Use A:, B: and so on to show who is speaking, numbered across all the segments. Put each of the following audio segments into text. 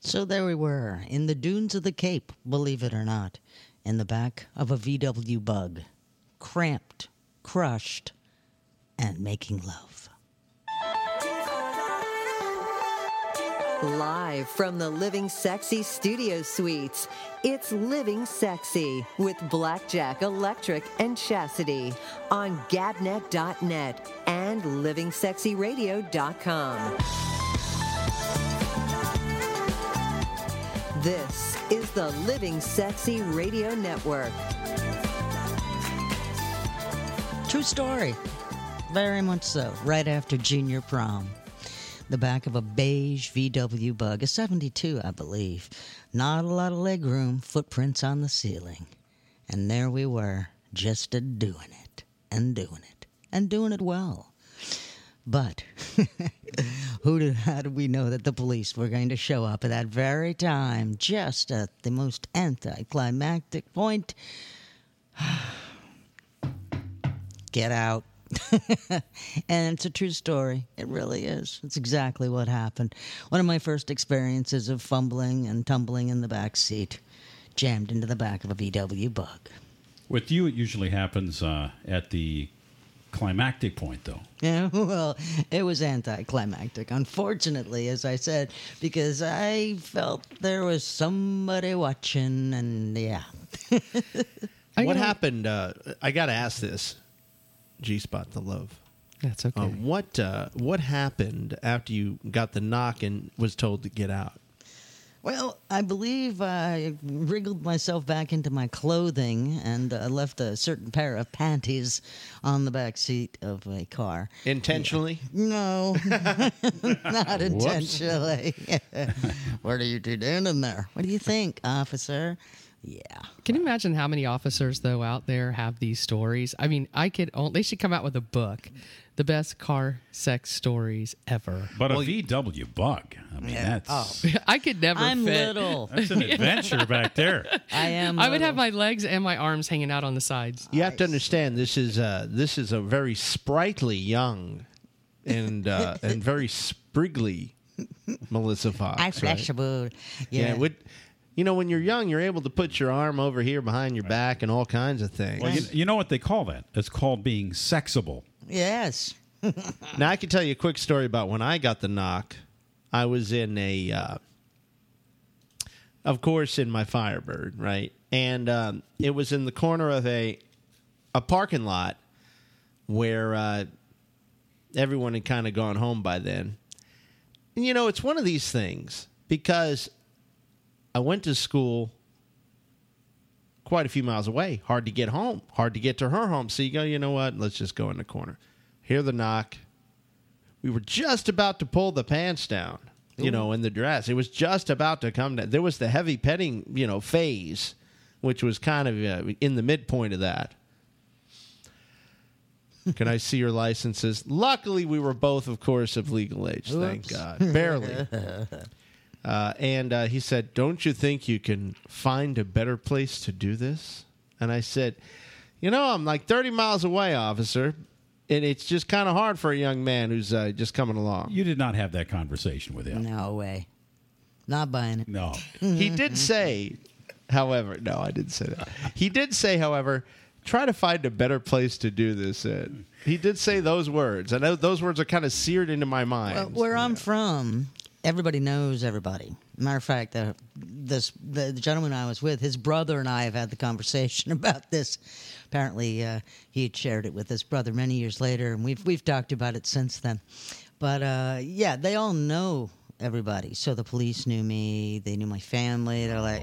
A: So there we were, in the dunes of the Cape, believe it or not, in the back of a VW bug, cramped, crushed, and making love.
B: Live from the Living Sexy Studio Suites, it's Living Sexy with Blackjack Electric and Chastity on Gabnet.net and LivingSexyRadio.com. This is the Living Sexy Radio Network.
A: True story. Very much so. Right after junior prom. The back of a beige VW bug, a 72, I believe. Not a lot of legroom, footprints on the ceiling. And there we were, just a doing it, and doing it, and doing it well. But who did, how did we know that the police were going to show up at that very time, just at the most anticlimactic point? Get out. and it's a true story. It really is. It's exactly what happened. One of my first experiences of fumbling and tumbling in the back seat, jammed into the back of a VW bug.
C: With you, it usually happens uh, at the climactic point, though.
A: Yeah, well, it was anticlimactic, unfortunately, as I said, because I felt there was somebody watching, and Mm, yeah.
D: what happened? Uh, I got to ask this. G spot the love.
E: That's okay.
D: Uh, what uh, what happened after you got the knock and was told to get out?
A: Well, I believe I wriggled myself back into my clothing and uh, left a certain pair of panties on the back seat of a car.
D: Intentionally?
A: No, not intentionally. what are you two doing in there? What do you think, officer? Yeah.
E: Can you imagine how many officers though out there have these stories? I mean, I could only, they should come out with a book, the best car sex stories ever.
C: But a VW bug. I mean,
A: Yeah.
C: that's
E: I could Oh. never
A: I'm
E: fit.
A: little.
C: that's an adventure back there.
A: I am.
E: I would have
A: little.
E: my legs and my arms hanging out on the sides.
D: You have to understand this is uh, this is a very sprightly young and uh, and very spriggly Melissa Fox.
A: I
D: right?
A: flexible.
D: Yeah, it would you know when you're young, you're able to put your arm over here behind your back and all kinds of things.
C: Well, you, you know what they call that? It's called being sexable.
A: yes.
D: Now I can tell you a quick story about when I got the knock. I was in a, uh, of course, in my Firebird, right, and um, it was in the corner of a a parking lot where uh, everyone had kind of gone home by then. And you know, it's one of these things because I went to school quite a few miles away. Hard to get home. Hard to get to her home. So you go, you know what? Let's just go in the corner. Hear the knock. We were just about to pull the pants down, you know, in the dress. It was just about to come down. There was the heavy petting, you know, phase, which was kind of uh, in the midpoint of that. Can I see your licenses? Luckily, we were both, of course, of legal age. Thank God. Barely. Uh, and uh, he said, Don't you think you can find a better place to do this? And I said, You know, I'm like 30 miles away, officer. And it's just kind of hard for a young man who's uh, just coming along.
C: You did not have that conversation with him.
A: No way. Not buying it.
C: No.
E: Mm-hmm.
D: he did say, however, no, I didn't say that. He did say, however, try to find a better place to do this in. He did say those words. And tho- those words are kind of seared into my mind.
A: Well, where I'm from, everybody knows everybody. Matter of fact, uh, this the, the gentleman I was with, his brother and I have had the conversation about this. Apparently, uh, he had shared it with his brother many years later, and we've we've talked about it since then. But uh, yeah, they all know everybody. So the police knew me. They knew my family. They're like,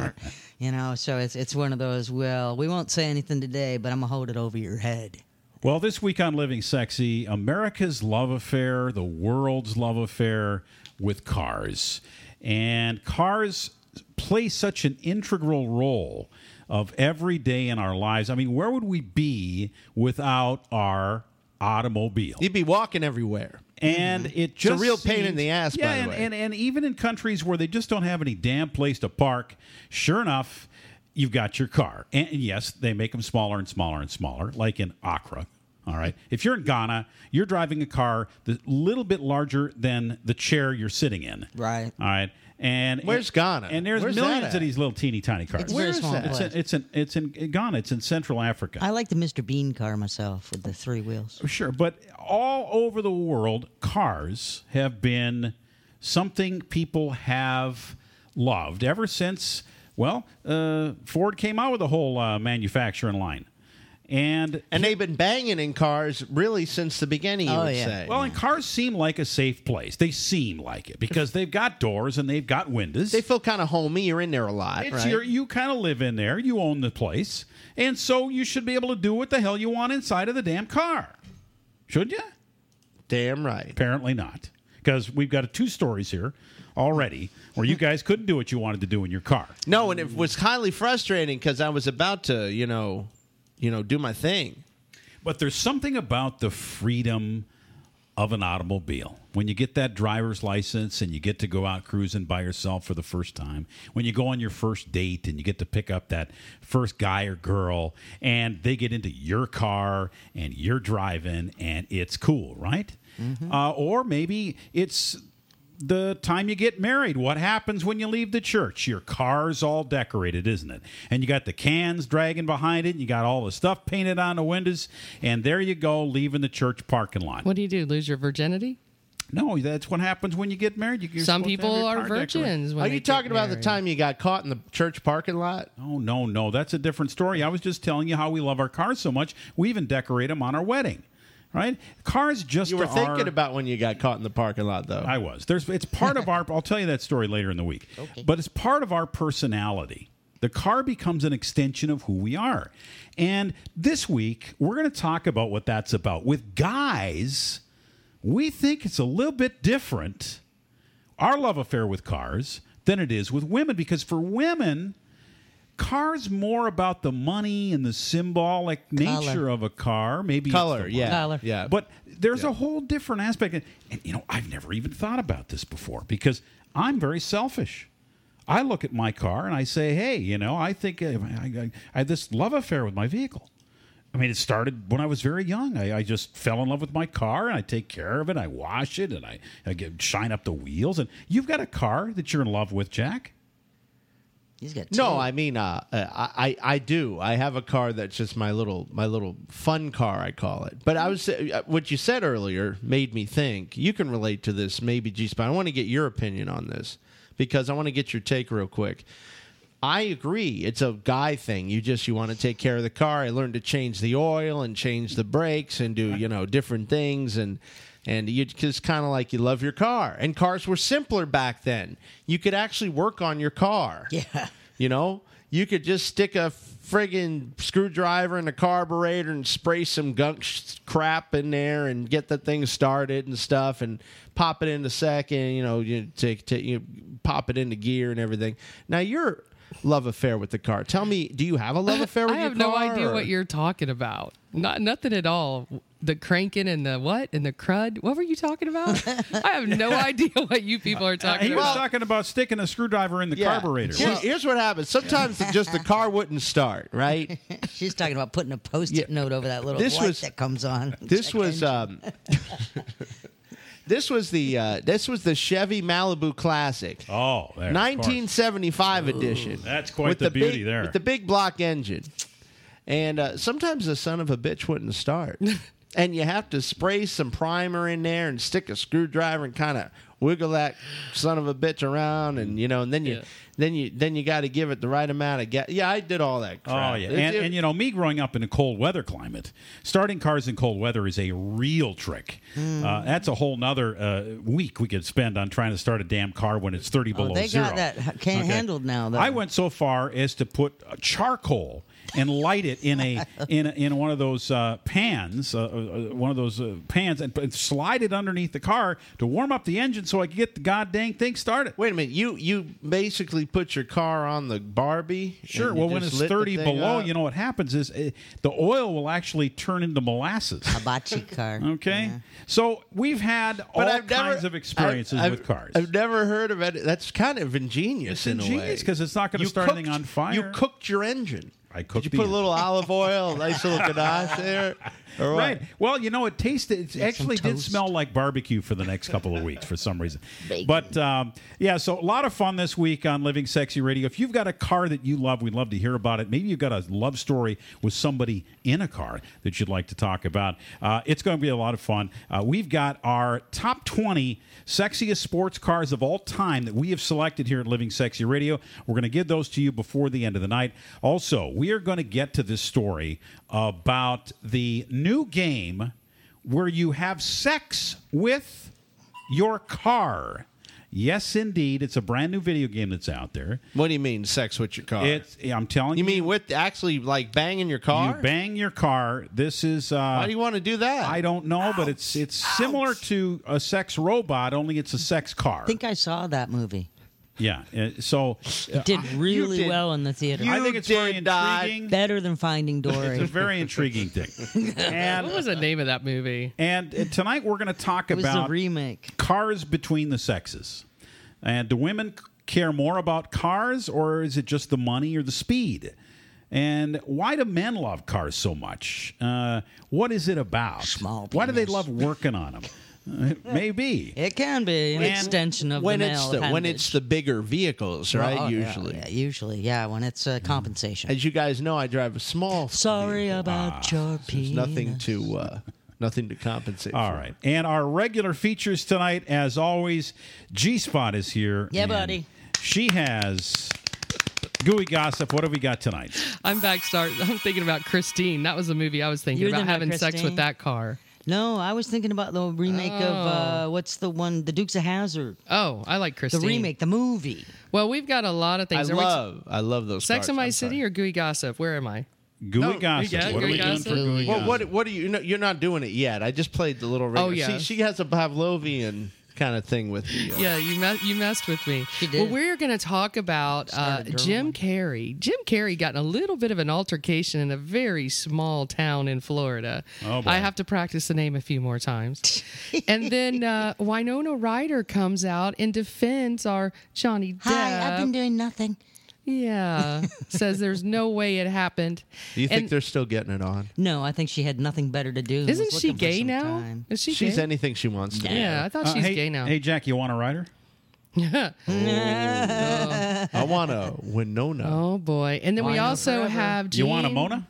A: you know. So it's it's one of those. Well, we won't say anything today, but I'm gonna hold it over your head.
C: Well, this week on Living Sexy, America's love affair, the world's love affair with cars. And cars play such an integral role of every day in our lives. I mean, where would we be without our automobile?
D: He'd be walking everywhere.
C: and
E: Mm-hmm.
C: it just
D: Mm-hmm. a real pain in
C: seems-
D: the ass,
C: Yeah,
D: by the
C: and,
D: way.
C: and and even in countries where they just don't have any damn place to park, sure enough, you've got your car. And yes, they make them smaller and smaller and smaller, like in Accra. All right. If you're in Ghana, you're driving a car a little bit larger than the chair you're sitting in.
A: Right.
C: All right. And
D: Where's Ghana?
C: And there's
D: Where's that
C: millions of
D: at?
C: these little teeny tiny cars.
A: It's a very
D: is
A: small
D: that?
C: It's
A: place.
C: in, it's in it's in Ghana. It's in Central Africa. Oh,
A: I like the Mr. Bean car myself with the three wheels.
C: Sure, but all over the world, cars have been something people have loved ever since. Well, uh, Ford came out with the whole uh, manufacturing line, and
D: And they've been banging in cars really since the beginning, you
A: Oh,
D: would
A: yeah.
D: say.
C: well, and cars seem like a safe place. They seem like it because they've got doors and they've got windows.
D: they feel kind of homey. You're in there a lot,
C: It's
D: right?
C: your, you kind of live in there. You own the place, and so you should be able to do what the hell you want inside of the damn car, should you?
D: Damn right.
C: Apparently not, because we've got two stories here already where you guys couldn't do what you wanted to do in your car.
D: No, and it was highly frustrating because I was about to, you know, you know, do my thing.
C: But there's something about the freedom of an automobile. When you get that driver's license and you get to go out cruising by yourself for the first time, when you go on your first date and you get to pick up that first guy or girl and they get into your car and you're driving and it's cool, right? Uh, or maybe it's the time you get married. What happens when you leave the church? Your car's all decorated, isn't it? And you got the cans dragging behind it, and you got all the stuff painted on the windows, and there you go, leaving the church parking lot.
E: What do you do? Lose your virginity?
C: No, that's what happens when you get married. You- you're
E: Some
C: supposed to have
E: people
C: your
E: are
C: car decorated.
E: virgins. When
D: Are
E: they
D: you
E: get
D: talking about the
E: married.
D: time you got caught in the church parking lot?
C: Oh, no, no. That's a different story. I was just telling you how we love our cars so much. We even decorate them on our wedding, right? Cars just
D: You were
C: are-
D: thinking about when you got caught in the parking lot, though.
C: I was. There's it's part of our I'll tell you that story later in the week. But it's part of our personality. The car becomes an extension of who we are. And this week we're going to talk about what that's about. With guys, we think it's a little bit different our love affair with cars than it is with women because for women cars more about the money and the symbolic nature of a car maybe it's
D: Color,
C: the
D: yeah,
A: Color.
D: yeah.
C: but there's a whole different aspect. And, and, you know, I've never even thought about this before because I'm very selfish. I look at my car and I say, hey, you know, I think uh, I, I, I had this love affair with my vehicle. I mean, it started when I was very young. I, I just fell in love with my car and I take care of it. I wash it and I, I get, shine up the wheels. And you've got a car that you're in love with, Jack.
A: He's got two.
D: No, I mean, uh, uh, I I do. I have a car that's just my little my little fun car, I call it. But I was uh, what you said earlier made me think. You can relate to this, maybe, G Spot. I want to get your opinion on this because I want to get your take real quick. I agree. It's a guy thing. You just you want to take care of the car. I learned to change the oil and change the brakes and do you know different things and and you just kind of like you love your car. And cars were simpler back then. You could actually work on your car.
A: Yeah.
D: You know, you could just stick a friggin' screwdriver in a carburetor and spray some gunk sh- crap in there and get the thing started and stuff and pop it into second. You know, you take, take you pop it into gear and everything. Now your Love affair with the car. Tell me, do you have a love affair with
E: I
D: your
E: have no
D: car,
E: idea
D: or-
E: what you're talking about. Not nothing at all. The cranking and the what and the crud. What were you talking about? I have no idea what you people are talking
C: Uh, he was
E: about.
C: talking about sticking a screwdriver in the
D: Yeah.
C: carburetor.
D: Here- here's what happens. Sometimes it just the car wouldn't start, right?
A: She's talking about putting a post-it
D: Yeah.
A: note over that little
D: This
A: light
D: was-
A: that comes on.
D: this
A: Check
D: was um, this was the uh, this was the Chevy Malibu Classic.
C: Oh, there, of course.
D: 1975 edition.
C: That's quite
D: With
C: the beauty
D: big,
C: there.
D: With the big block engine. And uh, sometimes the son of a bitch wouldn't start. and you have to spray some primer in there and stick a screwdriver and kind of wiggle that son of a bitch around and you know and then you
E: Yeah.
D: then you then you got to give it the right amount of gas. Yeah, I did all that crap.
C: Oh yeah,
D: It-
C: and,
D: it-
C: and you know me growing up in a cold weather climate, starting cars in cold weather is a real trick.
A: Hmm.
C: Uh, that's a whole nother uh, week we could spend on trying to start a damn car when it's thirty below
A: Oh, they
C: zero.
A: got that h- can- handled now, though.
C: I went so far as to put uh, charcoal and light it in a in a, in one of those uh, pans, uh, uh, one of those uh, pans, and, and slide it underneath the car to warm up the engine so I could get the goddamn thing started.
D: Wait a minute! You you basically put your car on the Barbie.
C: Sure.
D: and you
C: Well, when
D: just
C: it's
D: lit the
C: 30
D: thing
C: below,
D: up?
C: you know what happens is eh, the oil will actually turn into molasses.
A: Hibachi car.
C: Okay.
A: Yeah.
C: So we've had all kinds of experiences
D: I've-
C: with cars.
D: I've never heard of it. That's kind of ingenious
C: It's
D: in a way.
C: ingenious 'cause it's not gonna
D: You
C: start anything
D: cooked-
C: on fire.
D: You cooked your engine.
C: I cooked
D: Did
C: the
D: you put
C: engine.
D: a little olive oil, nice little ganache there. All right.
C: Well, you know, it tasted. It actually did
A: toast.
C: smell like barbecue for the next couple of weeks for some reason. But um, yeah, so a lot of fun this week on Living Sexy Radio. If you've got a car that you love, we'd love to hear about it. Maybe you've got a love story with somebody in a car that you'd like to talk about. Uh, it's going to be a lot of fun. Uh, we've got our top twenty sexiest sports cars of all time that we have selected here at Living Sexy Radio. We're going to give those to you before the end of the night. Also, we are going to get to this story about the new game where you have sex with your car. Yes, indeed. It's a brand new video game that's out there.
D: What do you mean, sex with your car?
C: It's, I'm telling you,
D: you mean with actually like banging your car?
C: you bang your car. This is. Uh,
D: Why do you want to do that?
C: I don't know, but it's it's similar to a sex robot, only it's a sex car.
A: I think I saw that movie.
C: yeah. uh, So uh,
A: Did really
D: did-
A: well in the theater.
D: you-
C: I think it's very
D: did not-
C: intriguing.
A: Better than Finding
C: It's a
A: Dory.
C: very intriguing thing. And
E: What was the name of that movie?
C: And uh, tonight we're going to talk
A: It was the
C: about
A: remake.
C: cars between the sexes. And do women c- care more about cars or is it just the money or the speed? And why do men love cars so much? Uh, what is it about?
A: Small
C: why do they
A: penis.
C: love working on them? Uh, maybe.
A: It can be an extension of
D: when
A: the
D: it's
A: male
D: the, when it's the
A: appendage.
D: bigger vehicles, right?
A: Oh, yeah,
D: usually,
A: yeah, usually, yeah. When it's uh, compensation.
D: as you guys know, I drive a small.
A: Sorry about
D: Ah.
A: your
D: There's
A: penis.
D: nothing to uh, nothing to compensate.
C: All
D: for.
C: right. And our regular features tonight, as always, G Spot is here.
A: Yeah,
C: and
A: buddy.
C: She has gooey gossip. What have we got tonight?
E: I'm back. Start. I'm thinking about Christine. That was the movie I was thinking
A: You were
E: about
A: thinking about
E: having sex
A: Christine?
E: with that car.
A: No, I was thinking about the remake of uh,
D: Oh.
A: what's the one, The Dukes of Hazard,
E: Oh, I like
A: the
E: Christine.
A: remake, the movie.
E: Well, we've got a lot of
D: I
E: things. Are we-
D: love I love those.
E: Sex
D: cars.
E: in My
D: I'm
E: City
D: sorry.
E: or Gooey Gossip? Where am I?
C: Gooey
D: Oh,
C: gossip.
E: yeah,
C: what are
E: gooey
C: we
E: gossip.
C: doing for gooey
D: Well,
C: gossip?
D: what what do you? No, you're not doing it yet. I just played the little. Regular.
E: Oh, yeah.
D: See, she has a Pavlovian kind of thing with you.
E: Yeah, you mess, you messed with me.
A: She did.
E: Well, we're going to talk about uh,
A: Started
E: Jim Carrey. Jim Carrey got in a little bit of an altercation in a very small town in Florida.
C: Oh, boy.
E: I have to practice the name a few more times. and then uh, Winona Ryder comes out and defends our Johnny Depp.
A: Hi, I've been doing nothing.
E: yeah, says there's no way it happened.
D: Do you think
E: And-
D: they're still getting it on?
A: No, I think she had nothing better to do. than
E: Isn't
A: was
E: she
A: looking for
E: gay
A: some
E: now?
A: time.
E: Is she
D: She's
E: gay?
D: anything she wants to. be.
E: yeah, I thought
C: Uh,
E: she's
C: hey,
E: gay now.
C: Hey, Jack, you want a rider?
D: I want a Winona.
E: Oh boy! And then we
A: Why not
E: also
A: forever?
E: have Gene,
C: You want a Mona?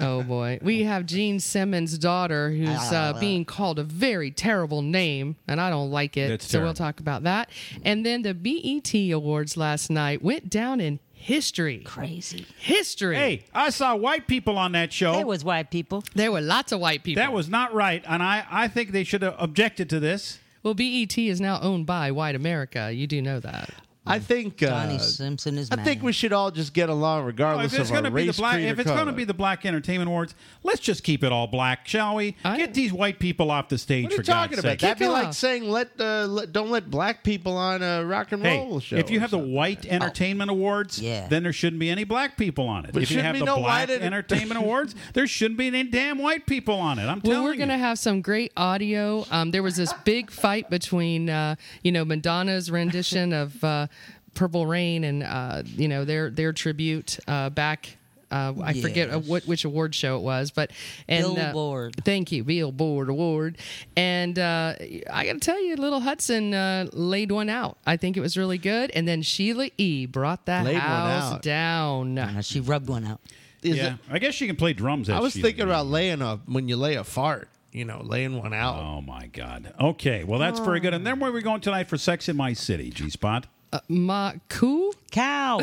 E: Oh boy, we have Gene Simmons' daughter who's uh, being called a very terrible name, and I don't like it.
C: That's
E: so we'll
C: terrible.
E: talk about that. And then the BET Awards last night went down in history.
A: Crazy.
E: History.
C: Hey, I saw white people on that show.
A: It was white people.
E: There were lots of white people.
C: that was not right, and I, I think they should have objected to this.
E: well, BET is now owned by White America. You do know that.
D: I think.
A: Johnny
D: Uh,
A: Simpson is
D: I
A: mad.
D: think we should all just get along regardless
C: if it's
D: of our
C: gonna be
D: race,
C: the black,
D: creed, or
C: if it's going to
D: color.
C: be the Black Entertainment Awards, let's just keep it all black, shall we?
E: I-
C: Get these white people off the stage
D: What are
C: for
D: you talking
C: God's
D: about?
C: sake.
D: That'd be like
E: off.
D: saying let, uh, let don't let black people on a rock and
C: Hey,
D: roll show.
C: if you
D: or
C: have the
D: something. Oh.
C: White Entertainment Awards,
A: Yeah.
C: then there shouldn't be any black people on it.
D: But
C: if you
D: shouldn't
C: have
D: be
C: the
D: no
C: Black
D: white enter-
C: Entertainment Awards, there shouldn't be any damn white people on it. I'm
E: Well,
C: telling
E: we're
C: you.
E: going to have some great audio. Um, there was this big fight between, uh, you know, Madonna's rendition of uh, "Purple Rain" and uh, you know their their tribute uh, back. Uh, I forget uh, what, which award show it was, but and uh,
A: Billboard.
E: thank you, Billboard Award. And uh, I got to tell you, Little Hudson uh, laid one out. I think it was really good. And then Sheila E. brought that
D: Laid one
E: house
D: out.
E: down.
A: Uh, she rubbed one out.
D: Is
C: Yeah,
D: it-
C: I guess you can play drums.
D: I
C: at
D: was
C: Sheila
D: thinking
C: Lee.
D: about laying a when you lay a fart, you know, laying one out.
C: Oh my God. Okay. Well, that's very good. And then where are we going tonight for Sex in My City? G Spot.
E: Ma cool.
A: Cow.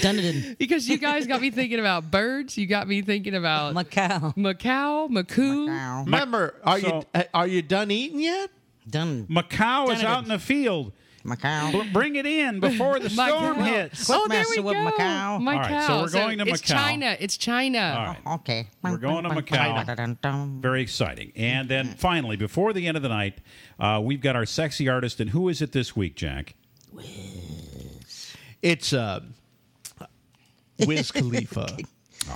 A: Dunedin.
E: because you guys got me thinking about birds. You got me thinking about
A: Macau.
E: Macau, Macau.
A: Cow.
D: Remember, are
C: so-
D: you uh, are you done eating yet?
A: Dun.
C: Macau is
A: Donegan.
C: out in the field.
A: Macau.
C: Bl- Bring it in before the
E: My
C: storm
E: cow.
C: hits.
A: Click
E: Oh, there we
A: messing
E: go.
A: with Macau. Oh,
E: Macau.
C: All right, so we're going to
E: it's
C: Macau.
E: China. It's China.
C: All right.
A: Okay.
C: We're going to Macau. Very exciting. And then finally, before the end of the night, uh, we've got our sexy artist. And who is it this week, Jack?
D: It's uh, Wiz Khalifa.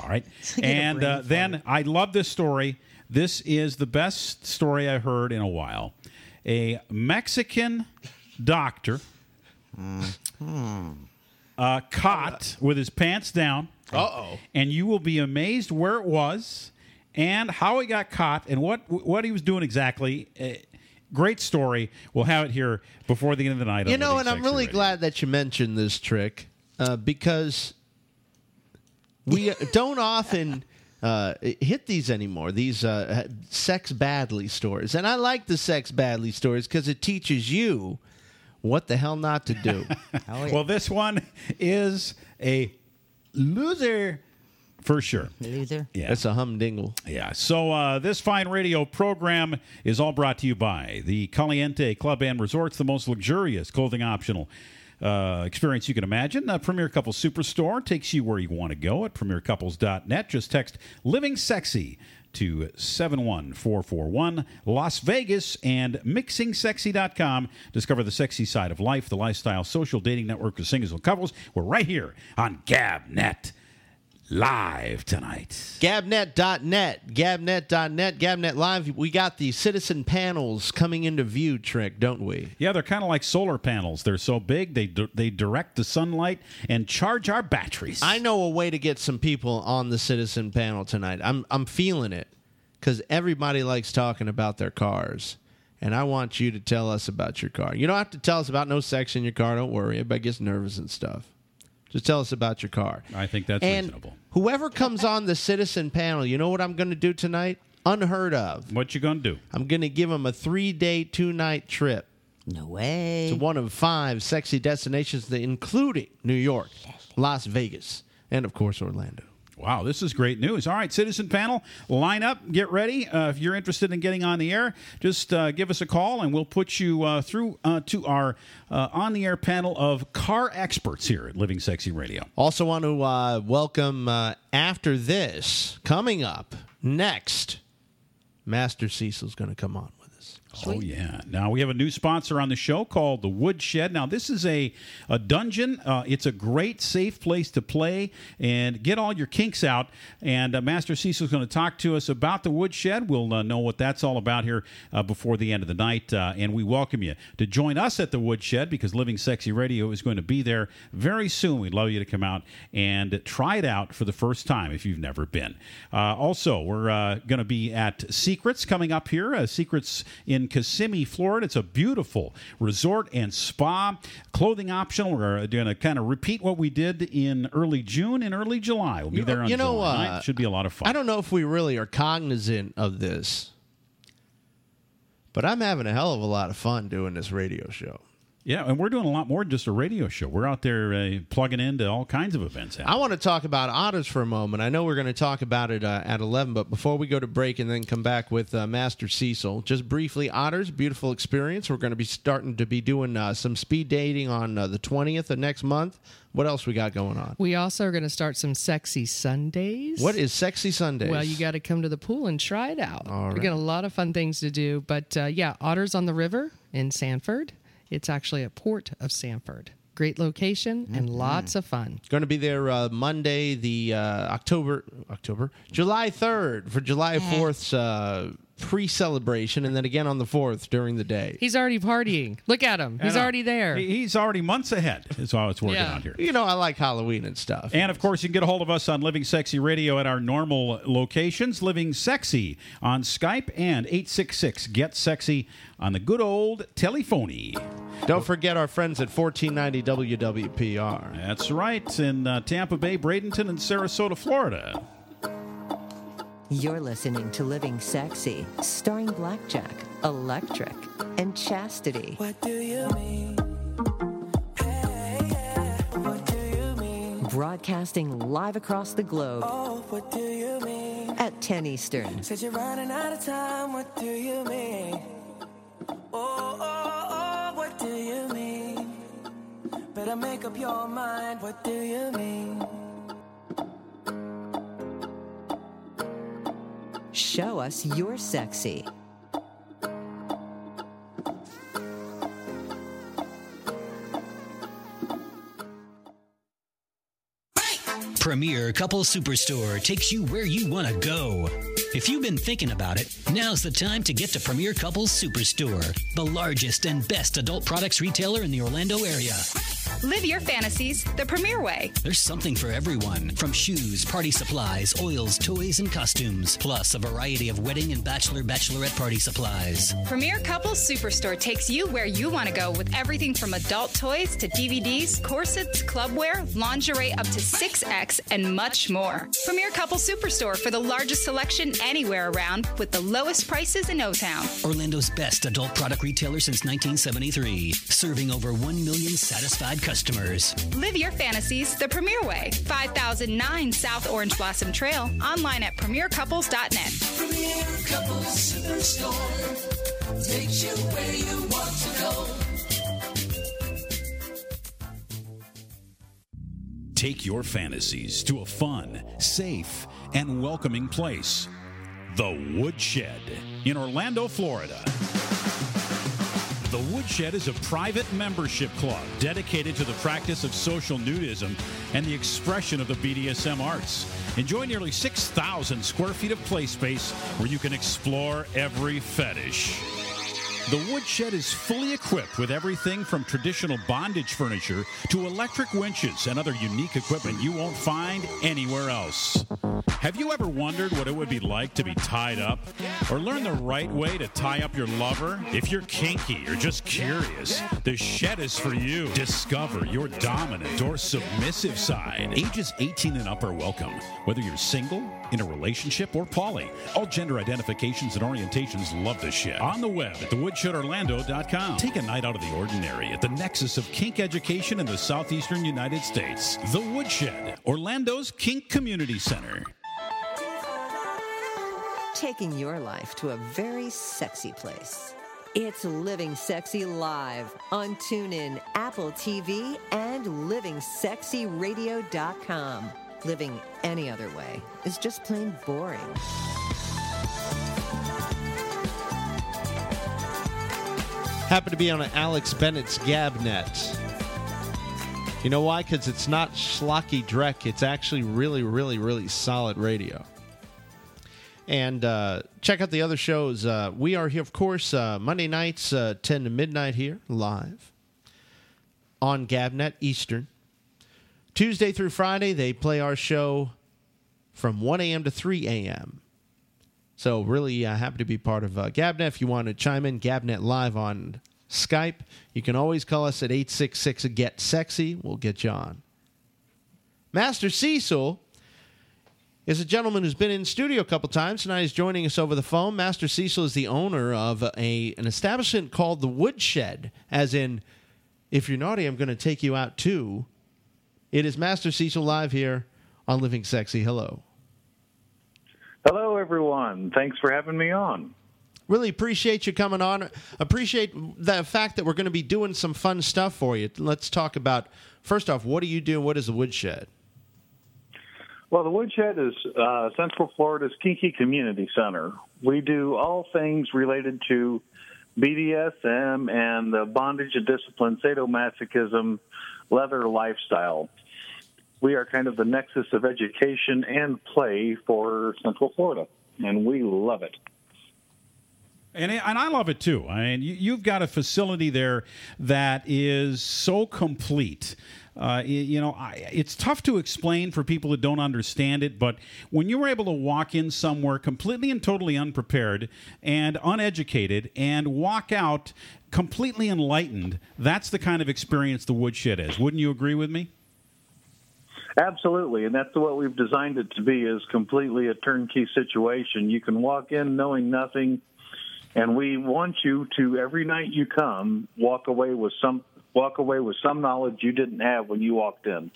C: All right.
A: get a
C: And
A: brain
C: uh, then I love this story. This is the best story I heard in a while. A Mexican doctor uh, caught with his pants down.
D: Uh-oh.
C: And you will be amazed where it was. and how he got caught and what what he was doing exactly. Uh, great story. We'll have it here before the end of the night. on
D: You know, and
C: Living
D: I'm
C: Sexy
D: really
C: Radio.
D: glad that you mentioned this trick uh, because we uh, don't often uh, hit these anymore. These uh, sex badly stories, and I like the sex badly stories because it teaches you what the hell not to do.
A: Oh, yeah.
C: Well, this one is a loser for sure.
A: Luther.
C: Yeah.
D: That's a humdingle.
C: Yeah. So uh, this fine radio program is all brought to you by the Caliente Club and Resorts, the most luxurious clothing optional. Uh, experience you can imagine. Uh, Premier Couples Superstore takes you where you want to go at premiercouples.net. Just text Living Sexy to 71441 Las Vegas and mixingsexy.com. Discover the sexy side of life, the lifestyle, social dating network for singles and couples. We're right here on GabNet live tonight.
D: Gabnet.net, Gabnet.net, Gabnet Live. We got the citizen panels coming into view trick, don't we?
C: Yeah, they're kind of like solar panels. They're so big they di- they direct the sunlight and charge our batteries.
D: I know a way to get some people on the citizen panel tonight. I'm I'm feeling it because everybody likes talking about their cars, and I want you to tell us about your car. You don't have to tell us about no sex in your car. Don't worry, everybody gets nervous and stuff. Just tell us about your car.
C: I think that's
D: and
C: reasonable.
D: Whoever comes on the citizen panel, you know what I'm going to do tonight? Unheard of.
C: What you gonna do?
D: I'm going to give them a three day, two night trip
A: No way.
D: to one of five sexy destinations, that- including New York, Las Vegas, and of course Orlando.
C: Wow, this is great news. All right, citizen panel, line up, get ready. Uh, if you're interested in getting on the air, just uh, give us a call and we'll put you uh, through uh, to our uh, on the air panel of car experts here at Living Sexy Radio.
D: Also, want to uh, welcome uh, after this, coming up next, Master Cecil's going to come on with us.
C: Oh yeah! Now we have a new sponsor on the show called the Woodshed. Now this is a a dungeon. Uh, it's a great safe place to play and get all your kinks out. And uh, Master Cecil's going to talk to us about the Woodshed. We'll uh, know what that's all about here uh, before the end of the night. Uh, and we welcome you to join us at the Woodshed because Living Sexy Radio is going to be there very soon. We'd love you to come out and try it out for the first time if you've never been. Uh, also, we're uh, going to be at Secrets coming up here. Uh, Secrets in Kissimmee, Florida. It's a beautiful resort and spa. Clothing optional. We're going to kind of repeat what we did in early June and early July. We'll be
D: You-
C: there on
D: you know,
C: July
D: uh,
C: ninth. Should be a lot of fun.
D: I don't know if we really are cognizant of this, but I'm having a hell of a lot of fun doing this radio show.
C: yeah, and we're doing a lot more than just a radio show. We're out there uh, plugging into all kinds of events.
D: I
C: happening.
D: want to talk about otters for a moment. I know we're going to talk about it uh, at 11, but before we go to break and then come back with uh, Master Cecil, just briefly, otters, beautiful experience. We're going to be starting to be doing uh, some speed dating on uh, the 20th of next month. What else we got going on?
E: We also are going to start some sexy Sundays.
D: What is Sexy Sundays?
E: Well, you got to come to the pool and try it out.
D: All
E: We got a lot of fun things to do, but uh, yeah, Otters on the River in Sanford. It's actually a port of Sanford. Great location and
A: Mm-hmm.
E: lots of fun.
D: Going to be there uh, Monday, the uh, October, October, July 3rd for July 4th's uh, pre celebration, and then again on the 4th during the day.
E: He's already partying. Look at him. He's
C: I know.
E: already there.
C: He- He's already months ahead. Is how it's working
E: Yeah.
C: out here.
D: You know, I like Halloween and stuff.
C: And of course, you can get a hold of us on Living Sexy Radio at our normal locations, Living Sexy on Skype and 866 Get Sexy on the good old telephony.
D: Don't forget our friends at 1490 WWPR.
C: That's right, in uh, Tampa Bay, Bradenton, and Sarasota, Florida.
B: You're listening to Living Sexy, starring Blackjack, Electric, and Chastity.
F: What do you mean? Hey, yeah. What do you mean?
B: Broadcasting live across the globe
F: Oh, what do you mean?
B: at 10 Eastern.
F: Said you're running out of time. What do you mean? Oh, oh, oh, what do you mean? Better make up your mind. What do you mean?
B: Show us you're sexy.
G: Premier Couple Superstore takes you where you want to go. If you've been thinking about it, now's the time to get to Premier Couple Superstore, the largest and best adult products retailer in the Orlando area.
H: Live your fantasies the premier way.
G: There's something for everyone from shoes, party supplies, oils, toys, and costumes, plus a variety of wedding and bachelor bachelorette party supplies.
H: Premier Couples Superstore takes you where you want to go with everything from adult toys to DVDs, corsets, clubwear, lingerie up to 6X, and much more. Premier Couples Superstore for the largest selection anywhere around with the lowest prices in O Town.
G: Orlando's best adult product retailer since 1973, serving over 1 million satisfied customers.
H: Live your fantasies the premier way. 5009 South Orange Blossom Trail, online at premiercouples.net.
I: Premier Couples Superstore takes you where you want to go.
C: Take your fantasies to a fun, safe, and welcoming place The Woodshed in Orlando, Florida. The Woodshed is a private membership club dedicated to the practice of social nudism and the expression of the BDSM arts. Enjoy nearly 6,000 square feet of play space where you can explore every fetish. The Woodshed is fully equipped with everything from traditional bondage furniture to electric winches and other unique equipment you won't find anywhere else. Have you ever wondered what it would be like to be tied up? Or learn the right way to tie up your lover? If you're kinky or just curious, the shed is for you. Discover your dominant or submissive side. Ages 18 and up are welcome. Whether you're single, in a relationship, or poly, all gender identifications and orientations love the shed. On the web at thewoodsheddorlando.com. Take a night out of the ordinary at the nexus of kink education in the southeastern United States. The Woodshed, Orlando's Kink Community Center.
B: Taking your life to a very sexy place. It's Living Sexy Live on TuneIn, Apple TV, and livingsexyradio.com. Living any other way is just plain boring.
D: Happen to be on Alex Bennett's Gabnet. You know why? Because it's not schlocky dreck. It's actually really, really, really solid radio. And uh, check out the other shows. Uh, we are here, of course, uh, Monday nights, uh, 10 to midnight here, live on Gabnet Eastern. Tuesday through Friday, they play our show from 1 a.m. to 3 a.m. So, really uh, happy to be part of uh, Gabnet. If you want to chime in, Gabnet Live on Skype. You can always call us at 866 Get Sexy. We'll get you on. Master Cecil is a gentleman who's been in studio a couple times. Tonight he's joining us over the phone. Master Cecil is the owner of a an establishment called The Woodshed, as in, if you're naughty, I'm going to take you out too. It is Master Cecil live here on Living Sexy. Hello.
J: Hello, everyone. Thanks for having me on.
D: Really appreciate you coming on. Appreciate the fact that we're going to be doing some fun stuff for you. Let's talk about first off, what do you do? What is the woodshed?
J: Well, the Woodshed is uh, Central Florida's Kinky Community Center. We do all things related to BDSM and the bondage and discipline, sadomasochism, leather lifestyle. We are kind of the nexus of education and play for Central Florida, and we love it.
C: And, I- and I love it too. I mean, you, you've got a facility there that is so complete. Uh, y- you know, I, it's tough to explain for people that don't understand it, but when you were able to walk in somewhere completely and totally unprepared and uneducated and walk out completely enlightened, that's the kind of experience the woodshed is. Wouldn't you agree with me?
J: Absolutely, and that's what we've designed it to be is completely a turnkey situation. You can walk in knowing nothing, and we want you to every night you come walk away with some walk away with some knowledge you didn't have when you walked in.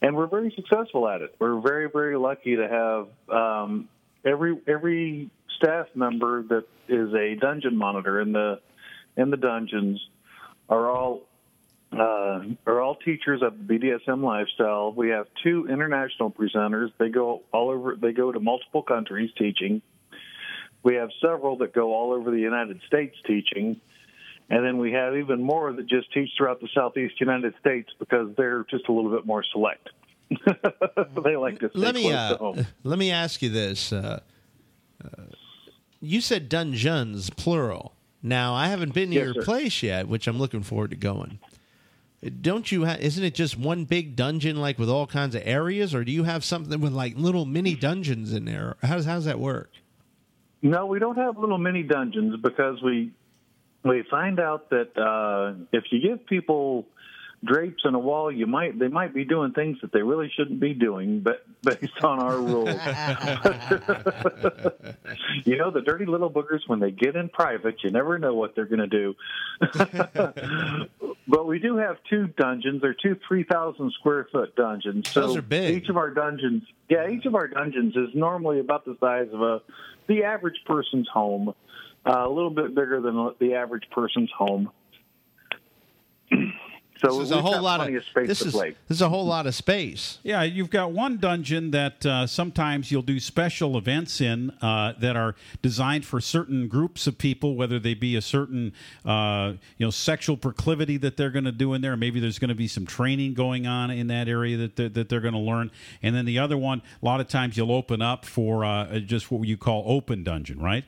J: And we're very successful at it. We're very very lucky to have um, every every staff member that is a dungeon monitor in the in the dungeons are all uh, are all teachers of BDSM lifestyle. We have two international presenters. They go all over. They go to multiple countries teaching. We have several that go all over the United States teaching, and then we have even more that just teach throughout the Southeast United States because they're just a little bit more select. they like to stay
D: Let me
J: close to
D: uh,
J: home.
D: let me ask you this. Uh, uh, you said dungeons plural. Now I haven't been to
J: Yes,
D: your
J: sir.
D: place yet, which I'm looking forward to going. don't you? Ha- isn't it just one big dungeon like with all kinds of areas, or do you have something with like little mini dungeons in there? How does how does that work?
J: No, we don't have little mini dungeons because we we find out that uh, if you give people drapes and a wall, you might they might be doing things that they really shouldn't be doing, but based on our rules. you know, the dirty little boogers when they get in private, you never know what they're going to do. but we do have two dungeons. They're two three thousand square foot dungeons. So
D: Those are big.
J: Each of our dungeons, yeah, each of our dungeons is normally about the size of a the average person's home, uh, a little bit bigger than the average person's home. So
D: This is
J: we've
D: a whole
J: got
D: lot
J: plenty
D: of,
J: of, space
D: this
J: to
D: is
J: play.
D: this is a whole lot of space.
C: Yeah, you've got one dungeon that uh, sometimes you'll do special events in uh, that are designed for certain groups of people, whether they be a certain uh, you know sexual proclivity that they're going to do in there. Maybe there's going to be some training going on in that area that they're, that they're going to learn. And then the other one, a lot of times you'll open up for uh, just what you call open dungeon, right?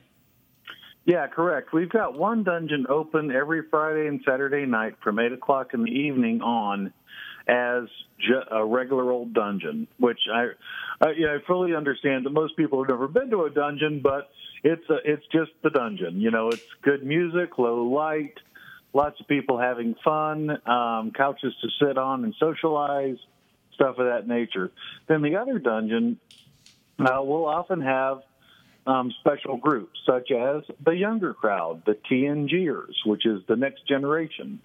J: Yeah, correct. We've got one dungeon open every Friday and Saturday night from eight o'clock in the evening on as ju- a regular old dungeon, which I, I, yeah, I fully understand that most people have never been to a dungeon, but it's a, it's just the dungeon. You know, it's good music, low light, lots of people having fun, um, couches to sit on and socialize, stuff of that nature. Then the other dungeon uh, we'll often have um, special groups such as the younger crowd, the TNGers, which is the next generation.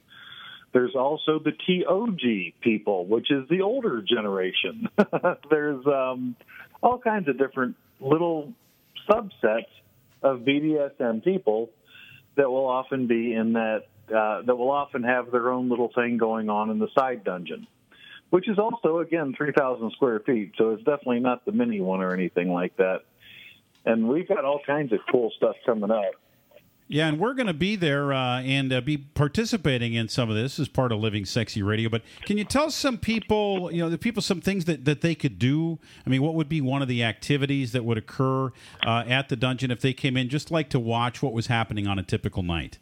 J: There's also the TOG people, which is the older generation. There's um, all kinds of different little subsets of BDSM people that will often be in that uh, that will often have their own little thing going on in the side dungeon which is also again 3,000 square feet. So it's definitely not the mini one or anything like that. And we've got all kinds of cool stuff coming up.
C: Yeah, and we're going to be there uh, and uh, be participating in some of this as part of Living Sexy Radio. But can you tell some people, you know, the people some things that, that they could do? I mean, what would be one of the activities that would occur uh, at the dungeon if they came in just like to watch what was happening on a typical night?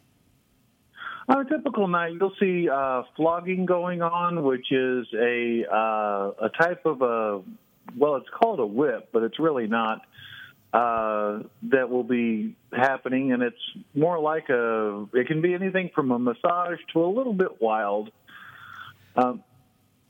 J: On a typical night, you'll see uh, flogging going on, which is a uh, a type of a well, it's called a whip, but it's really not. Uh, that will be happening, and it's more like a. It can be anything from a massage to a little bit wild. Um,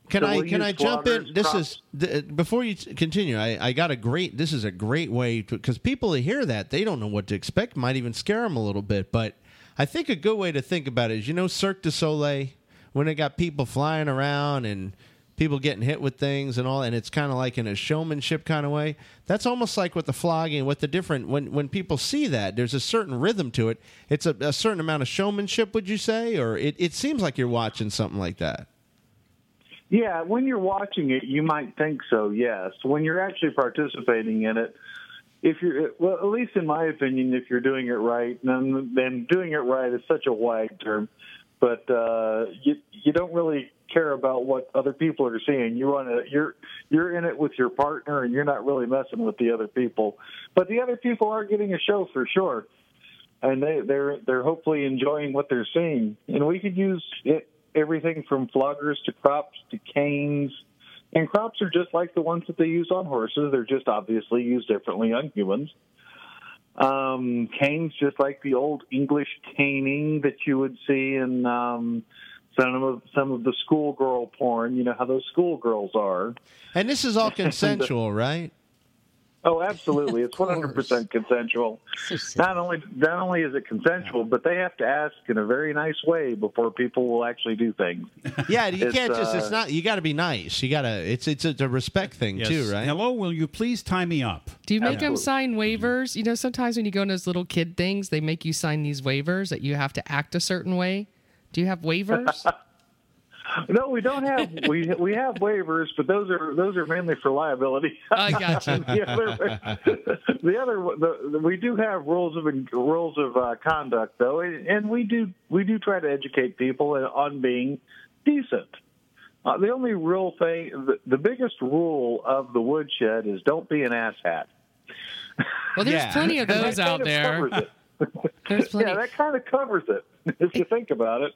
D: Can
J: So
D: I
J: we'll
D: can
J: use
D: I jump in?
J: plotters,
D: This
J: props.
D: is th- before you t- continue. I, I got a great. This is a great way to because people that hear that they don't know what to expect. Might even scare them a little bit. But I think a good way to think about it is you know Cirque du Soleil when they got people flying around and people getting hit with things and all, and it's kind of like in a showmanship kind of way. That's almost like with the flogging, with the different when when people see that there's a certain rhythm to it. It's a, a certain amount of showmanship. Would you say, or it, it seems like you're watching something like that.
J: Yeah, when you're watching it, you might think so. Yes, when you're actually participating in it, if you're well, at least in my opinion, if you're doing it right, and, and doing it right is such a wide term, but uh, you you don't really care about what other people are seeing. You want to you're you're in it with your partner, and you're not really messing with the other people. But the other people are getting a show for sure and they, they're they're hopefully enjoying what they're seeing. And we could use it, everything from floggers to crops to canes. And crops are just like the ones that they use on horses. They're just obviously used differently on humans. Um, canes, just like the old English caning that you would see in um, some of some of the schoolgirl porn. You know how those schoolgirls are.
D: And uh, this is all consensual, right?
J: Oh, absolutely! It's one hundred percent consensual. Not only not only is it consensual, but they have to ask in a very nice way before people will actually do things.
D: Yeah, you
J: It's,
D: can't just. It's
J: uh,
D: not. You got to be nice. You got to. It's it's a, a respect thing too, right?
C: Hello, will you please tie me up?
E: Do you make them
J: Absolutely.
E: sign waivers? You know, sometimes when you go in those little kid things, they make you sign these waivers that you have to act a certain way. Do you have waivers?
J: No, we don't have we we have waivers, but those are those are mainly for liability.
E: I got you.
J: the other, the other the, the- we do have rules of rules of uh, conduct though, and, and we do we do try to educate people on being decent. Uh, the only real thing, the, the biggest rule of the woodshed is don't be an asshat.
E: Well, there's
D: Yeah.
E: plenty of
J: And
E: those
J: that
E: out
J: kind of
E: there.
J: covers it.
E: There's plenty.
J: Yeah, that kind of covers it if you think about it.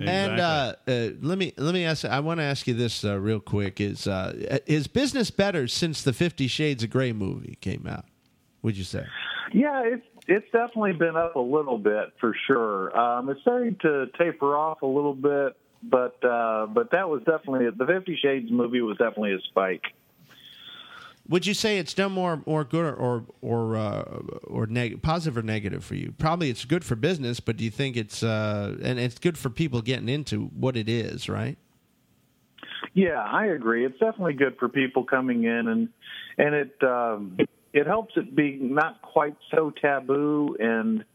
D: And uh, uh, let me let me ask. I want to ask you this uh, real quick: Is uh, is business better since the Fifty Shades of Grey movie came out? Would you say?
J: Yeah, it's it's definitely been up a little bit for sure. Um, it's starting to taper off a little bit, but uh, but that was definitely the Fifty Shades movie was definitely a spike.
D: Would you say it's done more or good or or or, uh, or neg- positive or negative for you? Probably it's good for business, but do you think it's uh, and it's good for people getting into what it is, right?
J: Yeah, I agree. It's definitely good for people coming in, and and it um, it helps it be not quite so taboo, and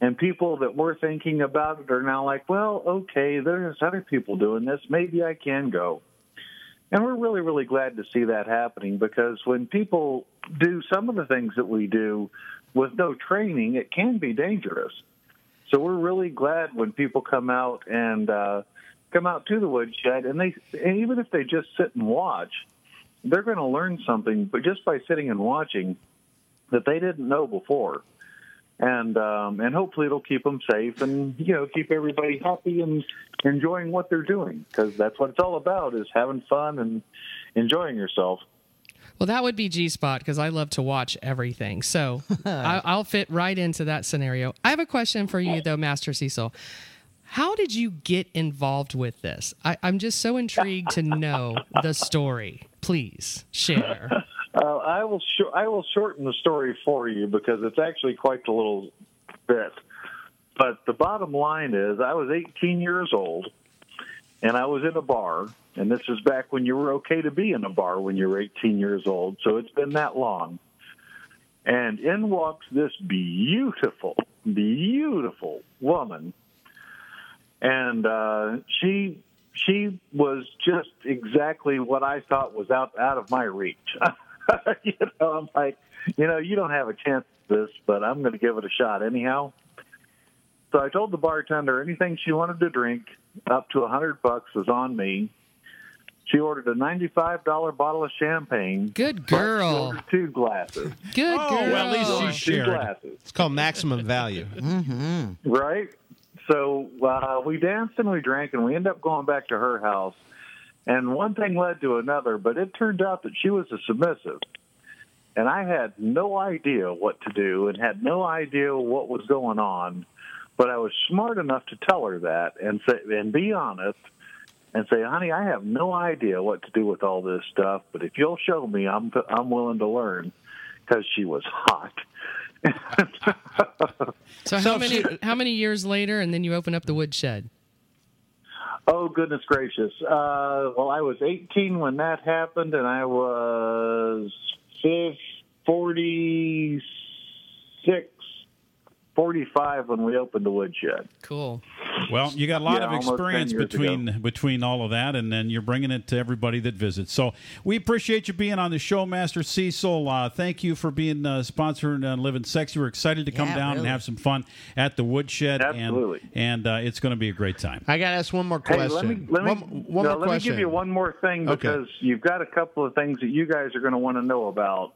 J: and people that were thinking about it are now like, well, okay, there's other people doing this. Maybe I can go. And we're really, really glad to see that happening because when people do some of the things that we do with no training, it can be dangerous. So we're really glad when people come out and uh, come out to the woodshed, and they, and even if they just sit and watch, they're going to learn something. But just by sitting and watching, that they didn't know before, and um, and hopefully it'll keep them safe and you know keep everybody happy and enjoying what they're doing because that's what it's all about is having fun and enjoying yourself.
E: Well, that would be G Spot because I love to watch everything. So I, I'll fit right into that scenario. I have a question for you, though, Master Cecil. How did you get involved with this? I, I'm just so intrigued to know the story. Please share.
J: Uh, I will sh- I will shorten the story for you because it's actually quite a little bit. But the bottom line is, I was 18 years old, and I was in a bar, and this is back when you were okay to be in a bar when you were 18 years old. So it's been that long. And in walks this beautiful, beautiful woman, and uh, she she was just exactly what I thought was out out of my reach. you know, I'm like, you know, you don't have a chance at this, but I'm going to give it a shot anyhow. So I told the bartender anything she wanted to drink up to a hundred bucks was on me. She ordered a ninety-five dollar bottle of champagne.
E: Good
J: but she
E: girl.
J: ordered Two glasses.
E: Good
C: Oh,
E: girl.
C: well, at least she
J: Two
C: shared.
J: glasses.
D: It's called maximum value. Mm-hmm.
E: Hmm.
J: right? So uh, we danced and we drank, and we ended up going back to her house. And one thing led to another, but it turned out that she was a submissive. And I had no idea what to do and had no idea what was going on. But I was smart enough to tell her that and say, and be honest and say, honey, I have no idea what to do with all this stuff, but if you'll show me, I'm, I'm willing to learn because she was hot.
E: So,
D: So
E: how
D: if
E: many how many years later, and then you open up the woodshed?
J: Oh goodness gracious! Uh, well, I was 18 when that happened, and I was fif- 46, 45 when we opened the woodshed.
E: Cool.
C: Well, you got a lot
J: Yeah,
C: of
J: almost 10
C: experience
J: years
C: between between all of that, and then you're bringing it to everybody that visits. So we appreciate you being on the show, Master Cecil. Uh, thank you for being uh, sponsored on Living Sexy. We're excited to come
A: Yeah,
C: down and
A: really.
C: have some fun at the Woodshed,
J: Absolutely.
C: and and uh, it's going to be a great time.
D: I got to ask one more
J: Hey,
D: question.
J: let me let me
D: one, one
J: no,
D: more
J: let
D: question.
J: me give you one more thing
D: Okay.
J: because you've got a couple of things that you guys are going to want to know about.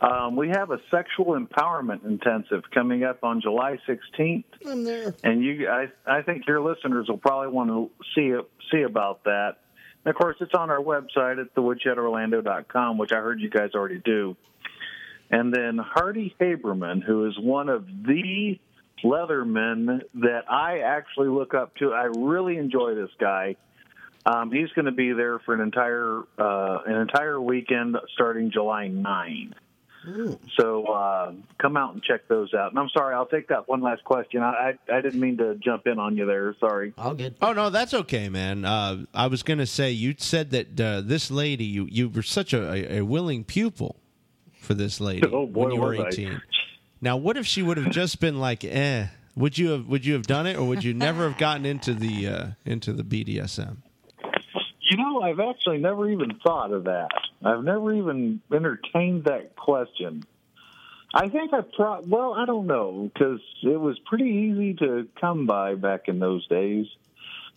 J: Um, we have a sexual empowerment intensive coming up on July 16th.
A: I'm there.
J: and you I, I think your listeners will probably want to see see about that. And of course, it's on our website at thewoodsheadorlando.com, which I heard you guys already do. And then Hardy Haberman, who is one of the Leathermen that I actually look up to. I really enjoy this guy. Um, he's going to be there for an entire uh, an entire weekend starting July 9. So uh, come out and check those out. And I'm sorry, I'll take that one last question. I, I, I didn't mean to jump in on you there. Sorry.
A: All good.
D: Oh no, that's okay, man. Uh, I was gonna say you said that uh, this lady, you you were such a, a, a willing pupil for this lady
J: Oh, boy,
D: when you were
J: was I.
D: eighteen. Now, what if she would have just been like, eh? Would you have Would you have done it, or would you never have gotten into the uh, into the BDSM?
J: You know, I've actually never even thought of that. I've never even entertained that question. I think I pro well, I don't know because it was pretty easy to come by back in those days.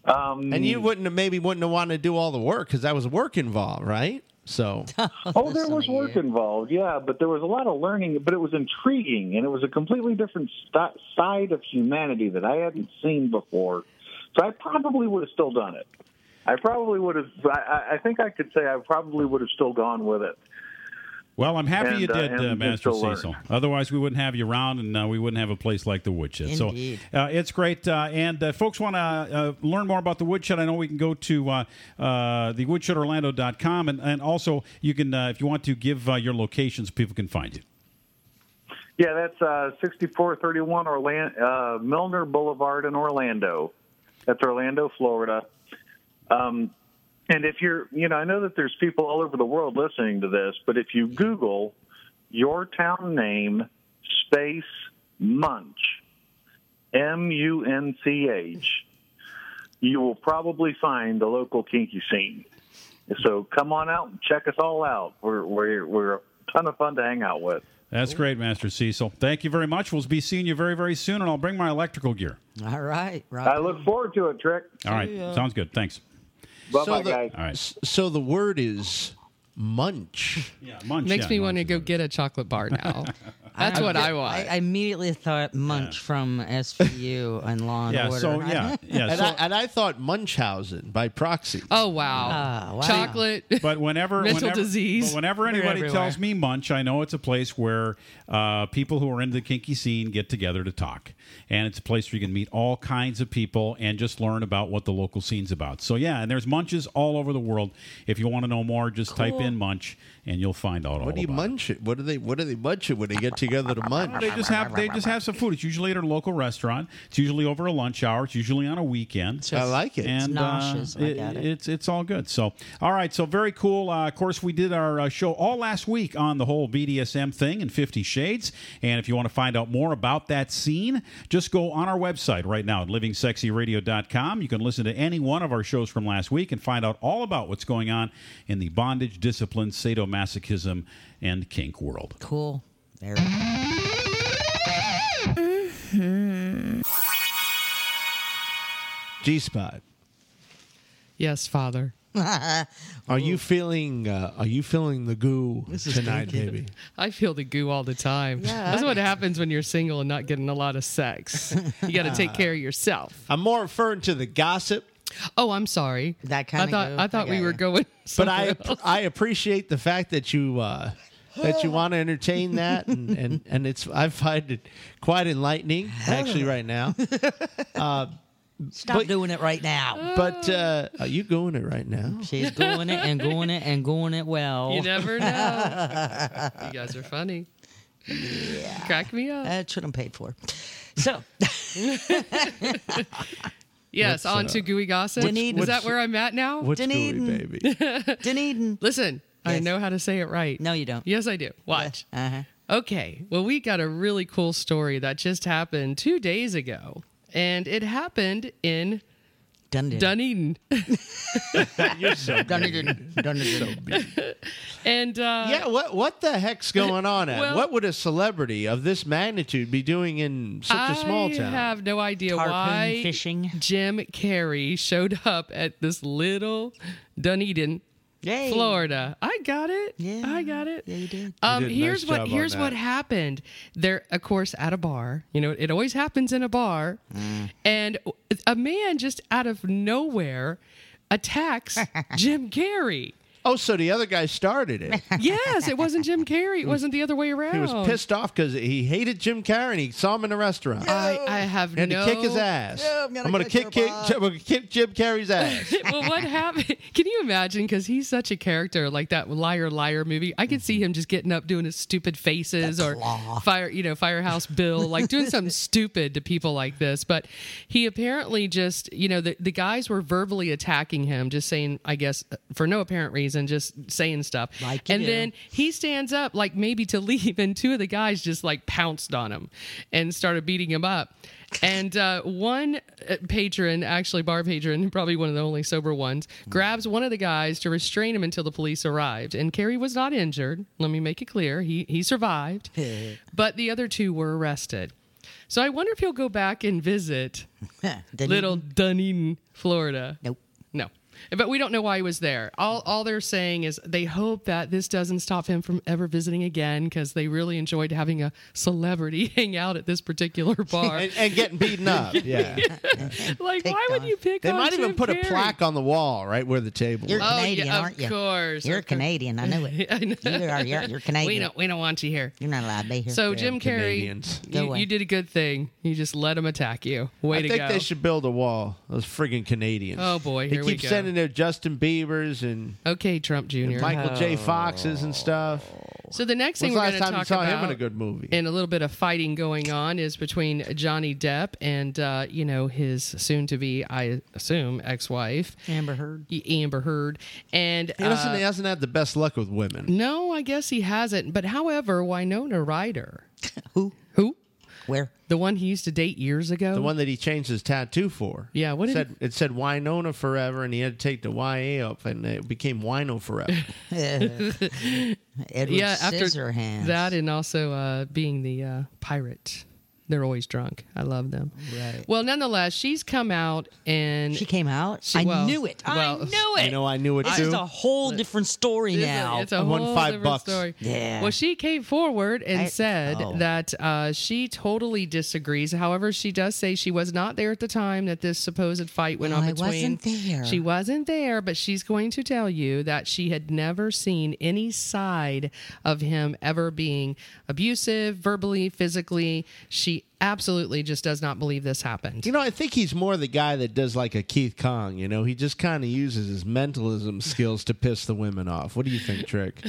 J: Um,
D: And you wouldn't have maybe wouldn't have wanted to do all the work because that was work involved, right? So
J: Oh, there was
A: Listen to
J: work
A: you.
J: involved, yeah, but there was a lot of learning, but it was intriguing, and it was a completely different st- side of humanity that I hadn't seen before. So I probably would have still done it. I probably would have. I- I, I think I could say I probably would have still gone with it.
C: Well, I'm happy
J: And,
C: you
J: uh,
C: did,
J: and
C: uh,
J: we
C: Master
J: still learn.
C: Cecil. Otherwise, we wouldn't have you around, and uh, we wouldn't have a place like the woodshed.
A: Indeed.
C: So uh, it's great. Uh, and uh, folks want to uh, learn more about the woodshed. I know we can go to uh, uh, thewoodshed.orlando.com, and, and also you can, uh, if you want to, give uh, your locations. People can find you.
J: Yeah, that's uh, 6431 Orlando, uh, Milner Boulevard in Orlando. That's Orlando, Florida. Um, and if you're, you know, I know that there's people all over the world listening to this, but if you Google your town name space Munch, M U N C H, you will probably find the local kinky scene. So come on out and check us all out. We're, we're, we're a ton of fun to hang out with.
C: That's great, Master Cecil. Thank you very much. We'll be seeing you very, very soon, and I'll bring my electrical gear.
A: All right, right.
J: I look forward to it, Trick.
C: All right. Sounds good. Thanks.
J: Bye
D: So
J: bye,
D: the-
J: guys.
C: All right.
D: S- So the word is munch.
C: Yeah, munch,
E: Makes
C: yeah,
E: me want to
C: munch.
E: go get a chocolate bar now. That's what I want.
A: I, I immediately thought Munch from SVU and Law and
C: Yeah,
A: Order.
C: so
A: I-
C: yeah, yeah.
D: And,
C: So,
D: I, and I thought Munchausen by proxy.
E: oh wow.
A: Ah, wow.
E: Chocolate.
C: But whenever,
E: Mental
C: whenever,
E: disease.
C: But whenever
E: We're
C: anybody
E: everywhere.
C: tells me munch, I know it's a place where uh, people who are into the kinky scene get together to talk, and it's a place where you can meet all kinds of people and just learn about what the local scene's about. So yeah, and there's munches all over the world. If you want to know more, just type in munch, and you'll find out all
D: What do you
C: about it.
D: munch it? What do they what do they munch it when they get together to munch?
C: They just have they just have some food. It's usually at a local restaurant. It's usually over a lunch hour. It's usually on a weekend.
D: I like it.
C: And
A: nauseous.
C: uh,
A: I
C: it-
A: got it.
C: it's it's all good. So all right. So very cool. Uh, of course, we did our uh, show all last week on the whole BDSM thing and Fifty Shades. And if you want to find out more about that scene, just go on our website right now at livingsexyradio.com. You can listen to any one of our shows from last week and find out all about what's going on in the bondage, discipline, sadomasochism, and kink world.
A: cool. Very.
D: G spot.
E: yes, father.
D: Are you feeling uh, are you feeling the goo tonight, baby?
E: I feel the goo all the time. That's what happens when you're single and not getting a lot of sex. You got to take care of yourself.
D: I'm more referring to the gossip,
E: Oh, I'm sorry.
A: That kinda
E: I thought
A: goo.
E: I thought
A: I
E: we
A: got
E: were
A: ya.
E: going.
D: but I
E: somewhere
D: app- I appreciate the fact that you uh, that you want to entertain that, and, and and it's I find it quite enlightening actually right now. Uh,
A: Stop
D: But-
A: doing it right now.
D: But uh, are you going it right now?
A: She's doing it and going it and going it well.
E: You never know. you guys are funny. Crack me up.
A: That's what I'm paid for. So,
E: yes,
C: uh,
E: on to gooey gossip.
A: Denise-
E: Is that where I'm at now?
D: uh, What's
A: Dunedin.
D: gooey, baby?
A: Dunedin.
E: Listen, I
A: Yes.
E: know how to say it right.
A: No, you don't.
E: Yes, I do. Watch.
A: Uh-huh.
E: Okay. Well, we got a really cool story that just happened two days ago, and it happened in
A: Dunedin.
E: Dunedin.
A: Dunedin. Dunedin.
E: And uh,
D: Yeah, what what the heck's going on? At?
E: Well-
D: what would a celebrity of this magnitude be doing in such a small
E: I
D: town?
E: have no idea
A: Harpoon
E: why
A: fishing.
E: Jim Carrey showed up at this little Dunedin,
A: Yay.
E: Florida. I got it.
A: Yeah.
E: I got it.
A: Yeah, you did.
E: Um,
D: did a
E: here's
D: nice
E: what
D: job on
E: here's
D: that.
E: what happened. They're of course at a bar. You know, it always happens in a bar, and a man just out of nowhere attacks Jim Carrey.
D: oh, so the other guy started it.
E: Yes, it wasn't Jim Carrey. It wasn't the other way around.
D: He was pissed off because he hated Jim Carrey and he saw him in a restaurant.
E: I, I have
D: He had
E: no
D: to kick his ass.
A: Yeah, I'm gonna kick
D: kick,
A: your
D: kick, I'm gonna kick Jim Carrey's ass.
E: well, what happened? Can you imagine? Because he's such a character, like that liar liar movie. I could see him just getting up, doing his stupid faces, or fire, you know, Firehouse Bill, like doing something stupid to people like this. But he apparently just, you know, the, the guys were verbally attacking him, just saying, I guess, uh, for no apparent reason, just saying stuff.
A: Like you
E: and
A: do.
E: then he stands up, like maybe to leave, and two of the guys just like pounced on him and started beating him up. And uh, one uh, patron, actually bar patron, probably one of the only sober ones, grabs one of the guys to restrain him until the police arrived. And Kerry was not injured. Let me make it clear, he he survived, but the other two were arrested. So I wonder if he'll go back and visit
A: Dunedin.
E: little Dunedin, Florida.
A: Nope.
E: No. But we don't know why he was there. All all they're saying is they hope that this doesn't stop him from ever visiting again because they really enjoyed having a celebrity hang out at this particular bar.
D: and, and getting beaten up. Yeah,
E: like, why would you pick?
D: they
E: on
D: might even
E: Jim
D: put
E: Carrey?
D: a plaque on the wall right where the table.
A: You're
D: is.
E: Oh, yeah,
A: Canadian,
E: of
A: aren't you?
E: course,
A: You're
E: of course.
A: Canadian. I know it. you are. You're, you're Canadian.
E: We don't we don't want you here.
A: You're not allowed to be here.
E: So Jim
D: Canadians.
E: Carrey,
A: Go
E: you,
A: away.
E: you did a good thing. You just let him attack you. Way
D: I
E: to
D: think
E: go.
D: they should build a wall. Those friggin' Canadians.
E: Oh, boy,
D: They
E: here we
D: keep
E: go.
D: sending their Justin Biebers and
E: okay, Trump Jr.
D: Michael J. Foxes
E: Oh.
D: and stuff.
E: So the next thing
D: When's the
E: we're
D: last
E: going to
D: time you
E: talk
D: saw
E: about
D: him in a good movie?
E: and a little bit of fighting going on is between Johnny Depp and uh, you know his soon-to-be, I assume, ex-wife
A: Amber Heard.
E: Y- Amber Heard, and
D: he, doesn't,
E: uh,
D: he hasn't had the best luck with women.
E: no, I guess he hasn't. But however, Winona Ryder, who who
A: Where?
E: the one he used to date years ago,
D: The one that he changed his tattoo for.
E: Yeah, what did
D: said, it said Winona forever, and he had to take the YA up, and it became Wino forever.
A: Edward
E: yeah, after
A: Scissorhands.
E: that, and also uh, being the uh, pirate. They're always drunk. I love them.
A: Right.
E: Well, nonetheless, she's come out and
A: she came out.
E: She-
A: I
E: well,
A: knew it.
E: well,
A: I knew it.
D: you know, I knew it
A: This
D: too.
A: is a whole different story
E: It's a-
A: now.
E: It's a
D: I
E: whole
D: won five
E: different
D: bucks.
E: story.
A: Yeah.
E: Well, she came forward and
A: I-
E: said
A: oh.
E: that uh, she totally disagrees. However, she does say she was not there at the time that this supposed fight went
A: No,
E: on
A: I
E: between.
A: wasn't there.
E: She wasn't there, but she's going to tell you that she had never seen any side of him ever being abusive, verbally, physically. She absolutely just does not believe this happened.
D: You know, I think he's more the guy that does like a Keith Kong. You know, he just kind of uses his mentalism skills to piss the women off. What do you think, Trick?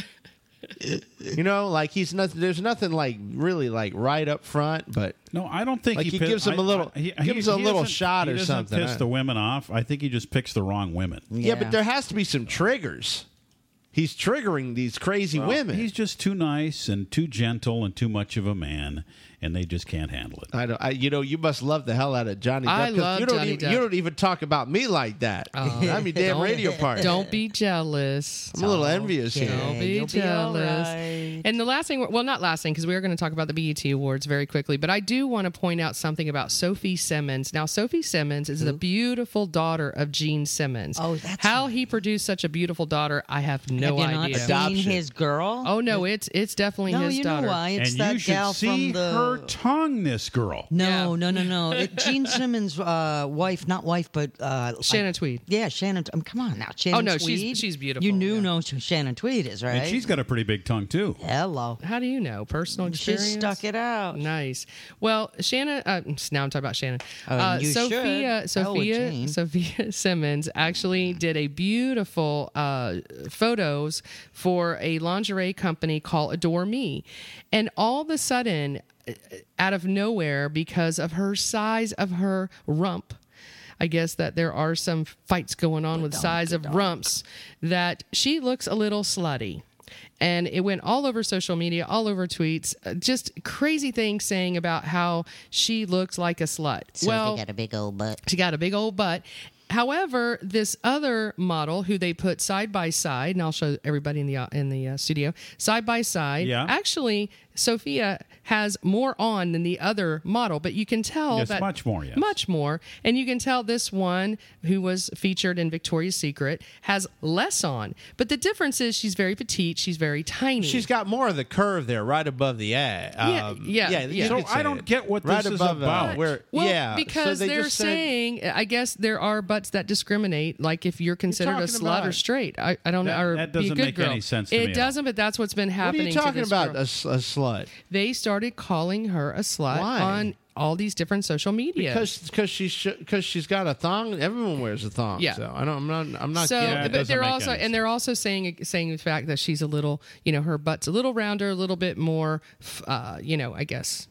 D: you know, like he's nothing. There's nothing like really like right up front, but
C: No, I don't think
D: Like, he
C: pi-
D: gives 'em a little- gives 'em a little
C: doesn't-
D: shot
C: he
D: or
C: doesn't
D: something,
C: Piss
D: huh?
C: the women off. I think he just picks the wrong women.
D: yeah.
A: Yeah.
D: but there has to be some triggers. He's triggering these crazy women.
C: He's just too nice and too gentle and too much of a man, and they just can't handle it.
D: I don't. I, you know, you must love the hell out of Johnny. Depp,
E: I
D: 'cause
E: love
D: you don't
E: Johnny
D: even,
E: Depp. Oh.
D: You don't even talk about me like that. I'm your damn
E: Don't-
D: radio partner.
E: Don't be jealous.
D: I'm a little envious
A: Okay.
D: here.
E: Don't be
A: You'll be all
E: jealous.
A: right.
E: And the last thing, well, not last thing, because we are going to talk about the BET Awards very quickly, but I do want to point out something about Sophie Simmons. Now, Sophie Simmons is the beautiful daughter of Gene Simmons.
A: Oh, that's
E: how he produced such a beautiful daughter. I have no
A: Have you
E: idea.
A: not
D: Adoption.
A: seen his girl?
E: Oh no, it's it's definitely
A: no,
E: his
A: you
E: daughter.
A: know why? It's
C: and
A: that
C: you
A: gal
C: should see
A: from the.
C: her tongue this girl.
A: no, no, no, no, It- Gene Simmons' uh, wife, not wife, but uh,
E: Shannon Tweed.
A: Yeah, Shannon. Um, come on now, Shannon.
E: Oh, no, she's-
A: Tweed?
E: she's beautiful,
A: You knew
E: yeah.
A: know who Shannon Tweed is, right?
C: And she's got a pretty big tongue too.
A: hello.
E: How do you know? Personal
A: She
E: experience.
A: stuck it out.
E: Nice. Well, Shannon. Uh, now I'm talking about Shannon.
A: Oh,
E: uh,
A: you
E: Sophia.
A: should. Hell with
E: Sophia.
A: Jane.
E: Sophia Simmons actually did a beautiful uh, photos for a lingerie company called Adore Me, and all of a sudden, uh, out of nowhere, because of her size of her rump. I guess that there are some fights going on with size of rumps that she looks a little slutty. And it went all over social media, all over tweets, uh, just crazy things saying about how she looks like a slut.
A: So
E: well,
A: they got a big old butt.
E: she got a big old butt. However, this other model who they put side by side, and I'll show everybody in the in the uh, studio side by side.
C: Yeah.
E: Actually, Sophia has more on than the other model, but you can tell
C: Yes,
E: that
C: much more, yes.
E: much more, and you can tell this one who was featured in Victoria's Secret has less on. But the difference is she's very petite, she's very tiny.
D: She's got more of the curve there, right above the eye.
E: Yeah,
D: Um,
E: yeah, yeah.
D: you
E: So
D: could say
C: I don't
D: it.
C: get what
D: right
C: this is
D: above, uh,
C: about.
D: where,
E: Well,
D: yeah, so
E: because
D: they
E: they are
D: just said-
E: saying, I guess there are butts that discriminate. Like if you're considered a
D: talking
E: slut or
D: about-
E: straight, I, I don't know.
C: That-
E: Or
C: that
E: be a
C: doesn't
E: good
C: make
E: girl.
C: any sense to
E: it
C: me at all.
E: doesn't, but that's what's been
D: What are
E: happening.
D: you
E: to
D: talking
E: this
D: about?
E: girl.
D: A, s- a slut?
E: They started calling her a slut
D: Why?
E: on all these different social media.
D: Because because she's because she's got a thong. Everyone wears a thong.
E: Yeah.
D: So I don't. I'm not. I'm not.
E: so,
C: Yeah, it
E: but
C: doesn't
E: they're
C: make
E: also,
C: any
E: and they're also saying, saying the fact that she's a little, you know, her butt's a little rounder, a little bit more, f- uh, you know, I guess,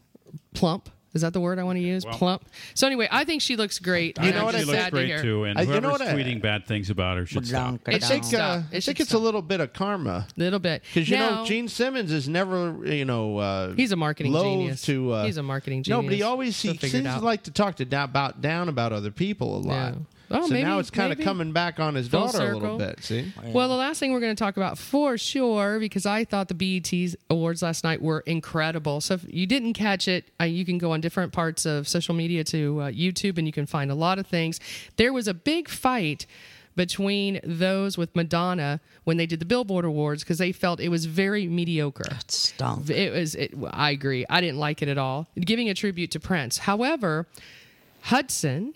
E: plump. Is that the word I want to use? plump. So anyway, I think she looks great.
C: I
E: and
D: know
E: I'm
D: what
C: think
E: just
C: she
D: I
E: sad
C: looks great
E: to hear-
C: too, and
D: I- you know
C: whoever's
D: what I-
C: tweeting bad things about her should stop.
E: It
D: I
E: should
D: think, uh,
E: stop. It
D: I
E: should
D: think it's
E: stop.
D: a little bit of karma.
E: Little bit.
D: Because you
E: Now-
D: know Gene Simmons is never you know uh,
E: He's a marketing
D: loath
E: genius.
D: To uh,
E: He's a marketing
D: No, but he
E: genius.
D: always
E: He'll
D: he
E: figure it
D: seems to
E: out.
D: like to talk to down about down about other people a lot.
E: Yeah. Oh,
D: so
E: maybe-
D: now it's kind of
E: maybe.
D: coming back on his
E: Full
D: daughter a
E: circle.
D: little bit. See,
E: Well, the last thing we're going to talk about for sure, because I thought the BET awards last night were incredible. So if you didn't catch it, uh, you can go on different parts of social media to uh, YouTube and you can find a lot of things. There was a big fight between those with Madonna when they did the Billboard Awards because they felt it was very mediocre.
A: Stunk.
E: It was. It, I agree. I didn't like it at all. Giving a tribute to Prince, however, Hudson,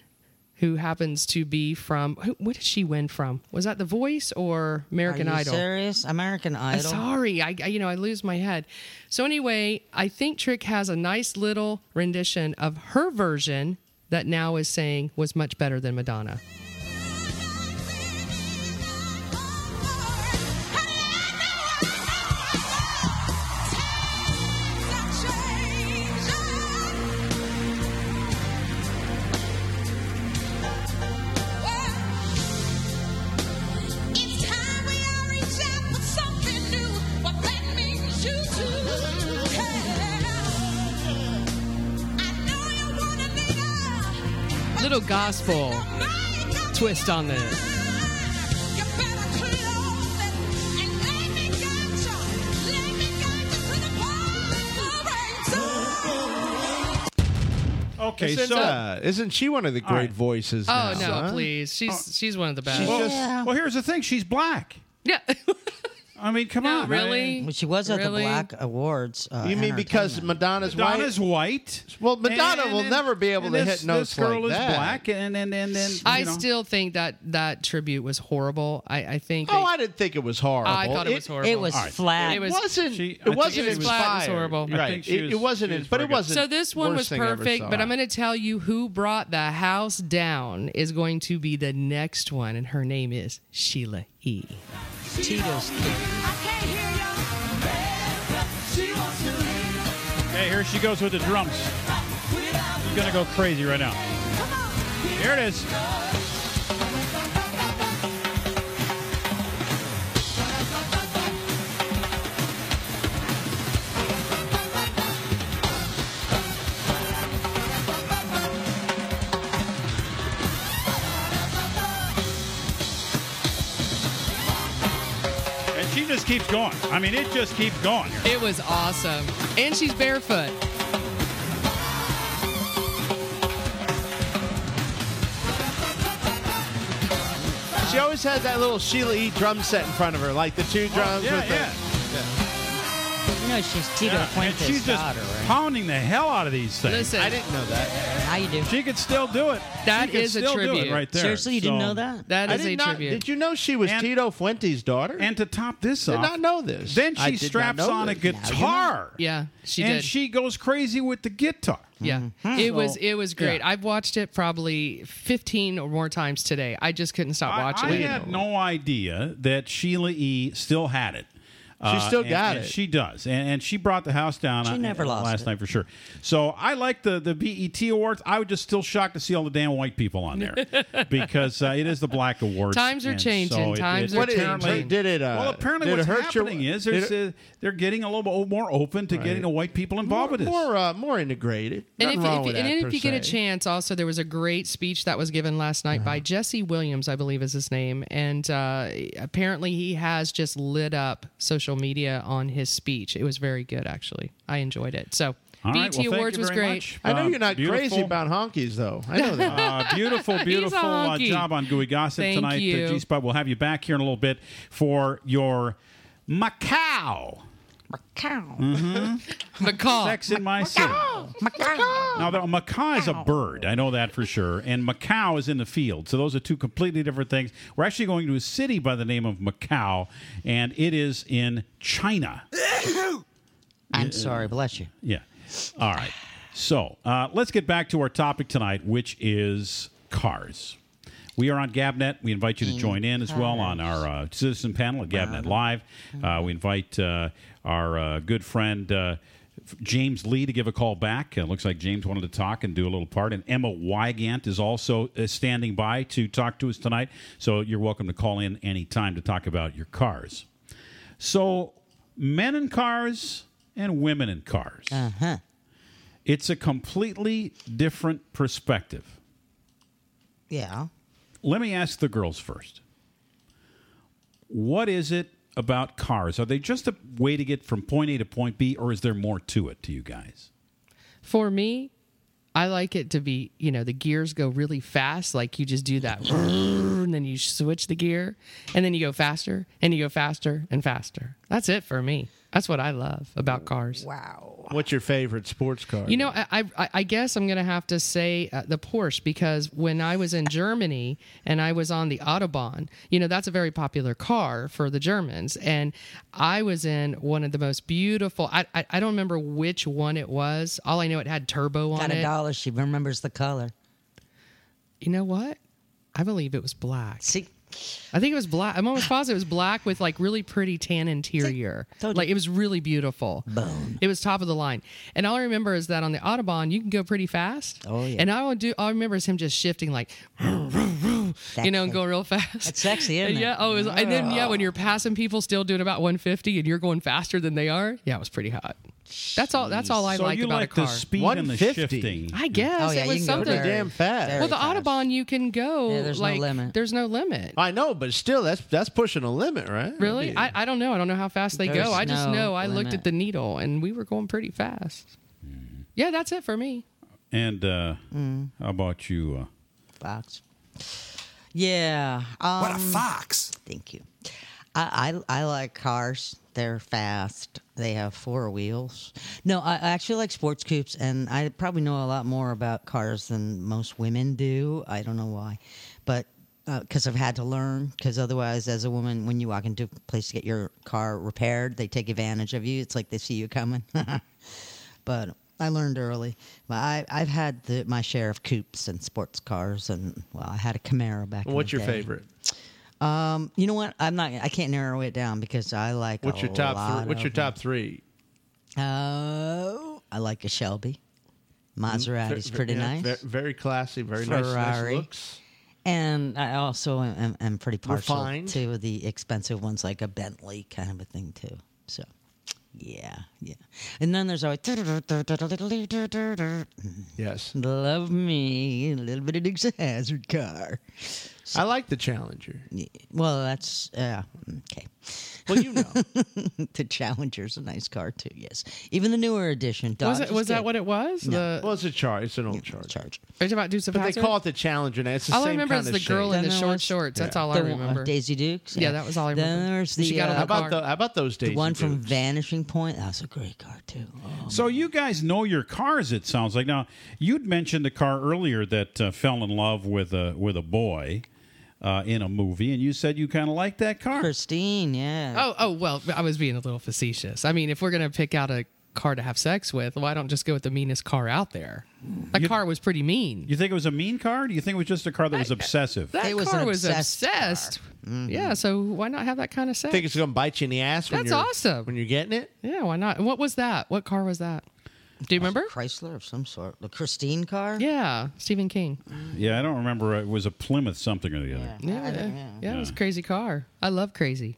E: who happens to be from, who, what did she win from? Was that The Voice or American
A: Are you
E: Idol? Uh,
A: serious? American Idol.
E: Sorry, I, I- you know I lose my head. So anyway, I think Trick has a nice little rendition of her version that now is saying was much better than Madonna. Little gospel twist on this.
D: uh,
C: Okay,
D: Isn't,
C: so
D: uh, isn't she one of the great
C: right.
D: voices?
E: Oh
D: now,
E: no,
D: huh?
E: please. She's
C: Oh.
E: she's one of the best.
D: She's just-
A: Yeah.
C: well, here's the thing: she's black.
E: yeah.
C: I mean, come
E: No,
C: on,
E: really?
A: Well, she was at
E: Really?
A: the Black Awards. Uh,
D: You mean because
A: entertainment.
D: Madonna's,
C: Madonna's
D: white?
C: white.
D: Well, Madonna will
C: then-
D: never be able
C: and
D: to
C: this-
D: hit notes
C: This girl
D: like
C: is
D: that.
C: black, and and and then you
E: I
C: know.
E: still think that that tribute was horrible. I, I think
D: Oh,
E: they-
D: I didn't think it was horrible.
E: I thought it, was horrible.
A: it was
C: All right.
A: flat.
E: It
D: It
E: was-
D: wasn't.
C: She- I think
D: it wasn't
E: it was
D: inspired.
E: flat, it was horrible. I
D: Right.
C: think she
D: it,
C: was-
D: it wasn't.
C: she
D: in-
C: was
D: but
C: very
D: it
C: good.
D: wasn't.
E: So this one
D: worst
E: was
D: thing I ever
E: perfect,
D: saw.
E: but I'm going to tell you who brought the house down is going to be the next one, and her name is Sheila E.
A: Tito's.
C: Hey, here she goes with the drums. She's gonna go crazy right now. Here it is. And she just keeps going. I mean, it just keeps going.
E: It was awesome, and she's barefoot.
D: She always had that little Sheila E. drum set in front of her, like the two drums.
C: Oh, yeah,
D: with the-
C: yeah.
A: No, she's Tito
C: Yeah, and
A: Fuentes'
C: she's just
A: daughter. Right?
C: pounding the hell out of these things.
E: Listen,
D: I didn't know that.
A: How you do?
C: She could still do it.
E: That
C: She could
E: is a
C: still do it
E: tribute.
C: right there.
A: Seriously, you didn't
C: So-
A: know that?
E: that
D: I
E: is
D: did
E: a
D: not.
E: tribute.
D: Did you know she was
C: And-
D: Tito Fuente's daughter?
C: And to top this
D: did
C: off,
D: not know this.
C: Then
D: I
C: she
D: did not
C: straps
D: know
C: on a
D: this. Now you
C: guitar.
E: Yeah, she
C: and
E: did.
C: she goes crazy with the guitar.
E: yeah,
D: Mm-hmm.
E: it was
C: So-
E: it was great.
C: Hmm. yeah.
E: I've watched it probably 15 or more times today. I just couldn't stop
C: I,
E: watching
C: I
E: it.
C: had no idea that Sheila E. still had it. Uh,
D: She still
C: and-
D: got
C: and
D: it.
C: She does, and, and she brought the house down.
A: She
C: uh,
A: never lost
C: last
A: it.
C: night for sure. So I like the the BET awards. I was just still shocked to see all the damn white people on there because uh, it is the black awards.
E: Times are
C: and
E: changing.
C: so
E: Times are
D: What is-
E: changing.
D: Did it? Uh,
C: well, apparently
D: did
C: what's
D: it hurt your-
C: happening is
D: did
C: there's,
D: it-
C: uh, they're getting a little bit more open to getting the white people involved with this.
D: more uh, more integrated.
E: And
D: Nothing
E: if,
D: wrong
E: if,
D: with
E: and
D: that,
E: if
D: per
E: you get a
D: se.
E: chance, also there was a great speech that was given last night
C: Uh-huh.
E: by Jesse Williams, I believe is his name, and uh, apparently he has just lit up social media on his speech. It was very good, actually. I enjoyed it. So
C: All right,
E: BT
C: well, thank
E: Awards
C: you
E: was
C: very
E: great.
C: much.
D: I know
C: Uh,
D: you're not crazy
C: beautiful.
D: about honkies, though. I know that.
C: Uh, beautiful, beautiful uh,
E: honky.
C: job on Gooey Gossip
E: Thank
C: tonight.
E: you.
C: G Spot. We'll have you back here in a little bit for your
A: Macau.
C: Macau.
E: McCall.
C: Mm-hmm. Sex in my city.
A: Macau.
C: Now, though, macaw is a bird. I know that for sure. And Macau is in the field. So those are two completely different things. We're actually going to a city by the name of Macau, and it is in China.
A: I'm sorry. Bless you.
C: Yeah. All right. So uh, let's get back to our topic tonight, which is cars. We are on GabNet. We invite you to join in as well on our uh, citizen panel at GabNet Live.
A: Mm-hmm.
C: Uh, we invite uh, our uh, good friend uh, F- James Lee to give a call back. It looks like James wanted to talk and do a little part. And Emma Wygant is also uh, standing by to talk to us tonight. So you're welcome to call in anytime to talk about your cars. So, men in cars and women in cars.
A: Uh huh.
C: It's a completely different perspective.
A: Yeah.
C: Let me ask the girls first. What is it about cars? Are they just a way to get from point A to point B, or is there more to it to you guys?
E: For me, I like it to be, you know, the gears go really fast. Like you just do that and then you switch the gear and then you go faster and you go faster and faster. That's it for me. That's what I love about cars.
A: Wow.
D: What's your favorite sports car?
E: You know, I, I, I guess I'm going to have to say uh, the Porsche because when I was in Germany and I was on the Autobahn, you know, that's a very popular car for the Germans. And I was in one of the most beautiful, I, I, I don't remember which one it was. All I know it had turbo on
A: Got a
E: it.
A: dollar. She remembers the color.
E: You know what? I believe it was black.
A: See,
E: I think it was black. I'm almost positive it was black with like really pretty tan interior.
A: Told
E: Like it was really beautiful. Bone. It was top of the line. And all I remember is that on the Autobahn, you can go pretty fast.
A: Oh, yeah.
E: And all I do, all I remember is him just shifting like, you know, and going real fast.
A: That's sexy, isn't
E: And
A: it?
E: yeah. Oh, it was, and then yeah, when you're passing people still doing about 150 and you're going faster than they are, yeah, it was pretty hot. That's all. That's all I
C: so
E: liked
C: you
E: about
C: like
E: a car.
C: the speed and the
D: 150.
C: shifting.
E: I guess
A: Oh yeah,
E: it
A: you
E: was
A: can go
E: something.
A: very,
D: damn fast.
A: very
E: well, the
A: fast.
E: Autobahn, you can go.
A: Yeah, there's no
E: like,
A: limit.
E: There's no limit.
D: I know, but still, that's that's pushing a limit, right?
E: Really? I, I don't know. I don't know how fast they
A: There's
E: go. I just
A: no
E: know I looked
A: limit.
E: at the needle and we were going pretty fast.
D: Mm-hmm.
E: Yeah, that's it for me.
C: And uh,
A: Mm.
C: how about you? uh,
A: Fox. Yeah. Um,
I: What a fox.
A: Thank you. I, I I like cars. They're fast. They have four wheels. No, I I actually like sports coupes, and I probably know a lot more about cars than most women do. I don't know why, but because I've had to learn. Because otherwise, as a woman, when you walk into a place to get your car repaired, they take advantage of you. It's like they see you coming. but I learned early. But I, I've had the, my share of coupes and sports cars, and well, I had a Camaro back. in
D: What's
A: the
D: your
A: day. Um,
D: favorite?
A: You know what? I'm not. I can't narrow it down because I like.
D: What's
A: a
D: your top?
A: lot
D: Three? What's
A: of
D: your
A: them.
D: top three?
A: Oh, I like a Shelby. Maserati's pretty
D: Yeah,
A: nice,
D: Mm-hmm. ve- Very, classy. Very nice, nice
A: Ferrari.
D: looks.
A: and I also am- am, am pretty partial
D: Refined.
A: to the expensive ones, like a Bentley kind of a thing too. So, yeah, yeah. And then there's always
D: Yes,
A: love me a little bit of Dukes Hazard car.
D: I like the Challenger.
A: Yeah, Well, that's uh, okay.
D: Well, you know,
A: The Challenger's a nice car too. Yes, even the newer edition. Dodge
E: was it,
A: is
E: was that
A: good.
E: what it was? The,
D: well, it's a char. It's an old char.
A: Charger?
E: are you talking about Dukes of
D: But they
E: Hazzard?
D: call it the Challenger now. It's the
E: all I
D: same
E: remember
D: kind
E: is the
D: of
E: girl
D: shape.
E: in
A: Then
E: the
A: there
E: short
A: was
E: shorts. That's
D: yeah.
E: all I
A: The one- uh,
E: remember.
A: Daisy Dukes.
E: Yeah, that was all I remember.
A: Then there's the,
E: She got on
A: uh,
D: How about
E: car.
D: the, how about those days?
A: the one from
D: Dukes?
A: Vanishing Point. That was a great car too.
C: So you guys know your cars. It sounds like now you'd mentioned a car earlier that uh, fell in love with a with a boy uh, in a movie, and you said you kind of liked that car.
A: Christine, yeah.
E: Oh, oh well, I was being a little facetious. I mean, if we're gonna pick out a car to have sex with, why don't just go with the meanest car out there? That car was pretty mean.
C: You think it was a mean car? Do you think it was just a car that was obsessive?
E: That
A: It was
E: car
A: an Mm.
E: was
A: obsessed car. Mm-hmm.
E: obsessed. Yeah, so why not have that kind of sex?
D: Think it's gonna bite you in the ass. When
E: That's
D: you're,
E: awesome.
D: When you're getting it,
E: Yeah, why not? And What was that? What car was that? Do you remember?
A: Uh, Chrysler of some sort. The Christine car. Mm.
E: Yeah, Stephen King.
C: yeah, I don't remember. uh, It was a Plymouth something or the other.
E: Yeah, yeah, it was a crazy car. I love crazy.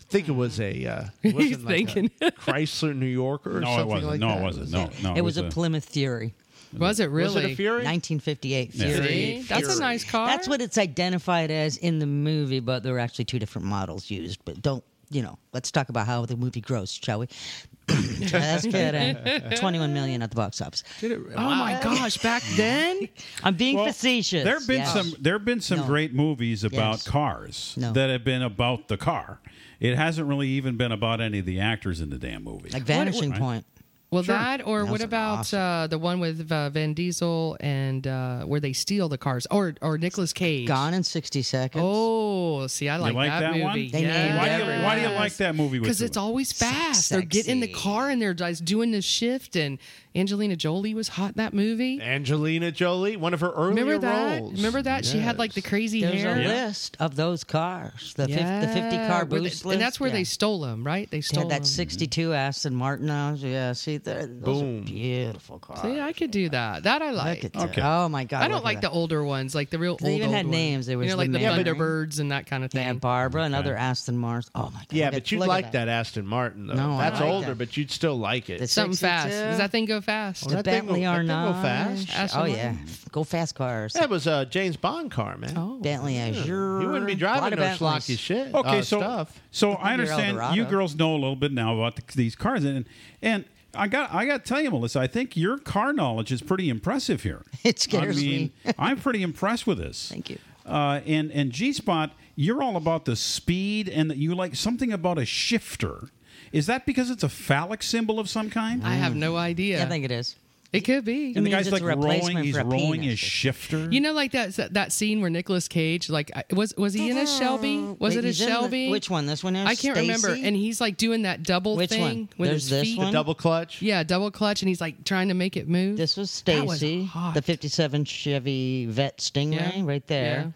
D: think it was a. Uh, it
E: He's
D: wasn't like a
E: thinking.
D: Chrysler New Yorker or
C: No,
D: something
C: it wasn't.
D: like
C: no,
D: that.
C: it wasn't. No, no.
A: it was a Plymouth Fury,
E: Was it
D: Was
E: really?
D: it a Fury?
A: 1958 Fury.
E: See? That's a nice car.
A: That's what it's identified as in the movie, but there were actually two different models used. But don't, you know, let's talk about how the movie grossed, shall we? That's kidding. 21 million at the box office.
E: Oh my gosh! Back then,
A: I'm being
C: Well,
A: facetious.
C: There have been
A: yes.
C: some. There have been some
A: No.
C: great movies about
A: Yes.
C: cars
A: No.
C: that have been about the car. It hasn't really even been about any of the actors in the damn movie.
A: Like Vanishing Point.
E: well, that or
A: That was
E: what about
A: awesome.
E: uh, the one with uh, Van Diesel and uh, where they steal the cars, or or Nicolas Cage?
A: Gone in 60 seconds.
E: Oh, see, I like,
C: like that
E: movie.
C: one? They
A: named
C: why, do you, why do you like that movie? with
E: Because
C: you?
E: it's always fast. They're getting in the
A: sexy.
E: car and they're just doing the shift. And Angelina Jolie was hot in that movie.
D: Angelina Jolie, one of her earlier
E: Remember that?
D: roles.
E: Remember that? She had like the crazy
A: There's
E: hair.
A: a list of those cars, the, fif- the 50 car
E: where they-
A: boost list.
E: and that's where
A: yeah.
E: they stole them, right? They
A: They
E: stole
A: had that
E: them.
A: 62 Aston Martin. I was- Yeah, see, they're- those are beautiful cars.
E: See, I could do that. That I like.
A: Look at that. Oh, my God.
E: I don't
A: look at
E: like
A: that.
E: the older ones, like the real old.
A: They even
E: old
A: had
E: ones.
A: names. There was
E: you know,
A: the
E: like the
A: Mary.
E: Thunderbirds and that kind of thing.
A: Aunt Barbara and other Aston Mars. Oh, my God.
D: Yeah,
A: look
D: but
A: at-
D: you'd
A: look at
D: like that. Aston Martin though.
A: No, I
D: that's
A: like
D: older,
A: that.
D: but you'd still like it. Oh,
A: The Oh,
E: Something fast.
A: 62.
E: Does that thing go fast?
A: The
D: that thing
A: Bentley
D: go- that
A: R9.
D: thing go fast.
A: Oh,
E: Aston
A: yeah.
E: Martin. Oh.
A: Go fast cars.
D: That was a James Bond car, man.
A: Bentley Azure.
D: You wouldn't be
A: A lot
D: driving
A: of
D: no
A: Bentleys.
D: schlocky shit.
C: Okay,
D: uh,
C: so
D: stuff.
C: so I
A: Maybe your
C: understand you
A: Eldorado.
C: girls know a little bit now about the, these cars, and and I got I got to tell you, Melissa, I think your car knowledge is pretty impressive here.
A: It scares
C: I mean,
A: me.
C: I'm pretty impressed with this.
A: Thank you.
C: Uh, and and G Spot, you're all about the speed, and that you like something about a shifter. Is that because it's a phallic symbol of some kind?
E: I have no idea.
A: I think it is.
E: It could be.
C: And the
A: means
C: guy's
A: it's
C: like
A: a replacement
C: rolling. He's
A: for a
C: rolling
A: penis.
C: his shifter.
E: You know, like that that scene where Nicolas Cage, like, I- was was he in a Shelby? Was it a
A: He's in the-
E: Shelby?
A: which one? This one is?
E: I can't remember.
A: Stacy?
E: And he's like doing that double
A: Which
E: thing
A: one?
E: with
A: There's
E: his
A: this
E: feet.
A: one?
D: Double clutch.
E: Yeah, double clutch, and he's like trying to make it move.
A: This was
E: That was
A: Stacy,
E: hot.
A: the 57 Chevy Vet Stingray,
E: Yeah.
A: right there.
E: Yeah.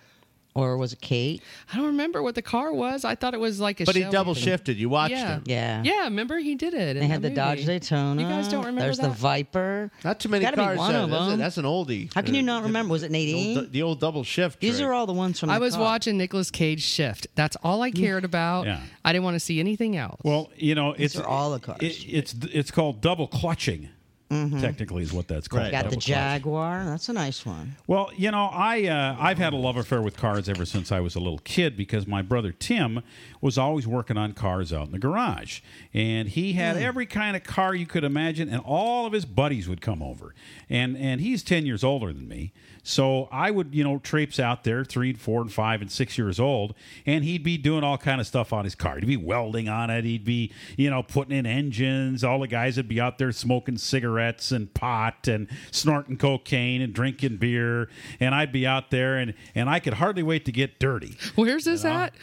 A: Or was it Kate?
E: I don't remember what the car was. I thought it was like a.
D: But he
E: Shelby.
D: double shifted. You watched
E: Yeah.
D: him.
A: Yeah.
E: Yeah, remember he did it.
A: They had the Dodge Daytona.
E: You guys don't remember
A: There's the
E: that?
A: Viper.
D: Not too many
A: Gotta
D: cars.
A: Be one
D: though.
A: of
D: That's, a-
A: them.
D: that's an oldie. Uh,
A: How can you not remember? Was it an
D: The old,
A: 88?
D: the old double shift.
A: These
D: trick.
A: are all the ones from.
E: I
A: the
E: was
A: car.
E: watching Nicolas Cage shift. That's all I cared
D: Oh.
E: about.
C: Yeah.
E: I didn't want to see anything else.
C: Well, you know, it's
A: are all the cars.
C: it- it's it's called double clutching. Technically, is what that's called.
D: Right.
A: Mm-hmm. Got
C: double
A: the
C: clutch.
A: Jaguar. That's a nice one.
C: Well, you know, I uh, I've had a love affair with cars ever since I was a little kid because my brother Tim was always working on cars out in the garage, and he
A: Hmm.
C: had every kind of car you could imagine, and all of his buddies would come over, and and he's ten years older than me, so I would you know traipse out there three and four and five and six years old, and he'd be doing all kind of stuff on his car. He'd be welding on it. He'd be you know putting in engines. All the guys would be out there smoking cigarettes and pot and snorting cocaine and drinking beer, and I'd be out there and and I could hardly wait to get dirty.
E: Where's this at?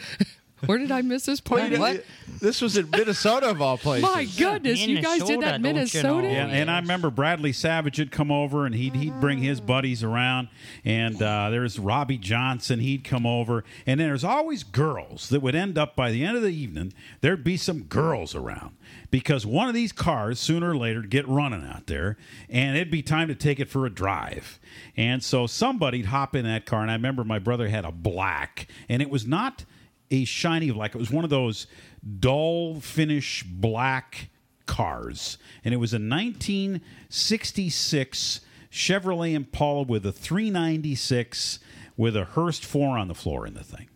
E: Where did I miss this part?
A: What?
D: This was in Minnesota of all places.
E: My goodness, you guys did
A: Minnesota, don't
E: that
A: you know?
E: Minnesota?
C: Yeah, and I remember Bradley Savage would come over and he'd he'd bring his buddies around, and uh, there's Robbie Johnson he'd come over, and then there's always girls that would end up by the end of the evening there'd be some girls around because one of these cars sooner or later would get running out there, and it'd be time to take it for a drive, and so somebody'd hop in that car, and I remember my brother had a black, and it was not a shiny black. It was one of those dull finish black cars, and it was a 1966 Chevrolet Impala with a 396 with a Hearst four on the floor in the thing.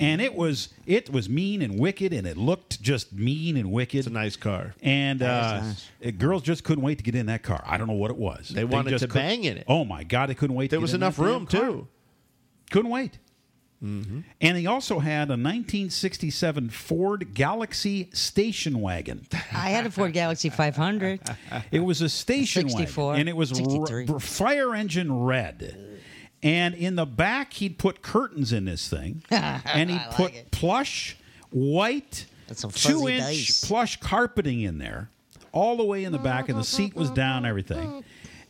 C: And it was it was mean and wicked, and it looked just mean and wicked.
D: It's a nice car.
C: And uh, uh, girls just couldn't wait to get in that car. I don't know what it was.
D: They wanted
C: just
D: to
C: couldn't-
D: bang in it.
C: Oh my God, they couldn't wait. to
D: There
C: get
D: was
C: in that
D: enough room
C: damn car.
D: too.
C: Couldn't wait. And he also had a 1967 Ford Galaxy station wagon.
A: I had a Ford Galaxy 500.
C: It was a station
A: '64,
C: wagon, and it was r-
A: '63.
C: r- fire engine red. And in the back, he'd put curtains in this thing, and he'd put plush, white,
A: That's some fuzzy
C: two-inch
A: dice.
C: plush carpeting in there, all the way in the back, and the seat was down, everything.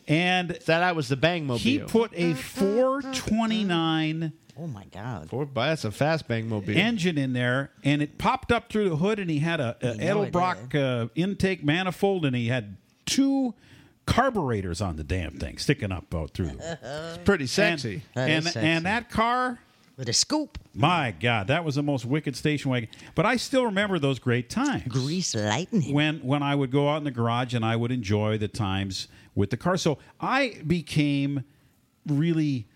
C: And
D: That I was the bang mobile.
C: he put a 429
A: Oh my God!
D: Four, boy, that's a fast bang mobile.
C: engine in there, and it popped up through the hood, and he had a, a
A: know it
C: Edelbrock uh, intake manifold, and he had two carburetors on the damn thing sticking up out through. the roof.
D: it's pretty
C: And-
D: sexy.
A: Uh-huh. That
C: and
A: is sexy.
C: and that car,
A: With a scoop,
C: my God, that was the most wicked station wagon. But I still remember those great times
A: grease lightning.
C: when when I would go out in the garage and I would enjoy the times with the car. So I became really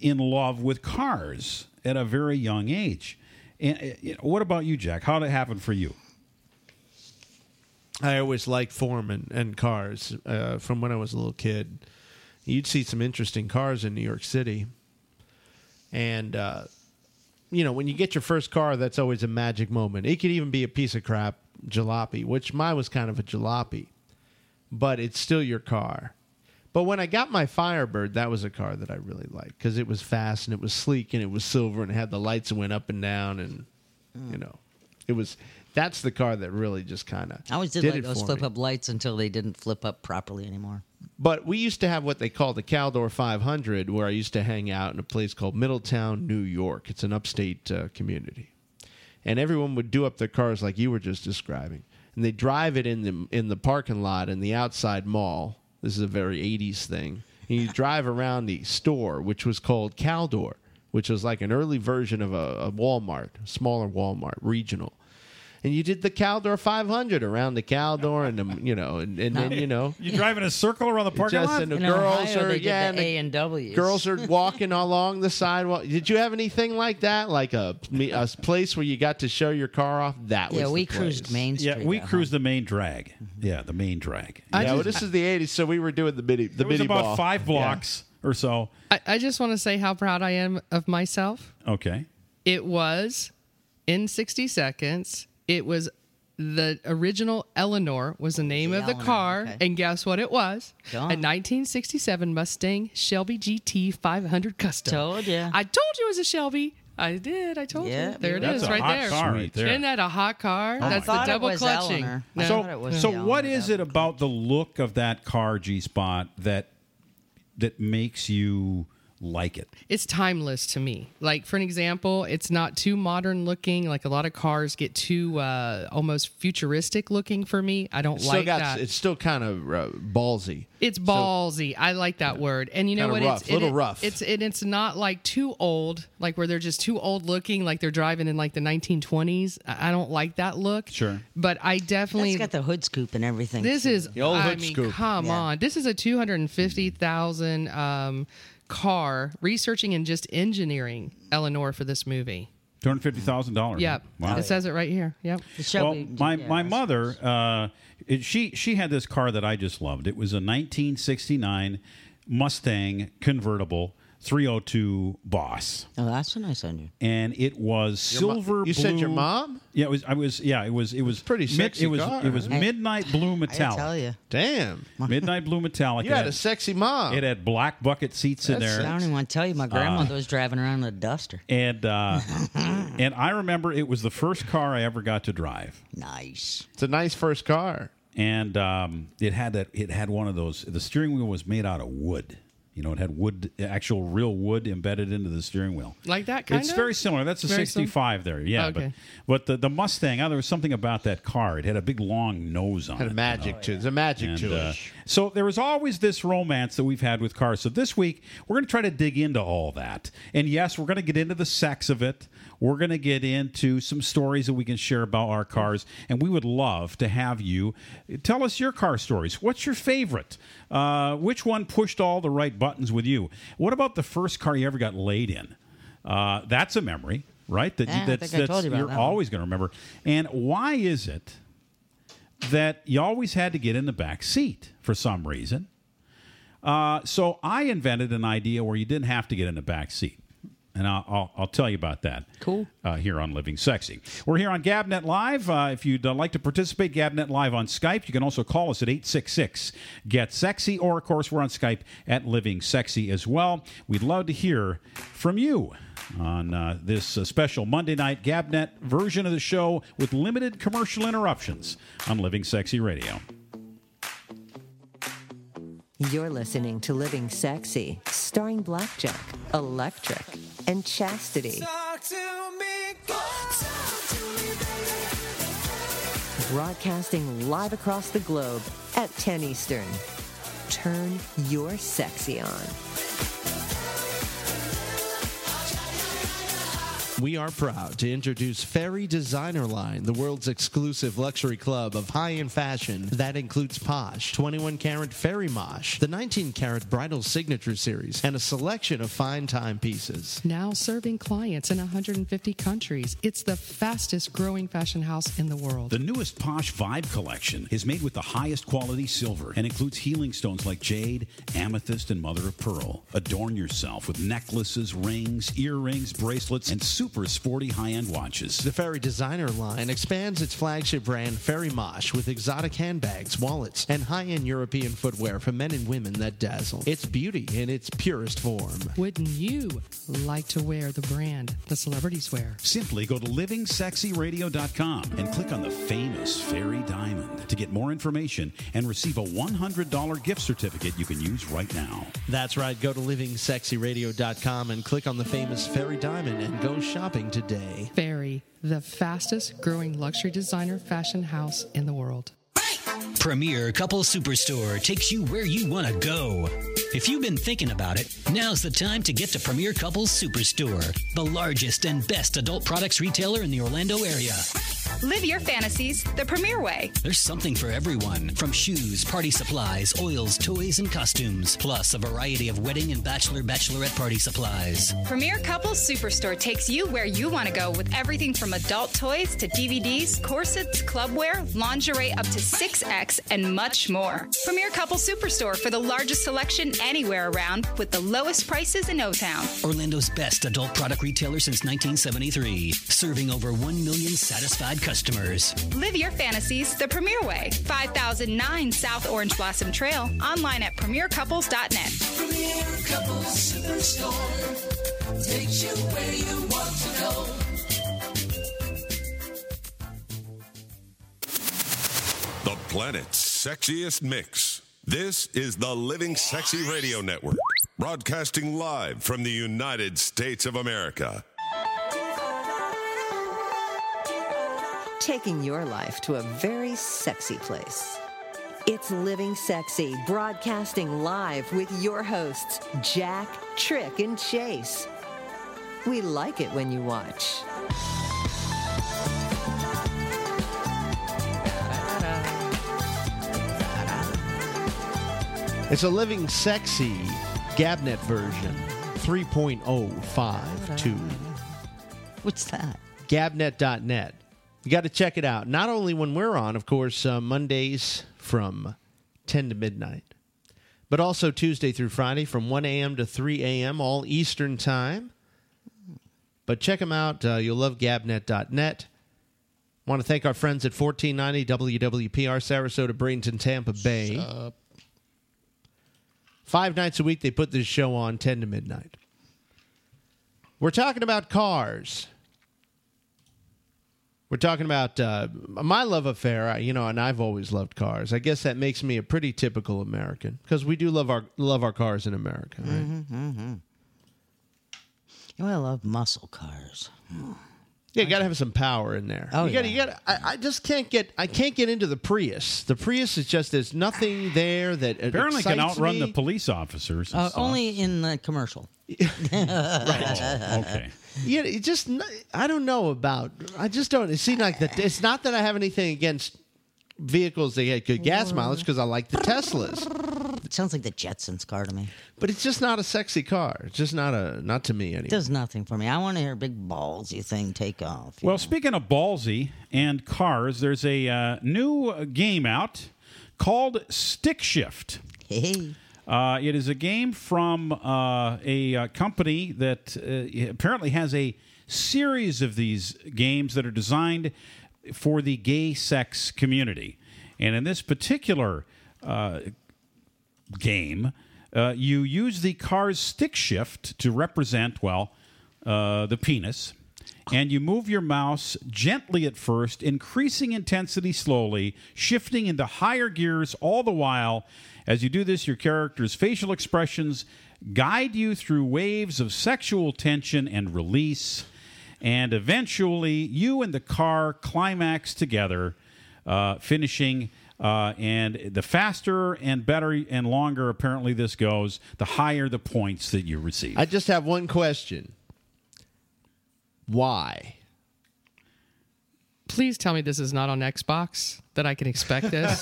C: in love with cars at a very young age. And uh, you know, what about you, Jack? How did it happen for you?
D: I always liked Foreman and cars uh, from when I was a little kid. You'd see some interesting cars in New York City. And, uh, you know, when you get your first car, that's always a magic moment. It could even be a piece of crap jalopy, which mine was kind of a jalopy, but it's still your car. But when I got my Firebird, that was a car that I really liked because it was fast and it was sleek and it was silver and it had the lights that went up and down and, you know, it was. That's the car that really just kind of
A: I always did,
D: did
A: like
D: it
A: those
D: for
A: flip
D: me.
A: up lights until they didn't flip up properly anymore.
D: But we used to have what they call the Caldor 500, where I used to hang out in a place called Middletown, New York. It's an upstate uh, community, and everyone would do up their cars like you were just describing, and they drive it in the in the parking lot in the outside mall. This is a very 80s thing. And you drive around the store, which was called Caldor, which was like an early version of a, a Walmart, smaller Walmart, regional. And you did the Caldor 500 around the Caldor, and the, you know, and, and then you know,
C: You driving a circle around the parking
D: just
C: lot?
D: in a- The
A: In
D: girls
A: Ohio,
D: are-
A: they did
D: yeah,
A: the
D: the
A: A and W.
D: girls are walking along the sidewalk. Did you have anything like that? Like a me- a place where you got to show your car off? That was
A: Yeah,
D: the
A: we
D: place.
A: cruised Main Street.
C: yeah, we
A: at
C: cruised the main drag. Yeah, the main drag.
D: Yeah, well, this is the '80s, so we were doing the mini the
C: it was
D: mini
C: about
D: ball.
C: five blocks or so.
E: I, I just want to say how proud I am of myself.
C: Okay.
E: It was in 60 seconds. It was the original Eleanor was the name
A: the
E: of the
A: Eleanor,
E: car,
A: okay.
E: and guess what it was?
A: Go
E: a
A: on.
E: 1967 Mustang Shelby GT 500 Custom.
A: Told ya.
E: I told you it was a Shelby. I did. I told
A: Yeah,
E: you. There it
A: you
E: is,
C: That's a
E: right
C: hot
E: there.
C: car right there.
E: Isn't that a hot car? That's the
A: thought it
E: double
A: was
E: clutching.
A: Eleanor. I
E: No.
A: thought it
C: So,
A: was
C: so
A: the
C: what
A: Eleanor
C: is it about the look of that car, G Spot, that that makes you like it?
E: it's timeless to me. Like for an example, it's not too modern looking. Like a lot of cars get too uh, almost futuristic looking for me. I don't
D: It's
E: like
D: still got,
E: that.
D: It's
E: It's,
D: still kind of uh, ballsy.
E: ballsy. I like that word. And you know
D: Kinda
E: what?
D: rough,
E: it's
D: little
E: it-
D: rough.
E: It's and it's not like too old, like where they're just too old looking, like they're driving in like the 1920s. I I don't like that look.
C: Sure.
E: But I definitely
A: It's got the hood scoop and everything.
E: this
A: too.
E: is
D: The old
E: I
D: hood
E: mean,
D: scoop.
E: come
A: Yeah.
E: on. This is a 250,000 um car researching and just engineering Eleanor for this movie.
C: Two hundred fifty thousand dollars.
E: Yep.
C: Wow.
E: It says it right here. Yep.
A: The Shelby-
C: well, my,
A: yeah,
C: my
A: that's-
C: mother, uh, it- she she had this car that I just loved. It was a 1969 Mustang convertible 302 Boss,
A: Oh, that's a nice onion.
C: and it was
D: Your mo-
C: silver.
D: you said your
C: blue-
D: mom?
C: Yeah, it was. I was. Yeah, it was. It was
D: pretty sexy
C: it was.
D: car,
C: It was
D: huh?
C: midnight blue
A: I
C: metallic.
A: tell you,
D: Damn,
C: Midnight blue metallic.
D: you
C: It
D: had a sexy mom.
C: It had black bucket seats in
D: That's
C: there.
A: I don't even want to tell you.
D: Ah,
A: My grandmother was driving around in a duster.
C: Uh, And uh, and I remember it was the first car I ever got to drive,
A: Nice.
D: it's a nice first car.
C: and um, it had that it had one of those. The steering wheel was made out of wood. You know, it had wood, actual real wood embedded into the steering wheel.
E: Like that kind
C: It's
E: of?
C: very similar. That's a
E: Very sim-
C: 65 there. Yeah,
E: Okay.
C: but but the, the Mustang, oh, there was something about that car. It had a big long nose on
D: Had
C: it.
D: a magic to it. There's a magic
C: And,
D: to
C: uh,
D: it.
C: so there was always this romance that we've had with cars. So this week we're going to try to dig into all that, and yes, we're going to get into the sex of it. We're going to get into some stories that we can share about our cars, and we would love to have you tell us your car stories. What's your favorite? Uh, which one pushed all the right buttons with you? What about the first car you ever got laid in? Uh, that's a memory, right? That
A: Yeah, Eh, I
C: that's,
A: think I told you about
C: you're
A: that one.
C: always going to remember. And why is it? that you always had to get in the back seat for some reason. Uh, so I invented an idea where you didn't have to get in the back seat. And I'll, I'll, I'll tell you about that.
A: Cool.
C: Uh, here on Living Sexy. We're here on Gabnet Live. Uh, if you'd uh, like to participate, Gabnet Live on Skype. You can also call us at 866 Get Sexy, E or of course, we're on Skype at Living Sexy as well. We'd love to hear from you on uh, this uh, special Monday night Gabnet version of the show with limited commercial interruptions on Living Sexy Radio.
B: You're listening to Living Sexy, starring Blackjack, Electric, and Chastity.
I: Talk to me, girl. Talk to me,
B: broadcasting live across the globe at 10 Eastern. Turn your sexy on.
D: We are proud to introduce Fairy Designer Line, the world's exclusive luxury club of high-end fashion that includes Posh, 21-carat Fairy Mosh, the 19-carat Bridal Signature Series, and a selection of fine timepieces.
E: Now serving clients in 150 countries. It's the fastest growing fashion house in the world.
C: The newest Posh Vibe collection is made with the highest quality silver and includes healing stones like jade, amethyst, and mother of pearl. Adorn yourself with necklaces, rings, earrings, bracelets, and super sporty high end watches.
D: The Fairy Designer Line expands its flagship brand Fairy Mosh with exotic handbags, wallets, and high-end European footwear for men and women that dazzle. It's beauty in its purest form.
E: Wouldn't you like to wear the brand the celebrities wear?
C: Simply go to livingsexyradio.com and click on the famous fairy diamond to get more information and receive a $100 gift certificate you can use right now.
D: That's right. Go to livingsexyradio.com and click on the famous fairy diamond and go shopping today.
E: Fairy, the fastest growing luxury designer fashion house in the world.
G: Premier Couple Superstore takes you where you want to go. If you've been thinking about it, now's the time to get to Premier Couples Superstore, the largest and best adult products retailer in the Orlando area.
H: Live your fantasies the premier way.
G: There's something for everyone from shoes, party supplies, oils, toys, and costumes, plus a variety of wedding and bachelor bachelorette party supplies.
H: Premier Couples Superstore takes you where you want to go with everything from adult toys to DVDs, corsets, clubwear, lingerie up to 6X, and much more. Premier Couples Superstore for the largest selection anywhere around with the lowest prices in O Town.
G: Orlando's best adult product retailer since 1973, serving over 1 million satisfied customers.
H: Live your fantasies the premier way. 5009 South Orange Blossom Trail, online at premiercouples.net.
I: Premier Couples Superstore takes you where you want to go.
K: The planet's sexiest mix. This is the Living Sexy Radio Network, broadcasting live from the United States of America.
B: Taking your life to a very sexy place. It's Living Sexy, broadcasting live with your hosts, Jack, Trick, and Chase. We like it when you watch.
D: It's a living sexy Gabnet version 3.052.
A: What's that?
D: Gabnet.net. You got to check it out. Not only when we're on, of course, uh, Mondays from 10 to midnight, but also Tuesday through Friday from 1 a.m. to 3 a.m., all Eastern time. But check them out. Uh, you'll love Gabnet.net. Want to thank our friends at 1490 WWPR Sarasota, Bradenton, Tampa Bay. Five nights a week, they put this show on 10 to midnight. We're talking about cars. We're talking about uh, my love affair, I- you know, and I've always loved cars. I guess that makes me a pretty typical American because we do love our love our cars in America. Right?
A: Mm-hmm. Well, I love muscle cars.
D: Yeah, you got to have some power in there.
A: Oh,
D: you gotta,
A: yeah.
D: you got I, I just can't get I can't get into the Prius. The Prius is just there's nothing there that
C: Apparently can
D: excites
C: outrun
D: me.
C: the police officers. and
A: Uh,
C: stuff.
A: only in the commercial. uh,
C: Oh, okay.
D: Yeah, it just n- I don't know about. I just don't. It seems like that. It's not that I have anything against vehicles that get good gas mileage because I like the Teslas,
A: It sounds like the Jetsons car to me.
D: but it's just not a sexy car. It's just not a not to me
A: It
D: anyway.
A: does nothing for me. I want to hear a big ballsy thing take off. you
C: Well,
A: know.
C: speaking of ballsy and cars, there's a uh, new uh, game out called Stick Shift.
A: hey,
C: Uh, it is a game from uh, a uh, company that uh, apparently has a series of these games that are designed for the gay sex community. And in this particular uh, game, uh, you use the car's stick shift to represent, well, uh, the penis. And you move your mouse gently at first, increasing intensity slowly, shifting into higher gears all the while. As you do this, your character's facial expressions guide you through waves of sexual tension and release. And eventually, you and the car climax together uh, finishing. Uh, and the faster and better and longer apparently this goes, the higher the points that you receive.
D: I just have one question. Why?
E: Please tell me this is not on Xbox that I can expect this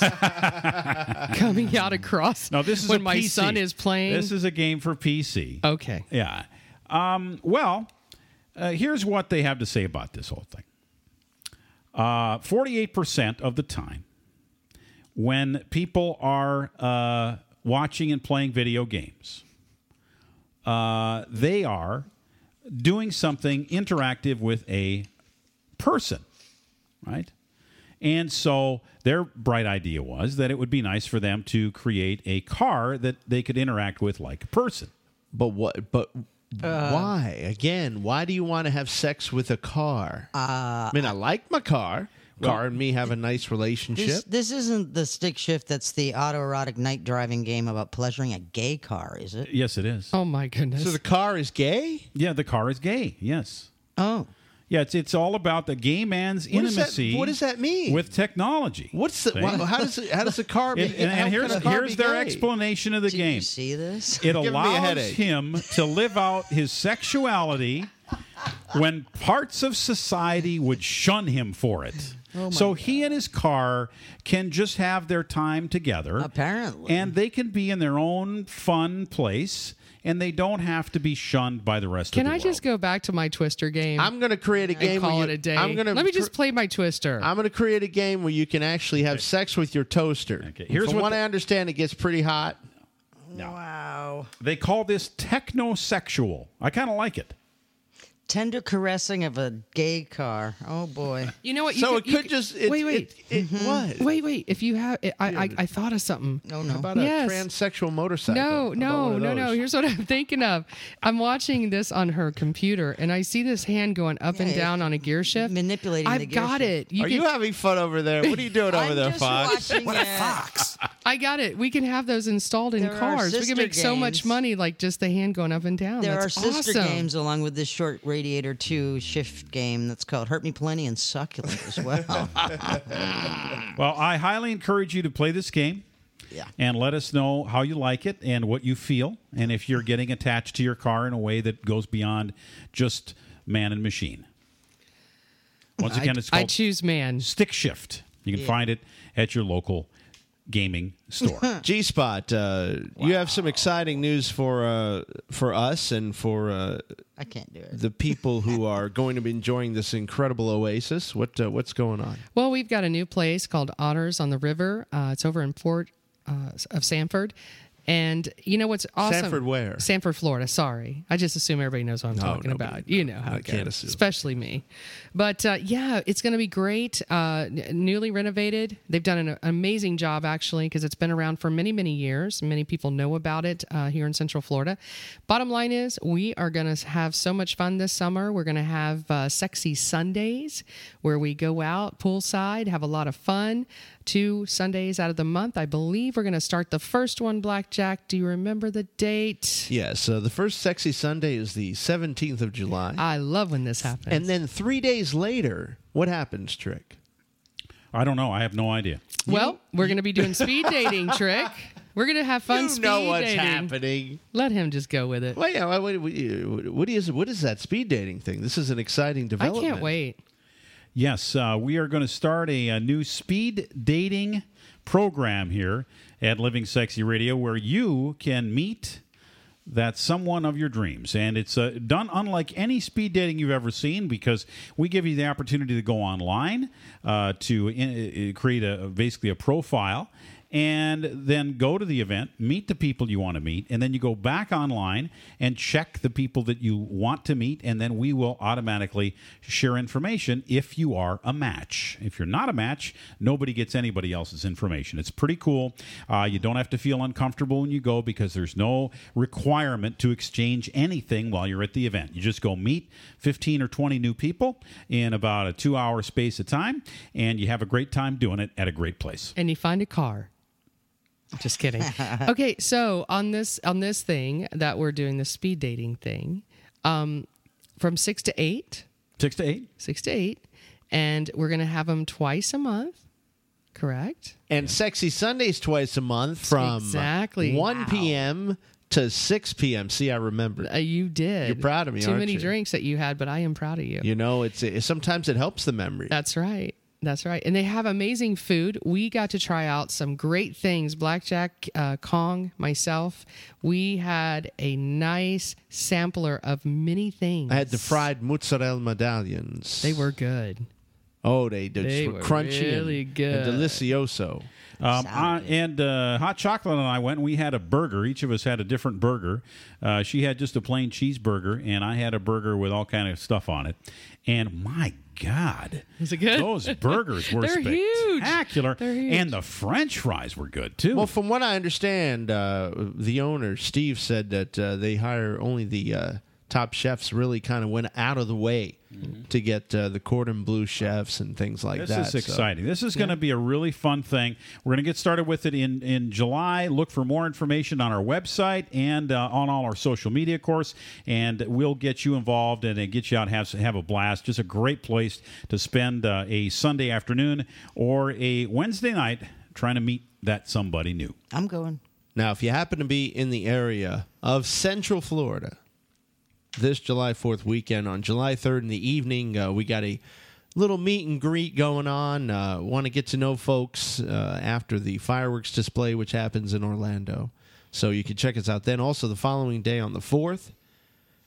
E: coming out across.
C: now this is
E: when
C: a
E: my
C: PC.
E: son is playing.
C: This is a game for PC.
E: okay.
C: Yeah. Um, well, uh, here's what they have to say about this whole thing. Uh, 48% of the time, when people are uh, watching and playing video games, uh, they are doing something interactive with a person, right? And so their bright idea was that it would be nice for them to create a car that they could interact with like a person.
D: But what? But
E: Uh,
D: why? Again, why do you want to have sex with a car?
E: Uh,
D: I mean, I like my car. Car and me have a nice relationship.
A: this, this isn't the stick shift. That's the autoerotic night driving game about pleasuring a gay car, is it?
C: Yes, it is.
E: Oh my goodness.
D: so the car is gay.
C: Yeah, the car is gay. Yes.
A: Oh,
C: Yeah, it's, it's all about the gay man's
D: What does that-
C: intimacy.
D: what does that mean?
C: With technology.
D: What's the?
C: See?
D: Why, how does it, how does the car? Be,
C: It- and,
D: how
C: and
D: can
C: here's
D: a car
C: here's
D: be
C: their
D: gay?
C: explanation of the
A: do
C: game.
A: you see this?
C: It
D: You're giving me a
C: allows
D: headache.
C: him to live out his sexuality when parts of society would shun him for it.
A: Oh my
C: so he and his car can just have their time together.
A: Apparently.
C: And they can be in their own fun place and they don't have to be shunned by the rest
E: Can
C: of the
E: I just go back to my Twister game?
D: I'm going to create a
E: and
D: game.
E: Call
D: where
E: it
D: you-
E: a day.
D: I'm going to
E: Let me just play my Twister.
D: I'm going to create a game where you can actually have sex with your toaster. Okay.
C: here's
D: From
C: what
D: what
C: the-
D: I understand. It gets pretty hot.
A: Wow.
C: They call this technosexual. I kind of like it.
A: Tender caressing of a gay car. Oh boy.
E: You know what? You
D: so it
E: you
D: could just it,
E: wait, wait, Mm-hmm.
D: It, it, What?
E: wait, wait. If you have, I, I, I, I thought of something.
A: Oh no.
D: About a
E: Yes.
D: transsexual motorcycle. How
E: No,
D: about one
E: no,
D: of
E: no, no.
D: those?
E: Here's what I'm thinking of. I'm watching this on her computer, and I see this hand going up and
A: Yeah,
E: down on a gear shift.
A: manipulating the
E: I've
A: gear
E: got
A: shift.
E: it. You
D: are
E: can-
D: you having fun over there? What are you doing over
A: I'm
D: there,
A: just
D: Fox?
A: watching
I: What a
A: it.
I: fox.
E: I got it. We can have those installed in
A: There are
E: cars. We
A: sister
E: can make so much
A: games.
E: money, like just the hand going up and down.
A: There
E: Oh, That's
A: are sister
E: awesome.
A: games along with this short Radiator 2 shift game that's called Hurt Me Plenty and Succulent as well.
C: Well, I highly encourage you to play this game.
A: Yeah.
C: And let us know how you like it and what you feel, and if you're getting attached to your car in a way that goes beyond just man and machine. Once again, it's
E: I
C: called
E: choose man.
C: Stick Shift. You can find it at your local gaming store.
D: G Spot, uh, you have some exciting news for uh, for us and for uh,
A: I can't do it.
D: the people who are going to be enjoying this incredible oasis. What uh, what's going on?
E: Well, we've got a new place called Otters on the River. Uh, it's over in Fort uh, of Sanford. And you know what's awesome?
D: Sanford where?
E: Sanford, Florida. Sorry, I just assume everybody knows what I'm talking
D: nobody
E: about. You know how
D: I
E: it
D: can't
E: goes,
D: assume.
E: especially me. But uh, yeah, it's going to be great. Uh, n- newly renovated. They've done an amazing job actually because it's been around for many, many years. Many people know about it uh, here in Central Florida. Bottom line is, we are going to have so much fun this summer. We're going to have uh, sexy Sundays where we go out poolside, have a lot of fun. Two Sundays out of the month, I believe. We're going to start the first one, Blackjack. Do you remember the date?
D: Yeah, so the first sexy Sunday is the seventeenth of July,
E: I love when this happens.
D: and then three days later, what happens, Trick?
C: I don't know. I have no idea.
E: Well, we're going to be doing speed dating trick. We're going to have fun speed dating.
D: happening.
E: Let him just go with it.
D: Wait, yeah, wait, wait, wait, what is what is that speed dating thing? This is an exciting
E: I
D: development.
E: can't wait.
C: Yes, uh, we are going to start a, a new speed dating program here at Living Sexy Radio where you can meet that someone of your dreams. And it's uh, done unlike any speed dating you've ever seen because we give you the opportunity to go online uh, to in, uh, create a basically a profile and then go to the event, meet the people you want to meet, and then you go back online and check the people that you want to meet, and then we will automatically share information if you are a match. If you're not a match, nobody gets anybody else's information. It's pretty cool. Uh, you don't have to feel uncomfortable when you go because there's no requirement to exchange anything while you're at the event. You just go meet 15 or 20 new people in about a two hour space of time, and you have a great time doing it at a great place.
E: And you find a car. Just kidding. okay, so on this on this thing that we're doing the speed dating thing, um, from six to eight,
C: Six to eight.
E: six to eight, and we're going to have them twice a month. Correct.
D: And sexy Sundays twice a month from
E: Exactly.
D: one
E: Wow.
D: p.m. to six p.m. See, I remember.
E: Uh, you did.
D: You're proud of me,
E: Too
D: aren't
E: many
D: you?
E: drinks that you had, but I am proud of you.
D: You know, it's it, sometimes it helps the memory.
E: That's right. That's right. And they have amazing food. We got to try out some great things. Blackjack uh, Kong, myself, we had a nice sampler of many things.
D: I had the fried mozzarella medallions.
E: They were good.
D: oh, they, they,
E: they
D: were,
E: were
D: crunchy and-
E: really good.
D: and delicioso.
C: Um, I- and uh, Hot Chocolate and I went. and We had a burger. Each of us had a different burger. Uh, she had just a plain cheeseburger, and I had a burger with all kind of stuff on it. And my God,
E: Was it good?
C: Those burgers were
E: They're huge.
C: spectacular,
E: They're huge.
C: and the French fries were good too.
D: Well, from what I understand, uh, the owner Steve said that uh, they hire only the uh, top chefs. Really, kind of went out of the way to get uh, the cordon bleu chefs and things like
C: this
D: that.
C: is
D: so-
C: exciting. This is going to be a really fun thing. We're going to get started with it in, in July. Look for more information on our website and uh, on all our social media, of course. And we'll get you involved and uh, get you out and have, have a blast. Just a great place to spend uh, a Sunday afternoon or a Wednesday night trying to meet that somebody new.
A: I'm going.
D: Now, if you happen to be in the area of Central Florida, this July 4th weekend. On July 3rd in the evening, uh, we got a little meet and greet going on. Uh, Want to get to know folks uh, after the fireworks display, which happens in Orlando. So you can check us out then. Also, the following day on the 4th,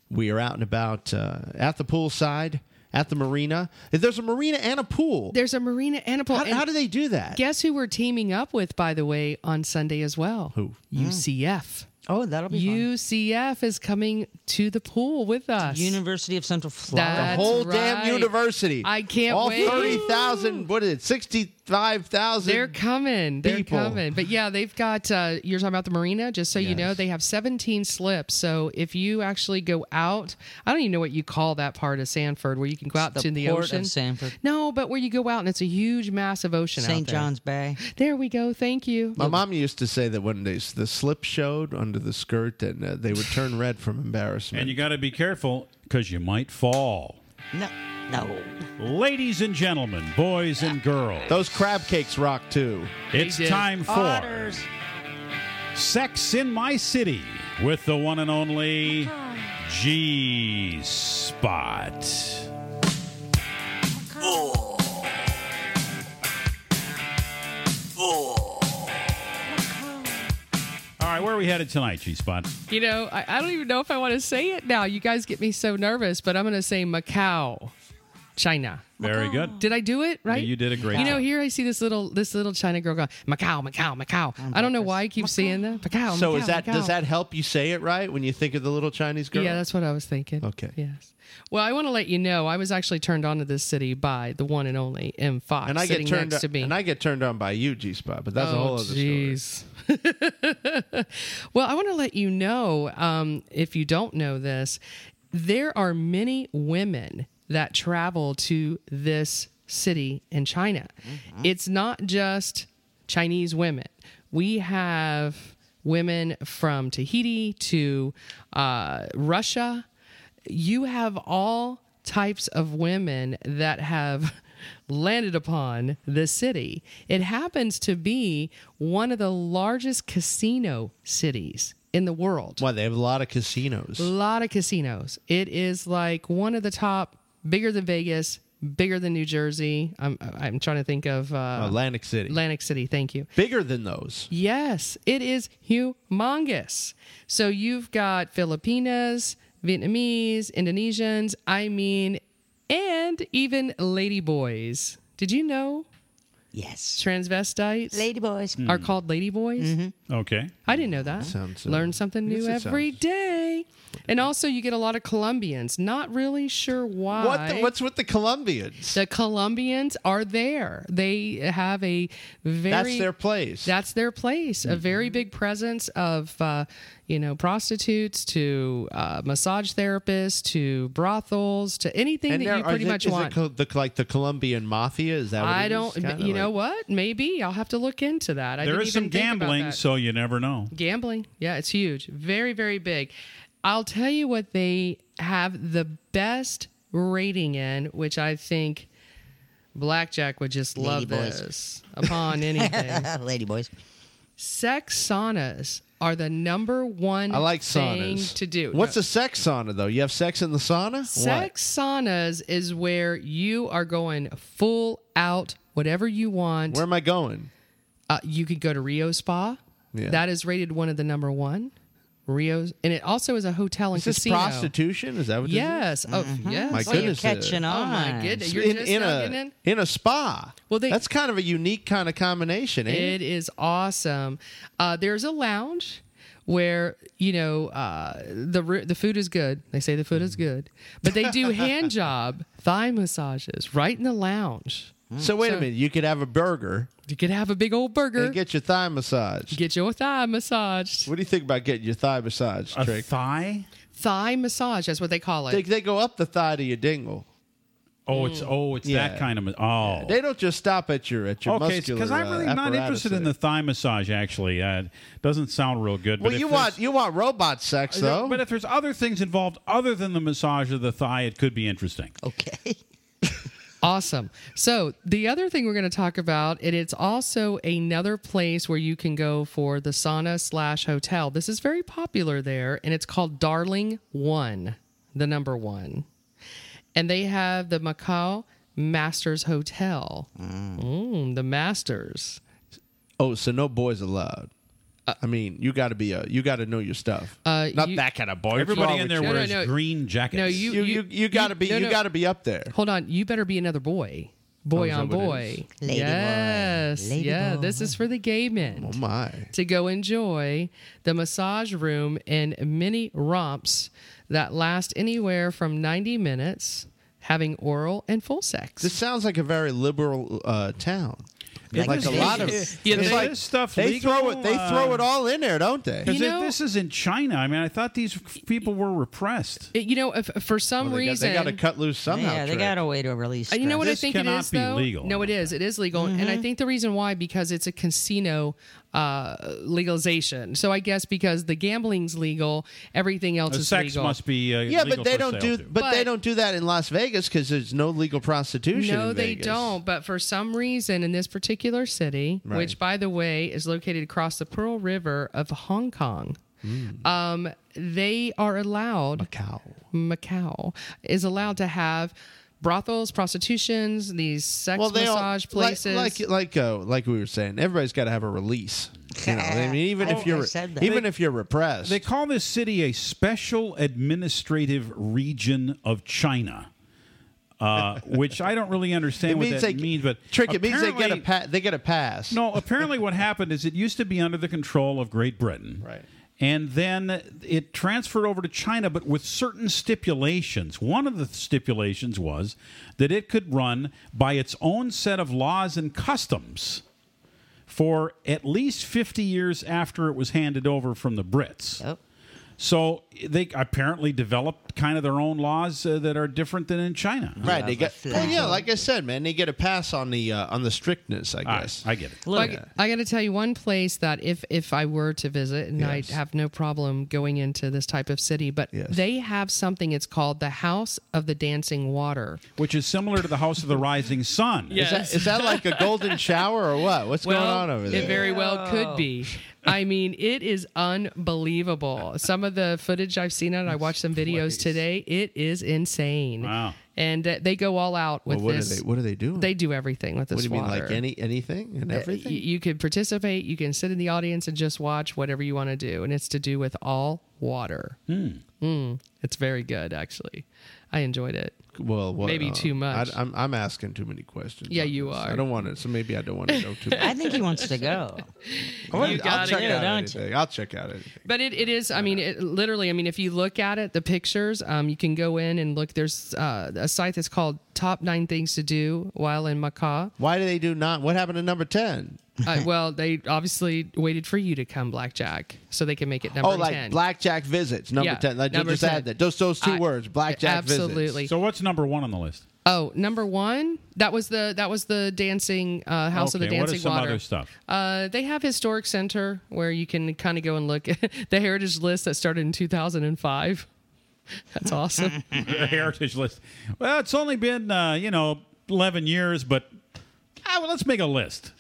D: we are out and about uh, at the poolside, at the marina. There's a marina and a pool.
E: There's a marina and a pool.
D: How,
E: And
D: how do they do that?
E: Guess who we're teaming up with, by the way, on Sunday as well? Who? UCF.
A: Oh, that'll be fun.
E: UCF is coming to the pool with us.
A: University of Central Florida.
E: That's
D: the whole
E: right.
D: damn university.
E: I can't
D: All
E: wait.
D: thirty thousand. What is it? Sixty-five thousand.
E: They're coming. They're
D: people.
E: coming. But yeah, they've got. Uh, you're talking about the marina. Just so you know, they have 17 slips. So if you actually go out, I don't even know what you call that part of Sanford where you can go out
A: the
E: to the
A: port
E: ocean.
A: of Sanford.
E: No, but where you go out and it's a huge, massive ocean. out
A: St.
E: there.
A: John's Bay.
E: There we go. Thank you.
D: My mom used to say that when they, the slip showed under the skirt, and uh, they would turn red from embarrassment.
C: And you got to be careful because you might fall.
A: No, no.
C: Ladies and gentlemen, boys and girls,
D: Those crab cakes rock too.
C: it's
E: did.
C: time for Sex in My City with the one and only G Spot. All right, where are we headed tonight, G Spot?
E: You know, I, I don't even know if I want to say it now. You guys get me so nervous, but I'm going to say Macau, China.
C: Very good.
E: Oh. Did I do it right?
C: you did a great
E: You know,
C: job.
E: here I see this little this little China girl going Macau, Macau, Macau. I don't know why I keep seeing that Macau.
D: So
E: Macau,
D: is that
E: Macau.
D: does that help you say it right when you think of the little Chinese girl?
E: Yeah, that's what I was thinking.
D: Okay.
E: Yes. Well, I want to let you know I was actually turned on to this city by the one and only M Fox
D: and I
E: sitting
D: get turned
E: next
D: on,
E: to me.
D: and I get turned on by you, G Spot. But that's a whole other story.
E: Oh, jeez. well, I want to let you know um, if you don't know this, there are many women that travel to this city in China. It's not just Chinese women. We have women from Tahiti to uh, Russia. You have all types of women that have landed upon the city. It happens to be one of the largest casino cities in the world.
D: Why they have a lot of casinos.
E: A lot of casinos. It is like one of the top, bigger than Vegas, bigger than New Jersey. I'm I'm trying to think of uh,
D: Atlantic City.
E: Atlantic City. Thank you.
D: Bigger than those.
E: Yes, it is humongous. So you've got Filipinas, Vietnamese, Indonesians, I mean, and even ladyboys. Did you know
A: Yes.
E: transvestites
A: Ladyboys.
E: are called ladyboys?
C: Okay.
E: I didn't know that.
D: Hmm. sounds, uh,
E: Learn something
D: yes,
E: new
D: it
E: every
D: sounds-
E: day. And also, you get a lot of Colombians. Not really sure why.
D: What the, what's with the Colombians?
E: the Colombians are there. They have a very
D: That's their place. Mm-hmm.
E: that's their place. A very big presence of, uh, you know, prostitutes to uh, massage therapists to brothels to anything that you
D: are
E: pretty
D: they-
E: much
D: is it
E: want.
D: co- the, like the Colombian mafia is that? What it
E: I
D: is?
E: don't,
D: Kinda
E: you know
D: like-
E: what? Maybe I'll have to look into that. I
C: There
E: didn't
C: is some
E: even think about
C: gambling,
E: that.
C: so you never know.
E: Gambling. Yeah, it's huge. Very, very big. I'll tell you what they have the best rating in, which I think Blackjack would just love
A: Ladyboys.
E: this upon anything.
A: Ladyboys.
E: Sex saunas are the number one
D: I like
E: thing
D: saunas.
E: to do.
D: What's
E: No,
D: a sex sauna though? You have sex in the sauna?
E: sex saunas is where you are going full out whatever you want.
D: What? Where am I going?
E: Uh, you could go to Rio Spa.
D: Yeah.
E: That is rated one of the number one. Rio's, and it also is a hotel and
D: Is this
E: casino.
D: prostitution? Is that what? this is?
E: Yes. Oh, yes.
D: My
E: Oh,
A: Mm-hmm. Well, you're
D: goodness, it is.
A: catching
E: Oh
A: on.
E: my goodness! You're
D: in,
E: just
D: in
E: now getting
D: a
E: in. Mm-hmm.
D: in a spa.
E: Well, they-
D: that's kind of a unique kind of combination, ain't it?
E: It is awesome. Uh, there's a lounge where you know uh, the ru- the food is good. They say the food
D: Mm-hmm.
E: is good, but they do hand job thigh massages right in the lounge.
D: So wait
E: So-
D: a minute, you could have a burger
E: You could have a big old burger.
D: and
E: Get,
D: get your thigh massaged.
E: your thigh massaged.
D: what do you think about getting your thigh massaged, Trick?
C: thigh?
E: Thigh massage. That's what they call it.
D: they, they go up the thigh to your dingle.
C: Oh, it's
E: Mm.
C: oh, it's
D: Yeah.
C: that kind of oh.
D: They don't just stop at your at your
C: okay,
D: muscular.
C: because I'm
D: uh,
C: really not
D: apparatus
C: interested in
D: there.
C: the thigh massage. Actually, uh, it doesn't sound real good.
D: Well,
C: but
D: you
C: if there's-
D: want you want robot sex
E: Uh,
D: though.
C: But if there's other things involved other than the massage of the thigh, it could be interesting.
A: Okay.
E: Awesome. So the other thing we're going to talk about, and it's also another place where you can go for the sauna slash hotel. This is very popular there, and it's called Darling One. the number one. And they have the Macau Masters Hotel. Mm, the Masters.
D: Oh, so no boys allowed. I mean, you got to be a you got to know your stuff.
E: Uh,
D: Not
E: you-
D: that kind of boy.
C: Everybody
D: What's
C: in
D: wrong
C: there
D: with you?
C: wears green jackets.
E: No, you
D: You- you- you gotta be- you gotta be up there.
E: Hold on, you better be another boy, boy
D: is
E: on
D: that what it
E: boy.
D: is? Lady boy.
E: yes,
D: Lady
E: yeah.
D: boy.
E: This is for the gay men.
D: Oh my.
E: to go enjoy the massage room and mini romps that last anywhere from 90 minutes, having oral and full sex.
D: This sounds like a very liberal uh, town.
C: It
D: like
C: is-
D: a lot of
C: it- yeah,
D: it's
C: they-
D: like
C: this stuff
D: They throw
C: legal,
D: it. They throw
C: uh,
D: it all in there, don't they?
C: Because this is in China. I mean, I thought these f- people were repressed.
E: It- you know, if, if for some
C: Well, they got-
E: reason
C: they gotta cut loose somehow,
A: Yeah, they
C: Trick.
A: got a way to release.
E: Uh, You know what
C: This
E: I think it
C: cannot
E: is
C: be
E: though.
C: legal.
E: No, it is. It is legal, and I
D: Mm-hmm.
E: think the reason why because it's a casino uh, legalization. So I guess because the gambling's legal, everything else
C: Uh,
E: is
C: sex
E: legal.
C: must be uh,
D: yeah,
C: legal
D: but they
C: for
D: don't
C: sale,
D: do.
C: too.
D: But, they don't do that in Las Vegas because there's no legal prostitution.
E: No,
D: in
E: they
D: Vegas.
E: don't. But for some reason, in this particular city,
D: Right.
E: which by the way is located across the Pearl River of Hong Kong,
A: Mm-hmm.
E: um, they are allowed.
D: Macau.
E: Macau is allowed to have brothels, prostitutions, these sex
D: Well, they all-
E: massage
D: like-
E: places.
D: like like uh, like we were saying, everybody's got to have a release. You know, I mean, even
A: Oh,
D: if you're
A: I said that.
D: even if you're repressed,
C: They call this city a special administrative region of China, uh, which I don't really understand
D: it
C: what
D: means
C: that
D: they
C: means. But
D: trick. It means they get a
C: apparently-
D: pa- they get a pass.
C: no, apparently what happened is it used to be under the control of Great Britain.
D: Right.
C: And then it transferred over to China, but with certain stipulations. One of the stipulations was that it could run by its own set of laws and customs for at least 50 years after it was handed over from the Brits. So they apparently developed kind of their own laws uh, that are different than in China.
D: Right, they get. Well, yeah, like I said, man, they get a pass on the uh, on the strictness. I guess
C: I get it.
E: Well, I, got to tell you one place that if if I were to visit, and
D: Yes.
E: I'd have no problem going into this type of city, but they have something. It's called the House of the Dancing Water.
C: Which is similar to the House of the Rising Sun.
D: Is that, is that like a golden shower or what? What's going on over there?
E: It very well could be. I mean, it is unbelievable. Some of the footage I've seen on, it, I watched some videos today. It is insane.
C: Wow.
E: And uh, they go all out with
D: Well, what
E: this.
D: are they? What are they doing?
E: They do everything with this
D: what do you mean,
E: water.
D: like any anything and
E: Uh,
D: everything?
E: y- You can participate. You can sit in the audience and just watch whatever you want to do, and it's to do with all water. Mm, it's very good, actually. I enjoyed it.
D: well, what,
E: maybe
D: uh,
E: too much.
D: I, am I'm asking too many questions.
E: Yeah,
D: on
E: you
D: this.
E: are.
D: I don't want to. So maybe I don't want to know too much.
A: I think he wants to go.
D: I wanna- I'll
E: gotta
D: check
E: go,
D: out
A: don't
D: anything. I'll check out anything.
E: But it, it is. I mean, it, literally. I mean, if you look at it, the pictures. Um, you can go in and look. There's uh, a site that's called Top Nine Things to Do While in Macau.
D: Why do they do not? What happened to number ten?
E: Uh, well, they obviously waited for you to come, Blackjack, so they can make it number
D: oh, like
E: ten.
D: blackjack visits. Number
E: Yeah,
D: ten. Like,
E: number
D: just
E: 10.
D: add that. Just those two
E: I-
D: words. Blackjack visits.
E: absolutely.
C: So what's number one on the list?
E: Oh, number one. That was the that was the dancing uh, house of the
C: Okay, what
E: dancing
C: is some
E: water.
C: other stuff?
E: Uh, they have historic center where you can kind of go and look at the heritage list that started in 2005. That's awesome.
C: heritage list. Well, it's only been uh, you know eleven years, but ah, well, let's make a list.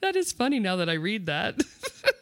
E: that is funny now that I read that.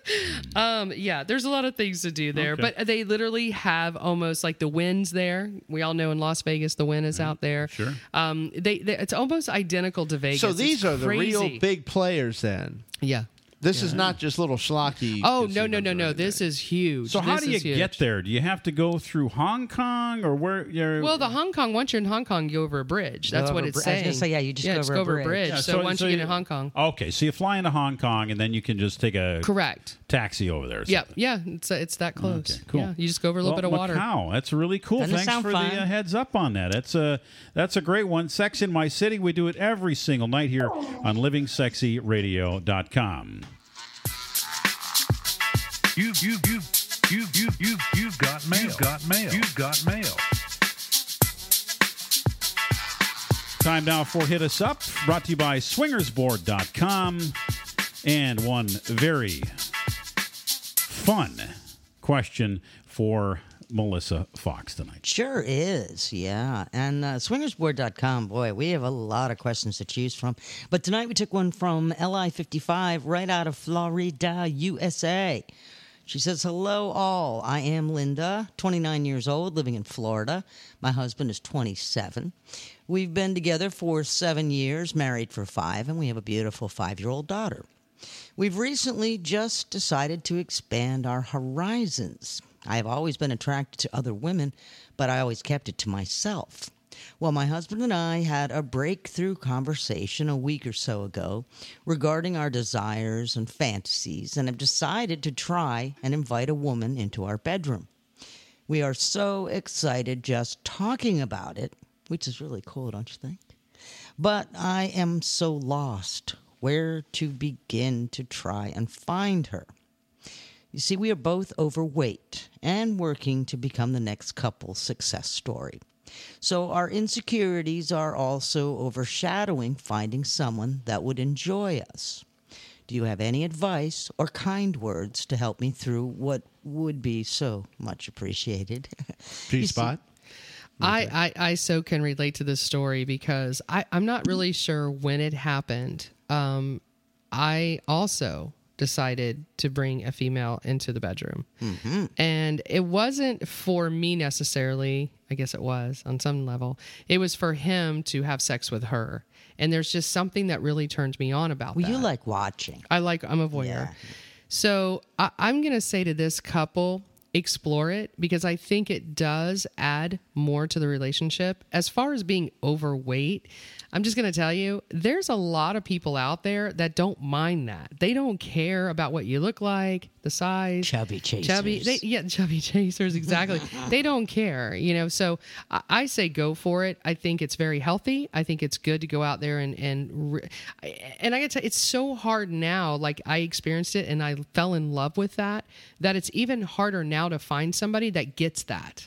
E: um, yeah, there's a lot of things to do there,
C: Okay.
E: but uh, they literally have almost like the winds there. We all know in Las Vegas the wind is out there. Sure. Um, they, they it's almost identical to Vegas.
D: So
E: It's
D: these are the
E: crazy.
D: real big players. Then
E: Yeah.
D: this is not just little schlocky.
E: Oh no no no no! This is huge.
C: So how
E: This
C: do you
E: is huge.
C: get there? Do you have to go through Hong Kong or where? You're,
E: Well, the Hong Kong. Once you're in Hong Kong, you go over a bridge. That's
A: over
E: what
A: a
E: it's
A: bri- I was
E: saying.
A: gonna say, yeah, you just go over a
E: over a
A: bridge.
E: bridge.
C: Yeah,
E: so, once you get in Hong Kong,
C: okay, so you fly into Hong Kong and then you can just take a
E: correct.
C: taxi over there. or
E: Yeah,
C: something.
E: yeah, it's uh, it's that close.
C: Okay, cool.
E: Yeah, you just go over a little
C: Well,
E: bit of water.
C: Macau, that's really cool.
A: Doesn't it
C: Thanks
A: sound
C: for
A: fun?
C: the uh, heads up on that. That's a that's a great one. Sex in my city. We do it every single night here on LivingSexyRadio.com.
L: You you you you you you you got mail. You got mail. You got mail.
C: Time now for Hit Us Up, brought to you by swingersboard.com. And one very fun question for Melissa Fox tonight.
A: Sure is, yeah. And uh, swingersboard.com, boy, we have a lot of questions to choose from. But tonight we took one from LI55 right out of Florida, USA. She says, Hello, all. I am Linda, 29 years old, living in Florida. My husband is 27. We've been together for seven years, married for five, and we have a beautiful five year old daughter. We've recently just decided to expand our horizons. I have always been attracted to other women, but I always kept it to myself. Well, my husband and I had a breakthrough conversation a week or so ago regarding our desires and fantasies, and have decided to try and invite a woman into our bedroom. We are so excited just talking about it, which is really cool, don't you think? But I am so lost where to begin to try and find her. You see, we are both overweight and working to become the next couple's success story. So our insecurities are also overshadowing finding someone that would enjoy us. Do you have any advice or kind words to help me through what would be so much appreciated?
D: G
A: You see-
D: spot.
E: I, I, I so can relate to this story because I, I'm not really sure when it happened. Um, I also decided to bring a female into the bedroom. Mm-hmm.
A: Mm-hmm.
E: And it wasn't for me necessarily. I guess it was on some level. It was for him to have sex with her. And there's just something that really turned me on about
A: Well,
E: that.
A: you like watching.
E: I like I'm a voyeur. So I, I'm gonna say to this couple, explore it because I think it does add more to the relationship. As far as being overweight, I'm just gonna tell you, there's a lot of people out there that don't mind that. They don't care about what you look like, the size,
A: Chubby chasers.
E: chubby they, yeah chubby chasers exactly they don't care you know so I, I say go for it i think it's very healthy i think it's good to go out there and and re- I- and i gotta tell you, it's so hard now like i experienced it and i fell in love with that that it's even harder now to find somebody that gets that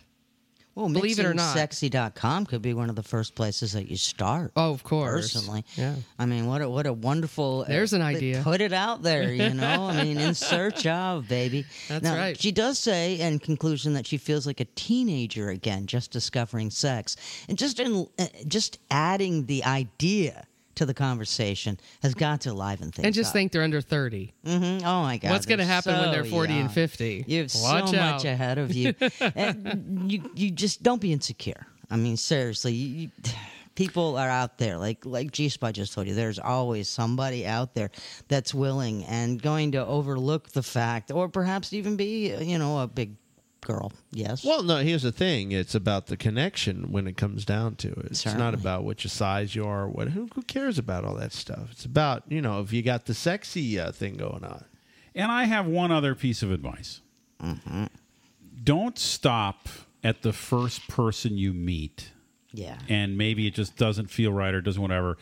A: Well,
E: believe it or not
A: sexy.com could be one of the first places that you start.
E: Oh, of course.
A: Personally,
E: Yeah.
A: I mean, what a what a wonderful. uh,
E: There's an
A: they
E: idea.
A: Put it out there, you know. I mean, in search of baby.
E: That's
A: now,
E: right.
A: She does say in conclusion that she feels like a teenager again, just discovering sex, and just in uh, just adding the idea to the conversation has got to liven things.
E: and just
A: up.
E: think they're under 30
A: Mm-hmm. Oh my God!
E: What's
A: they're
E: gonna happen when
A: so
E: they're 40 and
A: young.
E: 50?
A: You have
E: Watch
A: so
E: out.
A: much ahead of you. and you you just don't be insecure. I mean, seriously, you, you, people are out there. Like like G Spot just told you, there's always somebody out there that's willing and going to overlook the fact, or perhaps even be you know a big girl. Yes.
D: Well, no, here's the thing. It's about the connection when it comes down to it. It's not
A: Certainly.
D: about what your size you are or what who, who cares about all that stuff. It's about, you know, if you got the sexy uh, thing going on.
C: And I have one other piece of advice. Don't stop at the first person you meet
A: Yeah.
C: and maybe it just doesn't feel right or doesn't whatever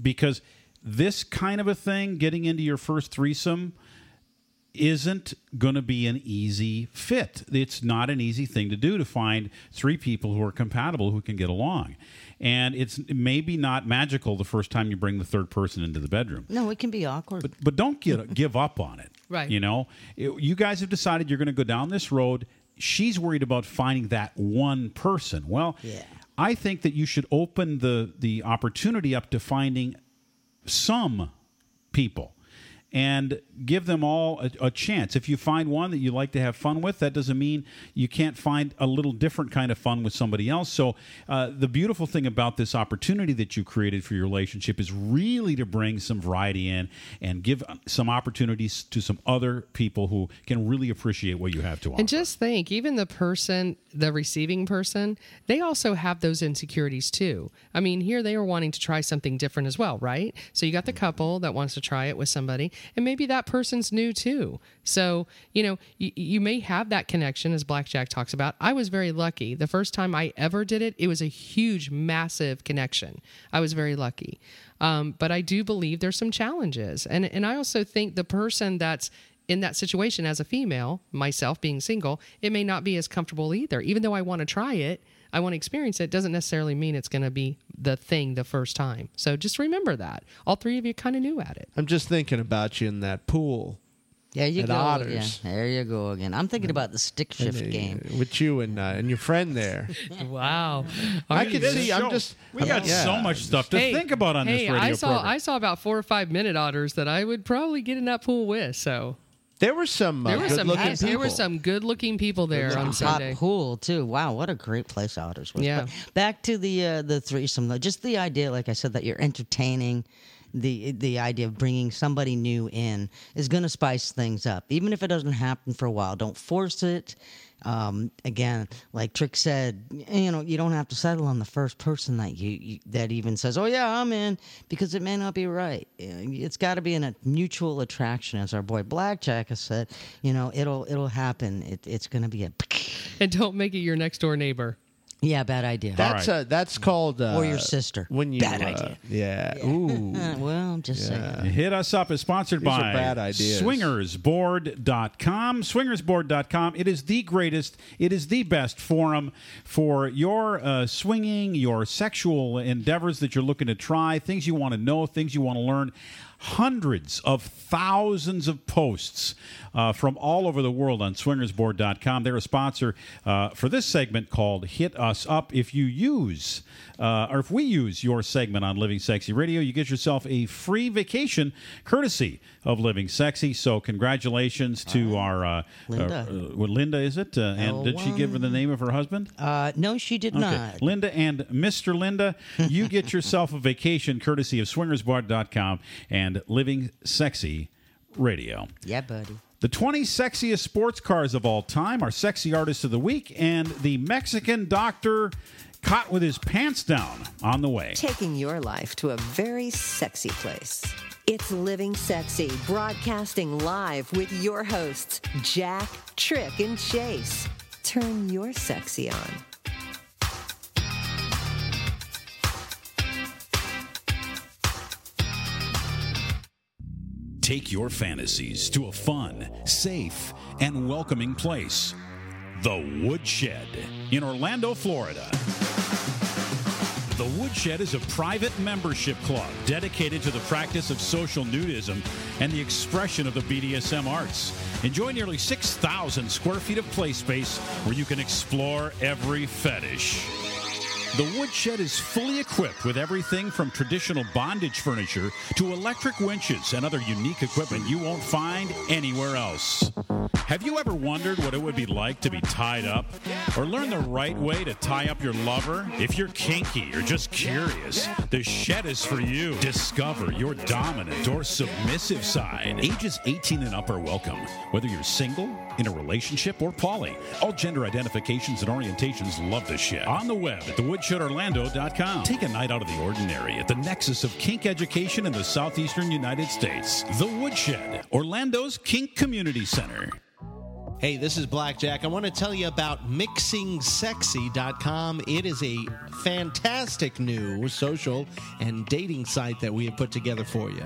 C: because this kind of a thing getting into your first threesome isn't going to be an easy fit. It's not an easy thing to do to find three people who are compatible who can get along. And it's maybe not magical the first time you bring the third person into the bedroom.
A: No, it can be awkward.
C: But but don't get give up on it.
A: Right.
C: You know, It- you guys have decided you're going to go down this road. She's worried about finding that one person. Well,
A: Yeah.
C: I think that you should open the the opportunity up to finding some people and give them all a, a chance. If you find one that you like to have fun with, that doesn't mean you can't find a little different kind of fun with somebody else. So, uh, the beautiful thing about this opportunity that you created for your relationship is really to bring some variety in and give some opportunities to some other people who can really appreciate what you have to offer.
E: And just think, even the person, the receiving person, they also have those insecurities too. I mean, here they are wanting to try something different as well, right? So you got the couple that wants to try it with somebody, and maybe that person's new too. So, you know, you, you may have that connection, as Blackjack talks about. I was very lucky. The first time I ever did it, it was a huge, massive connection. I was very lucky. Um, but I do believe there's some challenges. And, and I also think the person that's in that situation as a female, myself being single, it may not be as comfortable either. Even though I want to try it, I want to experience it, doesn't necessarily mean it's going to be the thing the first time. So just remember that. All three of you kind of knew at it.
D: I'm just thinking about you in that pool.
A: There you
D: At
A: go.
D: Otters.
A: Again. There you go again. I'm thinking about the stick shift
D: And, uh,
A: game.
D: With you and uh, and your friend there.
E: Wow.
D: I can see. I'm just.
C: We got so much stuff to think about on this
E: hey,
C: radio
E: I saw
C: program.
E: I saw about four or five minute otters that I would probably get in that pool with. So
D: There were some uh,
E: There were
D: good
E: some
D: looking
E: good-
D: people.
E: there were some good looking people there
A: There's a
E: on
A: hot
E: Sunday.
A: pool too. Wow, what a great place Otters was.
E: Yeah.
A: But back to the uh, the threesome though. Just the idea, like I said, that you're entertaining. The the idea of bringing somebody new in is going to spice things up, even if it doesn't happen for a while. Don't force it. Um, again, like Trick said, you know, you don't have to settle on the first person that you, you that even says, "Oh yeah, I'm in," because it may not be right. Uh, It's got to be in a mutual attraction, as our boy Blackjack has said. You know, it'll it'll happen. It, it's going to be a
E: And don't make it your next door neighbor.
A: yeah, bad idea.
D: That's uh that's called uh,
A: Or your sister.
D: When you
A: Bad
D: uh,
A: idea.
D: Yeah. Ooh.
A: Uh, well, I'm just saying.
C: Hit us up. It's sponsored
D: These are
C: by
D: bad ideas.
C: swingersboard.com. Swingersboard.com. It is the greatest, it is the best forum for your uh, swinging, your sexual endeavors that you're looking to try, things you want to know, things you want to learn. Hundreds of thousands of posts uh, from all over the world on swingersboard.com. They're a sponsor uh, for this segment called Hit Us Up. If you use, uh, or if we use your segment on Living Sexy Radio, you get yourself a free vacation courtesy of Living Sexy. So, congratulations to our uh,
A: Linda.
C: Uh, uh, well, Linda, is it? Uh, and did she give her the name of her husband?
A: Uh, no, she did not.
C: Linda and Mr. Linda, you get yourself a vacation courtesy of swingersbar.com and Living Sexy Radio.
A: Yeah, buddy.
C: The 20 sexiest sports cars of all time, our sexy artist of the week, and the Mexican doctor caught with his pants down on the way.
B: Taking your life to a very sexy place. It's Living Sexy, broadcasting live with your hosts, Jack, Trick, and Chase. Turn your sexy on.
K: Take your fantasies
C: to a fun, safe, and welcoming place the Woodshed in Orlando, Florida. The Woodshed is a private membership club dedicated to the practice of social nudism and the expression of the BDSM arts. Enjoy nearly 6,000 square feet of play space where you can explore every fetish. The Woodshed is fully equipped with everything from traditional bondage furniture to electric winches and other unique equipment you won't find anywhere else. Have you ever wondered what it would be like to be tied up? Or learn the right way to tie up your lover? If you're kinky or just curious, the shed is for you. Discover your dominant or submissive side. Ages 18 and up are welcome. Whether you're single, in a relationship, or poly, all gender identifications and orientations love the shed. On the web at thewoodshed.orlando.com. Take a night out of the ordinary at the nexus of kink education in the southeastern United States. The Woodshed, Orlando's Kink Community Center.
D: Hey, this is Blackjack. I want to tell you about mixingsexy.com. It is a fantastic new social and dating site that we have put together for you.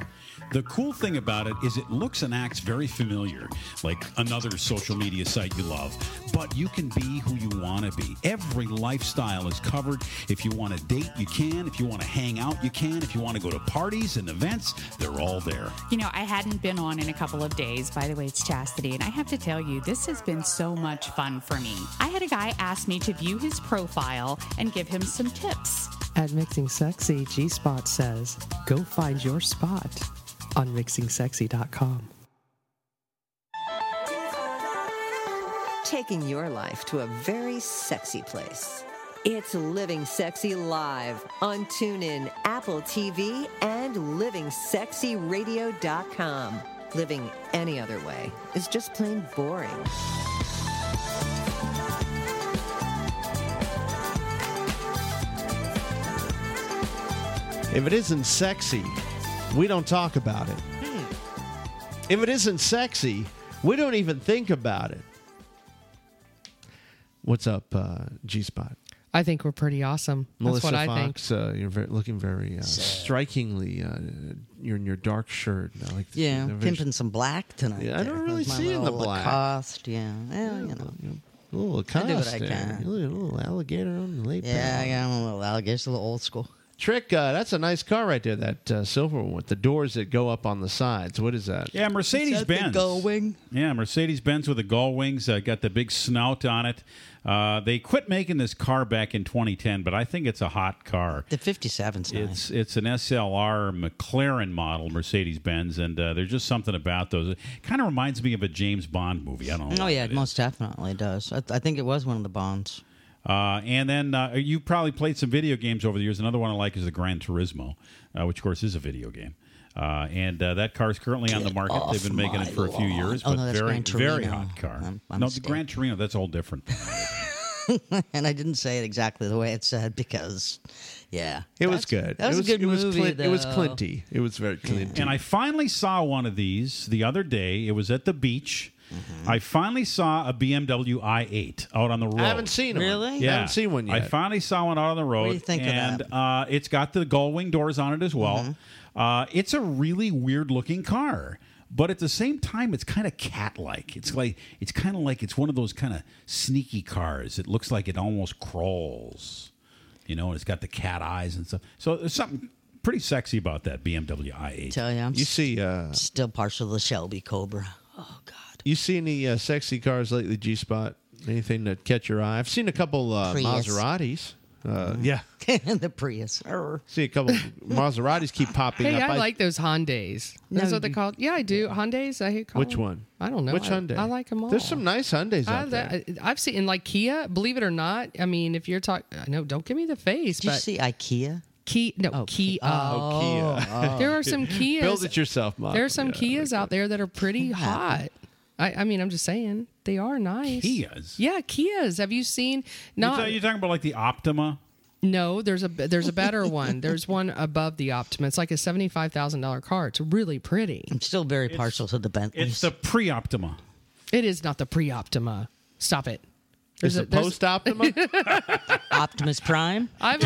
C: The cool thing about it is it looks and acts very familiar, like another social media site you love, but you can be who you want to be. Every lifestyle is covered. If you want to date, you can. If you want to hang out, you can. If you want to go to parties and events, they're all there.
M: You know, I hadn't been on in a couple of days. By the way, it's Chastity. And I have to tell you, this has been so much fun for me. I had a guy ask me to view his profile and give him some tips.
N: At Mixing Sexy, G Spot says, go find your spot on mixingsexy.com.
B: Taking your life to a very sexy place. It's Living Sexy Live on TuneIn, Apple TV, and livingsexyradio.com. Living any other way is just plain boring.
D: If it isn't sexy, we don't talk about it. If it isn't sexy, we don't even think about it. What's up, uh, G Spot?
E: I think we're pretty awesome.
D: Melissa
E: That's what I think.
D: Fox, uh, you're very, looking very uh, strikingly. Uh, you're in your dark shirt. I like to see
A: Yeah,
D: the very-
A: pimping some black tonight.
D: Yeah, I
A: there
D: don't really
A: with my
D: see in the
A: little
D: black.
A: Lacoste, yeah. Well, you know.
D: A little
A: I do what I
D: Lacoste there.
A: can.
D: A little alligator on the lap.
A: Yeah, yeah, I'm a little, I guess a little old school.
D: Trick, uh, that's a nice car right there. That uh, silver one with the doors that go up on the sides. What is that?
C: Yeah, Mercedes Benz. Yeah, Mercedes Benz with the gull wings. Uh, got the big snout on it. Uh, they quit making this car back in 2010, but I think it's a hot car.
A: The 57's
C: It's it's an SLR McLaren model Mercedes Benz, and uh, there's just something about those. It kind of reminds me of a James Bond movie. I don't know.
A: Oh yeah, it most definitely does. I, I think it was one of the Bonds.
C: Uh, and then uh, you probably played some video games over the years. Another one I like is the Gran Turismo, uh, which of course is a video game. Uh, and uh, that car is currently on the market.
A: off
C: They've been making
A: my
C: it for a few
A: lawn.
C: years,
A: Oh,
C: but
A: no, that's
C: very,
A: Gran
C: very
A: Torino.
C: hot car.
A: I'm- I'm
C: no, the
A: mistaken.
C: Gran Torino, that's all different.
A: and I didn't say it exactly the way it said because, yeah,
D: It
A: That's-
D: was good.
A: That was,
D: it
A: a good
D: it was
A: movie.
D: Clint- it was
A: though.
D: Clinty. It was very Clinty.
C: And I finally saw one of these the other day. It was at the beach. I finally saw a BMW i8 out on the road.
D: Mm-hmm. I haven't seen one. Really?
C: Yeah.
D: I haven't seen one
C: I
D: yet.
C: finally saw one out on the road.
D: What do you think of
C: and,
D: that?
C: Uh, it's got the gull wing doors on it as well.
A: Mm-hmm.
C: Uh, it's a really weird looking car. But at the same time, it's kind of cat-like. It's like it's kind of like it's one of those kind of sneaky cars. It looks like it almost crawls, you know. And it's got the cat eyes and stuff. So there's something pretty sexy about that BMW i8.
A: Tell you, I'm
D: You see, uh,
A: still partial to the Shelby Cobra. Oh,
D: You see any uh, sexy cars lately, G Spot? Anything that catch your eye? I've seen a couple uh,
A: Prius. Mm-hmm.
D: Maseratis. Uh, yeah,
A: the Prius. Err.
D: see a couple Maseratis keep popping
E: Hey,
D: up.
E: I like those Hondas. That's what they're called. Yeah, I do. Hondas. I hate.
D: Which one?
E: I don't know.
D: Which
E: I-
D: Hyundai?
E: I like 'em all.
D: There's some nice Hyundais
E: I,
D: out there.
E: have seen in like Kia. Believe it or not, I mean, if you're talking, no, don't give me the face.
A: Did you
E: but
A: see IKEA?
E: Kia, no, Kia.
D: Oh, Kia. Oh.
E: There are some Kias.
D: Build it yourself, Mom.
E: There are some Kias out there that are pretty hot. I, I mean, I'm just saying they are nice.
C: Kias?
E: Yeah, Kias. Have you seen?
C: you're,
E: Not
C: ta- you're talking about like the Optima.
E: no, there's a there's a better one. There's one above the Optima. It's like a seventy five thousand dollar car. It's really pretty.
A: I'm still very partial to the Bentley.
C: It's the pre-Optima.
E: It is not the pre Optima. Stop it.
A: It's the
D: Optima.
A: Optimus Prime.
E: I've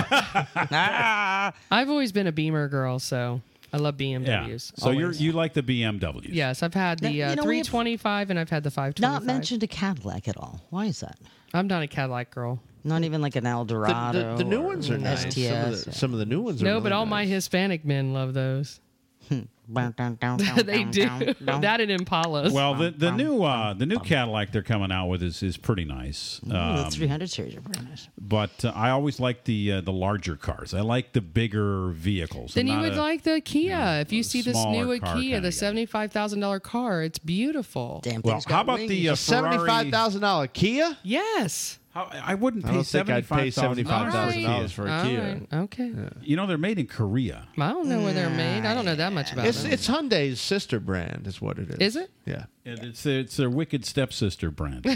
E: I've always been a Beamer girl, so I love BMWs.
C: So you are
E: always.
C: you like the BMWs?
E: yes, I've had
A: Now,
E: the
A: you
E: uh,
A: know, we have
E: 325 and I've had the 525.
A: Not mentioned a Cadillac at all. Why is that?
E: I'm not a Cadillac girl.
A: Not even like an Eldorado.
D: the, the new
A: or
D: ones are
A: an
D: nice. Some of,
A: STS.
D: the, some of the new ones are
E: no,
D: really
E: but all
D: nice.
E: my Hispanic men love those.
A: Hmm.
E: they do that and Impalas.
C: Well, the, the new uh, the new Cadillac they're coming out with is, is pretty nice.
A: Oh, the
C: Um,
A: 300 series are pretty nice.
C: but uh, I always like the uh, the larger cars. I like the bigger vehicles.
E: then
C: I'm
E: you
C: not
E: would
C: a-
E: like the Kia. if you see this
C: smaller
E: new
C: car
E: Kia,
C: kinda
E: the
C: guy.
E: seventy-five thousand dollar car, it's beautiful.
A: Damn.
C: Well, how about the uh,
D: seventy-five thousand dollar Kia?
E: Yes.
C: How, I wouldn't
D: I
C: pay
D: don't think I'd pay seventy-five thousand dollars
C: $75,000
D: for
C: for
D: a
C: a
E: All
D: Kia. Mm.
E: right. Okay.
C: You know they're made in Korea.
E: I don't know where they're made. I don't know that much about
D: It's
E: them.
D: it's Hyundai's sister brand, is what it is.
E: Is it?
D: Yeah.
C: And It's their, it's their wicked stepsister brand.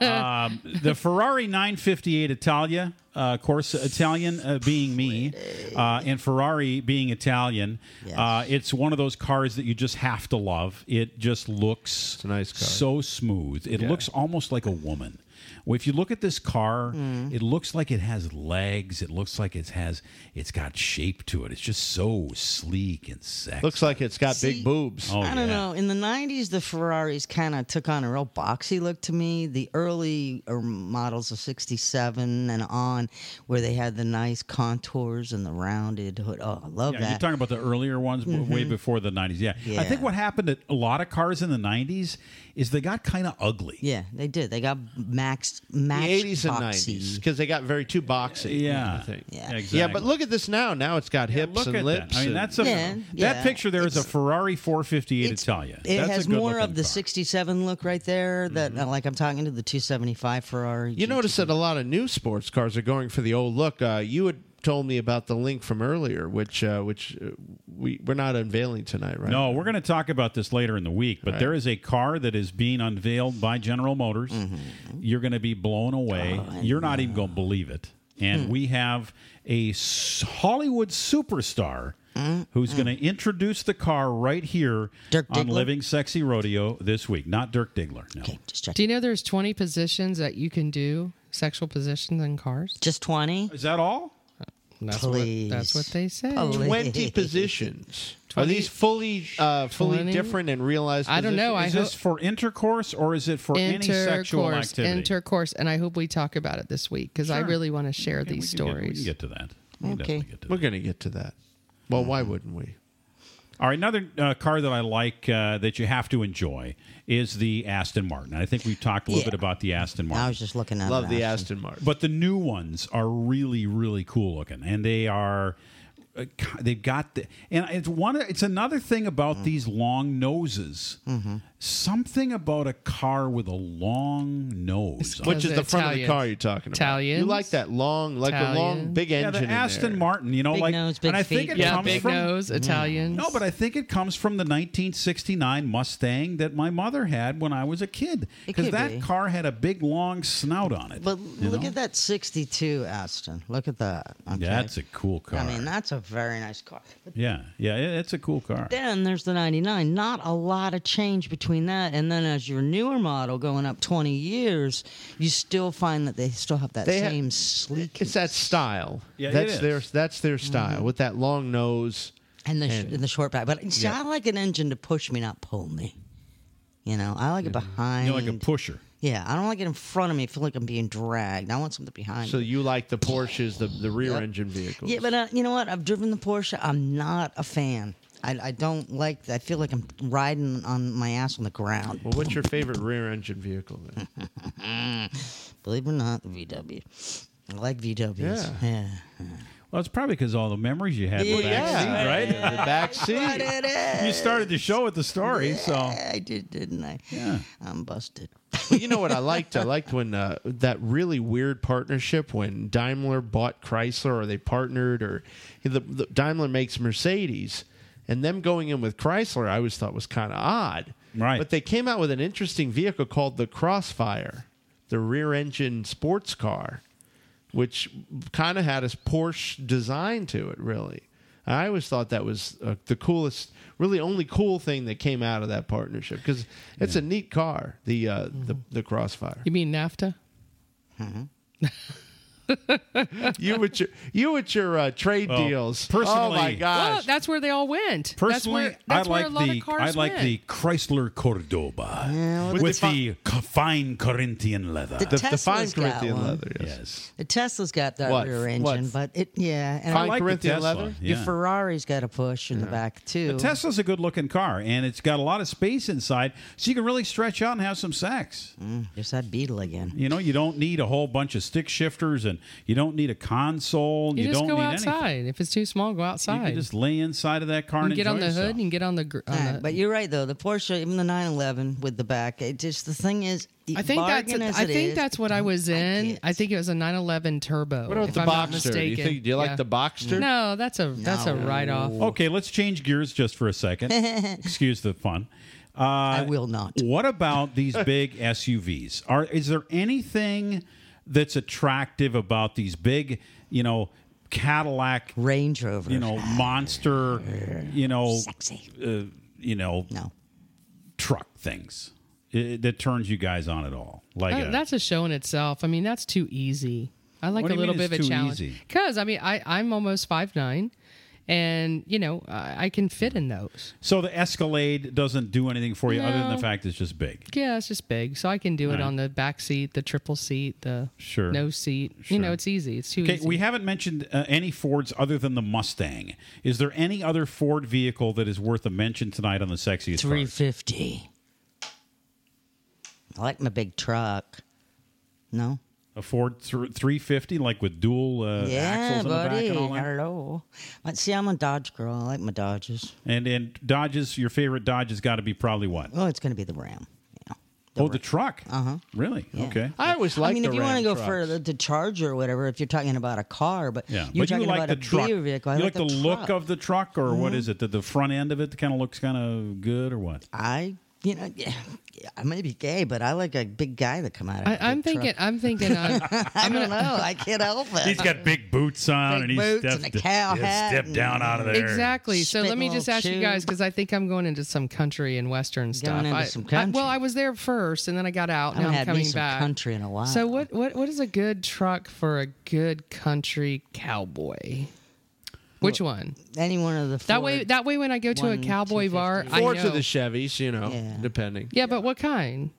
C: um, the Ferrari 958 Italia, uh, of course, Italian uh, being me, uh, and Ferrari being Italian. Uh, it's one of those cars that you just have to love. It just looks so smooth. It
D: Yeah.
C: looks almost like a woman. Well, if you look at this car,
A: Mm.
C: it looks like it has legs. It looks like it has it's got shape to it. It's just so sleek and sexy.
D: Looks like it's got big boobs.
C: Oh,
A: I don't
C: yeah.
A: know. In the 90s, the Ferraris kind of took on a real boxy look to me. The early er, models of 67 and on, where they had the nice contours and the rounded hood. Oh, I love
C: Yeah,
A: that.
C: you're talking about the earlier ones w- way
A: Mhm.
C: before the 90s. Yeah. I
A: Yeah.
C: think what happened to a lot of cars in the 90s is they got kind of ugly.
A: yeah, they did. They got maxed, matched
D: The 80s and
A: boxy.
D: 90s because they got very too boxy.
C: Yeah.
D: I think.
C: Yeah.
D: Yeah,
C: Exactly.
D: but look at this now. Now it's got hips
C: Look
D: and
C: at
D: lips.
C: that. I mean,
D: and-
C: that's a,
A: Yeah,
C: that
A: yeah.
C: picture there is a Ferrari 458 Italia.
A: It
C: That's
A: has
C: a good
A: more
C: looking
A: of the
C: car. Mm-hmm.
A: 67 look right there that, uh, like I'm talking to the 275 Ferrari.
D: You notice that a lot of new sports cars are going for the old look. Uh, you had told me about the link from earlier, which uh, which uh, we we're not unveiling tonight, right?
C: No, we're going to talk about this later in the week, but
D: Right.
C: there is a car that is being unveiled by General Motors.
D: Mm-hmm.
C: You're going to be blown away.
D: Oh,
C: You're not even going to believe it.
D: Hmm.
C: And we have a s- Hollywood superstar
D: Mm-hmm.
C: who's going to introduce the car right here on
E: Diggler?
C: Living Sexy Rodeo this week. Not Dirk Diggler. No.
E: Do you know there's 20 positions that you can do sexual positions in cars?
A: Just 20?
C: Is that all?
E: That's what, that's what they say.
D: Twenty positions. Are these fully uh, fully
E: 20?
D: different and realized?
E: I don't know.
D: positions?
E: I
C: Is
E: hope-
C: this for intercourse or is it for any sexual
E: Intercourse,
C: activity?
E: Intercourse, and I hope we talk about it this week because I
C: Sure.
E: really want to share these
C: we can get- we
E: stories.
C: can get to that.
A: Okay.
D: We're going to get to that. Well, why wouldn't we?
C: All right, another uh, car that I like uh, that you have to enjoy is the Aston Martin. I think we've talked a little
A: Yeah.
C: bit about the Aston Martin.
A: I was just looking at
D: Love
A: an
D: the
A: Aston.
D: Aston Martin.
C: But the new ones are really, really cool looking, and they are. uh, They've got the, and it's one. It's another thing about
A: Mm.
C: these long noses.
A: Mm-hmm.
C: Something about a car with a long nose,
D: Which is the front of the car you're talking about. You like that long, like a long, big engine.
C: Yeah, the
D: in
C: Aston
D: there.
C: Martin. You know,
D: Big
C: like
D: nose, big
C: and I
D: feet.
C: think it
D: Yeah,
C: comes
D: big
C: from, Mm.
D: nose,
A: Mm.
D: Italians.
C: No, but I think it comes from the 1969 Mustang that my mother had when I was a kid,
A: It
C: because
A: could
C: that
A: be.
C: car had a big long snout on it.
A: But
C: you
A: look
C: know?
A: at that 62 Aston. Look at that. Okay.
C: That's a cool car.
A: I mean, that's a very nice car. But
C: yeah, yeah, it- it's a cool car.
A: then there's the 99. Not a lot of change between that and then as your newer model going up 20 years, you still find that they still have that
D: They ha-
A: same sleek.
D: It's that style.
A: Yeah, it
D: that's
A: is.
D: their that's their style with that long nose.
A: And the, sh- and the short back. But see,
D: Yeah.
A: I like an engine to push me, not pull me. You know, I like it behind.
C: You like a pusher.
A: Yeah, I don't like it in front of me. I feel like I'm being dragged. I want something behind
D: So
A: me.
D: you like the Porsches, the the rear engine vehicles.
A: Yeah, but uh, you know what? I've driven the Porsche. I'm not a fan. I, I don't like. I feel like I'm riding on my ass on the ground.
D: Well, what's your favorite rear engine vehicle? Then?
A: Believe it or not, the VW. I like VWs.
C: Yeah.
A: yeah.
C: Well, it's probably because all the memories you had in the
A: Yeah.
C: back seat, right?
A: Yeah, the
D: back
A: But it is.
C: You started the show with the story, so
A: I did, didn't I?
C: Yeah.
A: I'm busted.
D: well, you know what I liked? I liked when uh, that really weird partnership when Daimler bought Chrysler, or they partnered, or the, the Daimler makes Mercedes, and them going in with Chrysler, I always thought was kind of odd. Right. But they came out with an interesting vehicle called the Crossfire, the rear-engine sports car, which kind of had a Porsche design to it, really. I always thought that was uh, the coolest, really only cool thing that came out of that partnership because it's a neat car, the uh, the, the Crossfire.
E: Mm-hmm.
D: Mm-hmm.
E: You mean NAFTA?
D: you with your you with your uh, trade
C: Well,
D: deals. oh
C: personally-
D: my gosh!
E: Well, that's where they all went. that's
C: Personally,
E: where, that's
C: I
E: where
C: like
E: a lot
C: the
E: of cars
C: I like
E: went.
C: the Chrysler Cordoba with, the, co- fine Corinthian leather.
A: The The- the fine Tesla's got Corinthian one. leather,
C: yes.
A: The Tesla's got that
C: What?
A: rear engine,
C: What?
A: but it yeah.
C: I like the Corinthian Tesla, leather?
A: Your
C: yeah.
A: Ferrari's got a push in the back too.
C: The Tesla's a good-looking car, and it's got a lot of space inside, so you can really stretch out and have some sex.
A: Mm, There's that Beetle again.
C: You know, you don't need a whole bunch of stick shifters, and you don't need a console.
E: You,
C: You,
E: just
C: don't
E: go
C: need
E: outside.
C: anything.
E: If it's too small, go outside.
C: You can just lay inside of that car
E: You
C: and
E: can get on
C: enjoy
E: the
C: yourself.
E: hood and you can get on the. Gr- on
A: Yeah,
E: the
A: but you're right though. The Porsche, even the 911 with the back, it just the thing is.
E: I think that's.
A: bargain as
E: I
A: it
E: think
A: is,
E: that's what I was in. I, think it was a 911 Turbo.
D: What about
E: if
D: the
E: I'm not
D: Boxster? Do you
E: mistaken.
D: think- do you like the Boxster?
E: No, that's a that's a write off.
C: Okay, let's change gears just for a second. Excuse the fun. Uh, I
A: will not.
C: What about these big SUVs? Are is there anything that's attractive about these big, you know, Cadillac
A: Range Rover,
C: you know, monster, you know, sexy, uh, you know,
A: no
C: truck things i- that turns you guys on at all? Like
E: Uh, That-
C: a-
E: that's a show in itself. I mean, that's too easy. I like
C: What
E: a
C: do you
E: little
C: mean
E: bit of
C: it's too
E: a challenge
C: easy?
E: because I mean, I I'm almost five nine, and you know I, I can fit in those.
C: so the Escalade doesn't do anything for you other than
E: No.
C: the fact it's just big.
E: Yeah, it's just big, so I can do it
C: Right.
E: on the back seat, the triple seat, the
C: Sure.
E: no seat. You know, it's easy. It's too
C: Okay,
E: easy.
C: we haven't mentioned uh, any Fords other than the Mustang. Is there any other Ford vehicle that is worth a mention tonight on the sexiest?
A: three
C: Cars?
A: fifty. I like my big truck. No.
C: A Ford three fifty, like with dual uh,
A: yeah,
C: axles in the back
A: buddy.
C: and all that.
A: Hello. But see, I'm a Dodge girl. I like my Dodges.
C: And and Dodges, your favorite Dodge has got to be probably what?
A: Oh, it's going to be the Ram.
C: oh, the truck. Uh huh. Really? Okay.
D: I always
A: Uh-huh.
D: like.
A: I mean,
D: the
A: if you
D: Ram
A: want to go
D: trucks.
A: for the, the Charger or whatever, if you're talking about a car, but you're
C: Yeah, but you
A: talking
C: like
A: about
C: the
A: a
C: truck.
A: beer vehicle. I
C: you
A: like,
C: the, look of the truck, or what
A: Mhm.
C: is it? The, the front end of it kind of looks kind of good, or what?
A: I, you know, I may be gay, but I like a big guy that come out. Of
E: I,
A: a big
E: I'm thinking.
A: truck.
E: I'm thinking. I'm,
A: I don't know. I can't help it.
C: He's got big boots on,
A: Big
C: and he's
A: boots and
C: stepped,
A: a cow
C: yeah,
A: hat
C: stepped down out of there.
E: Exactly. So let me
A: Spitting
E: just
A: little
E: ask you
A: chew.
E: guys because I think I'm going into some country and western stuff.
A: into
E: I-
A: some
E: I-
A: country.
E: well, I was there first, and then I got out.
A: I
E: Now
A: haven't
E: I'm
A: had me
E: coming
A: some
E: back.
A: country in a while.
E: So what, what what is a good truck for a good country cowboy? Which one?
A: Any one of the
E: That way, that way, when I go to a
A: one,
E: cowboy bar, I
D: Fords
E: know.
D: or the Chevys, you know, depending.
E: yeah, but what kind?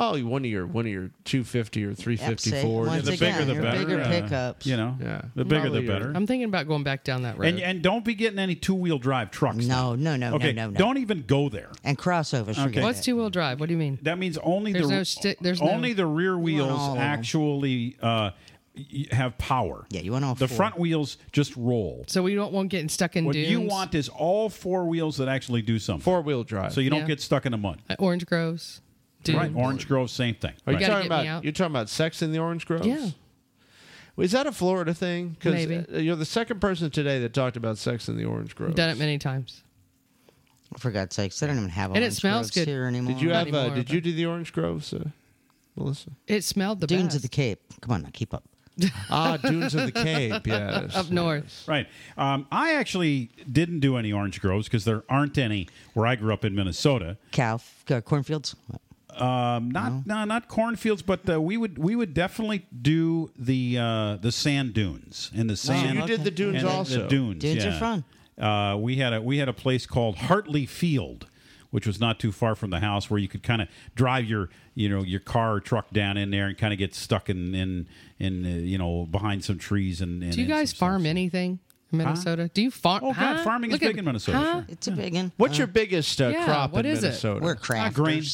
D: Oh, one of your one of your two fifty or three fifty
C: see,
D: Ford.
C: once Yeah, the again, bigger the your better, bigger uh, pickups. you know,
D: yeah,
C: the bigger the better.
E: I'm thinking about going back down that road.
C: And, and don't be getting any two wheel drive trucks. No,
A: no, no, no,
C: okay,
A: no, no.
C: Don't even go there.
A: And crossovers. forget
E: What's
A: it.
E: two wheel drive? What do you mean?
C: That means only
E: there's
C: the
E: no sti- there's no-
C: only the rear
E: all of
C: wheels
E: 'em.
C: actually uh, y- have power. Yeah,
A: you want all
C: the
E: four.
C: front wheels just roll.
E: So we don't want getting stuck in
C: What
E: dunes.
C: you want is all four wheels that actually do something. Four
D: wheel drive.
C: So you don't
E: Yeah.
C: get stuck in the mud.
E: Uh, Orange groves. Dunes.
C: Right. Orange Grove, same thing.
D: Are you
C: Right.
D: talking
E: get me
D: about
E: out.
D: you're talking about sex in the orange groves?
E: Yeah.
D: Is that a Florida thing?
E: Maybe.
D: Because you're the second person today that talked about sex in the orange groves.
E: Done it many times.
A: For God's sakes, they don't even have
E: And it
A: orange groves
E: smells good.
A: here anymore.
D: Did you have? uh, did you do the orange groves, uh, Melissa?
E: It smelled the
A: Dunes
E: best.
A: of the Cape? Come on, now keep up.
D: ah, Dunes of the Cape. Yes.
E: Up north.
C: Right. Um, I actually didn't do any orange groves because there aren't any where I grew up in Minnesota.
A: Cow uh, cornfields.
C: Um, not no. not cornfields, but uh, we would we would definitely do the uh, the sand dunes and the sand.
D: Oh, you did the dunes
C: and
D: also.
C: The dunes,
D: Dunes are
C: yeah.
D: fun.
C: Uh, we had a we had a place called Hartley Field, which was not too far from the house, where you could kind of drive your you know your car or truck down in there and kind of get stuck in in in uh, you know behind some trees and, and
E: Do you
C: and-
E: guys farm anything in Minnesota? Do you farm?
C: Oh, God, farming is big in Minnesota, sure.
A: It's a big one.
D: What's your biggest uh,
E: yeah,
D: crop
E: what
D: in
E: is it?
D: Minnesota? Uh,
A: We're crafters.
C: grain.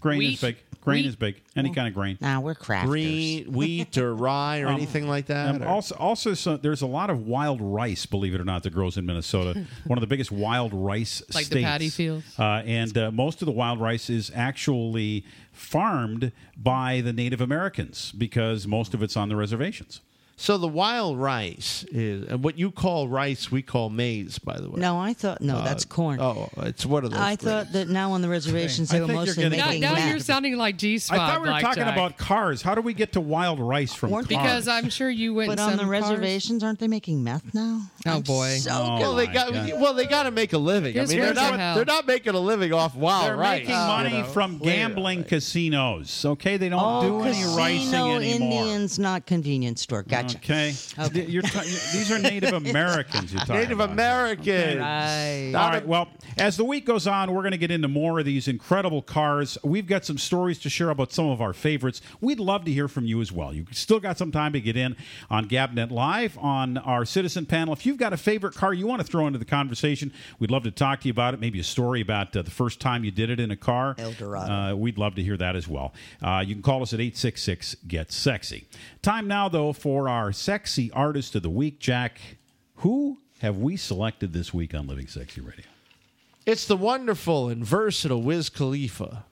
C: Grain
A: Wheat.
C: is big. Grain
A: Wheat.
C: is big. Any kind of grain.
A: Now we're crafters.
D: Green wheat or rye or
C: Um,
D: anything like that?
C: Um,
D: or-
C: also, also, so there's a lot of wild rice, believe it or not, that grows in Minnesota. One of the biggest wild rice
E: Like
C: states.
E: the paddy fields?
C: Uh, and uh, most of the wild rice is actually farmed by the Native Americans because most of it's on the reservations.
D: so the wild rice is and what you call rice, we call maize. By the way,
A: No, Oh, I thought no, that's
D: Uh,
A: corn.
D: Oh, it's one of those.
A: I
D: grains.
A: thought that now on the reservations they
C: I
A: were
C: think you're
A: mostly
C: getting-
E: Now,
A: making
E: now
A: that.
E: you're sounding like G
C: I
E: Spot.
C: thought we were talking about cars. How do we get to wild rice from cars?
E: because I'm sure you went.
A: But
E: some
A: on the
E: cars-
A: reservations, aren't they making meth now?
E: Oh
A: I'm
E: boy.
A: So
C: Oh,
D: well, they
C: my
D: got
C: God.
D: well, they got to make a living.
E: Here's
D: I mean, they're
E: where's your
D: not
E: hell.
D: they're not making a living off wild
C: They're
D: rice.
C: making
D: you
C: money Oh,
D: know.
C: from
D: Wait a
C: gambling
D: minute.
C: casinos. Okay, they don't do any ricing
A: Casino
C: anymore.
A: Indians, not convenience store. Gotcha.
C: Okay, Th- you're ta- these are Native Americans. You're talking
D: Native
C: about.
D: Americans.
C: All
D: Not
C: right. Well, as the week goes on, we're going to get into more of these incredible cars. We've got some stories to share about some of our favorites. We'd love to hear from you as well. You still got some time to get in on Gabnet Live on our citizen panel. If you've got a favorite car you want to throw into the conversation, we'd love to talk to you about it. Maybe a story about uh, the first time you did it in a car. Eldorado. Uh, we'd love to hear that as well. Uh, you can call us at 866 Get E Sexy. Time now, though, for our sexy artist of the week, Jack. Who have we selected this week on Living Sexy Radio?
D: It's the wonderful and versatile Wiz Khalifa.